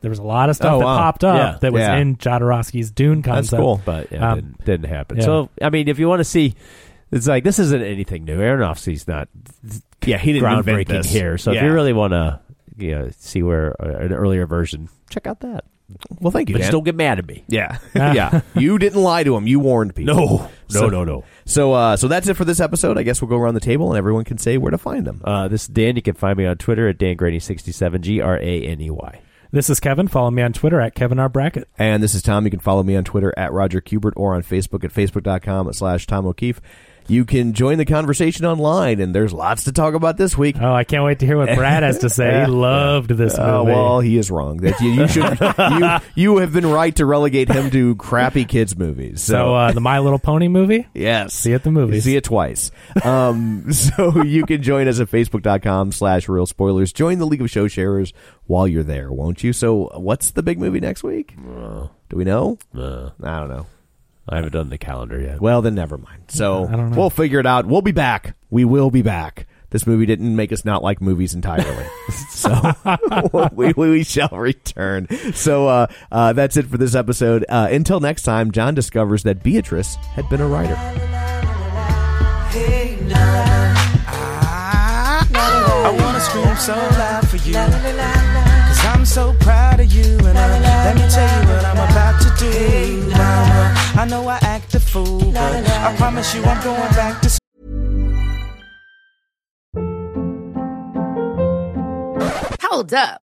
Speaker 8: There was a lot of stuff
Speaker 7: Oh,
Speaker 8: that
Speaker 7: wow.
Speaker 8: popped up
Speaker 9: Uh-huh. Yeah.
Speaker 8: that was
Speaker 7: Yeah.
Speaker 8: in Jodorowsky's Dune concept.
Speaker 7: cool.
Speaker 9: but yeah,
Speaker 8: Um,
Speaker 9: didn't, didn't happen.
Speaker 8: yeah.
Speaker 9: So I mean, if you want to see, it's like this isn't anything new. Aronofsky's not
Speaker 7: Yeah, he didn't invent
Speaker 9: groundbreaking
Speaker 7: this.
Speaker 9: here. So if
Speaker 7: Yeah.
Speaker 9: you really want to, you know, see where uh, an earlier version, check out that.
Speaker 7: Well, thank you.
Speaker 9: But
Speaker 7: Dan.
Speaker 9: just don't get mad at me.
Speaker 7: yeah. yeah. You didn't lie to him. You warned people.
Speaker 9: No, no,
Speaker 7: So-
Speaker 9: no, no.
Speaker 7: So uh so that's it for this episode. I guess we'll go around the table and everyone can say where to find them.
Speaker 9: Uh, this is Dan. You can find me on Twitter at dangraney67. G R A N E Y.
Speaker 8: This is Kevin. Follow me on Twitter at Kevin R Brackett.
Speaker 7: And this is Tom. You can follow me on Twitter at Roger Kubert or on Facebook at Facebook.com slash Tom O'Keefe. You can join the conversation online, and there's lots to talk about this week.
Speaker 8: Oh, I can't wait to hear what Brad has to say. He loved this movie.
Speaker 7: Uh, well, he is wrong. That you, you should you, you have been right to relegate him to crappy kids movies. So,
Speaker 8: So uh, the My Little Pony movie.
Speaker 7: yes,
Speaker 8: see you at the movies.
Speaker 7: See it twice. Um, so you can join us at facebook.com slash real spoilers. Join the League of Show Sharers while you're there, won't you? So what's the big movie next week? Do we know? I don't know.
Speaker 9: I haven't done the calendar yet.
Speaker 7: Well, then never mind. So
Speaker 8: I don't know.
Speaker 7: we'll figure it out. We'll be back. We will be back. This movie didn't make us not like movies entirely. so we, we shall return. So uh, uh, that's it for this episode. Uh, until next time, John discovers that Beatrice had been a writer.
Speaker 10: I wanna scream so loud for you. Cause I'm so proud of you. And uh, let me tell you what I'm about to do. Mama, I know I act a fool, but I promise you I'm going back to
Speaker 11: Hold up.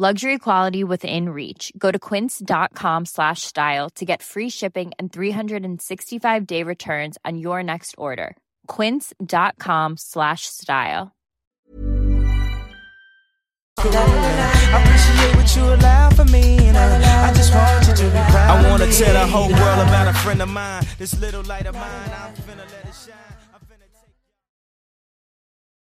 Speaker 12: Luxury quality within reach. Go to quince.com slash style to get free shipping and 365 day returns on your next order. Quince.com slash style.
Speaker 10: I appreciate what you allow for me. And uh, I just want you to be proud. I wanna tell the whole world about a friend of mine. This little light of mine, I'm finna let it shine.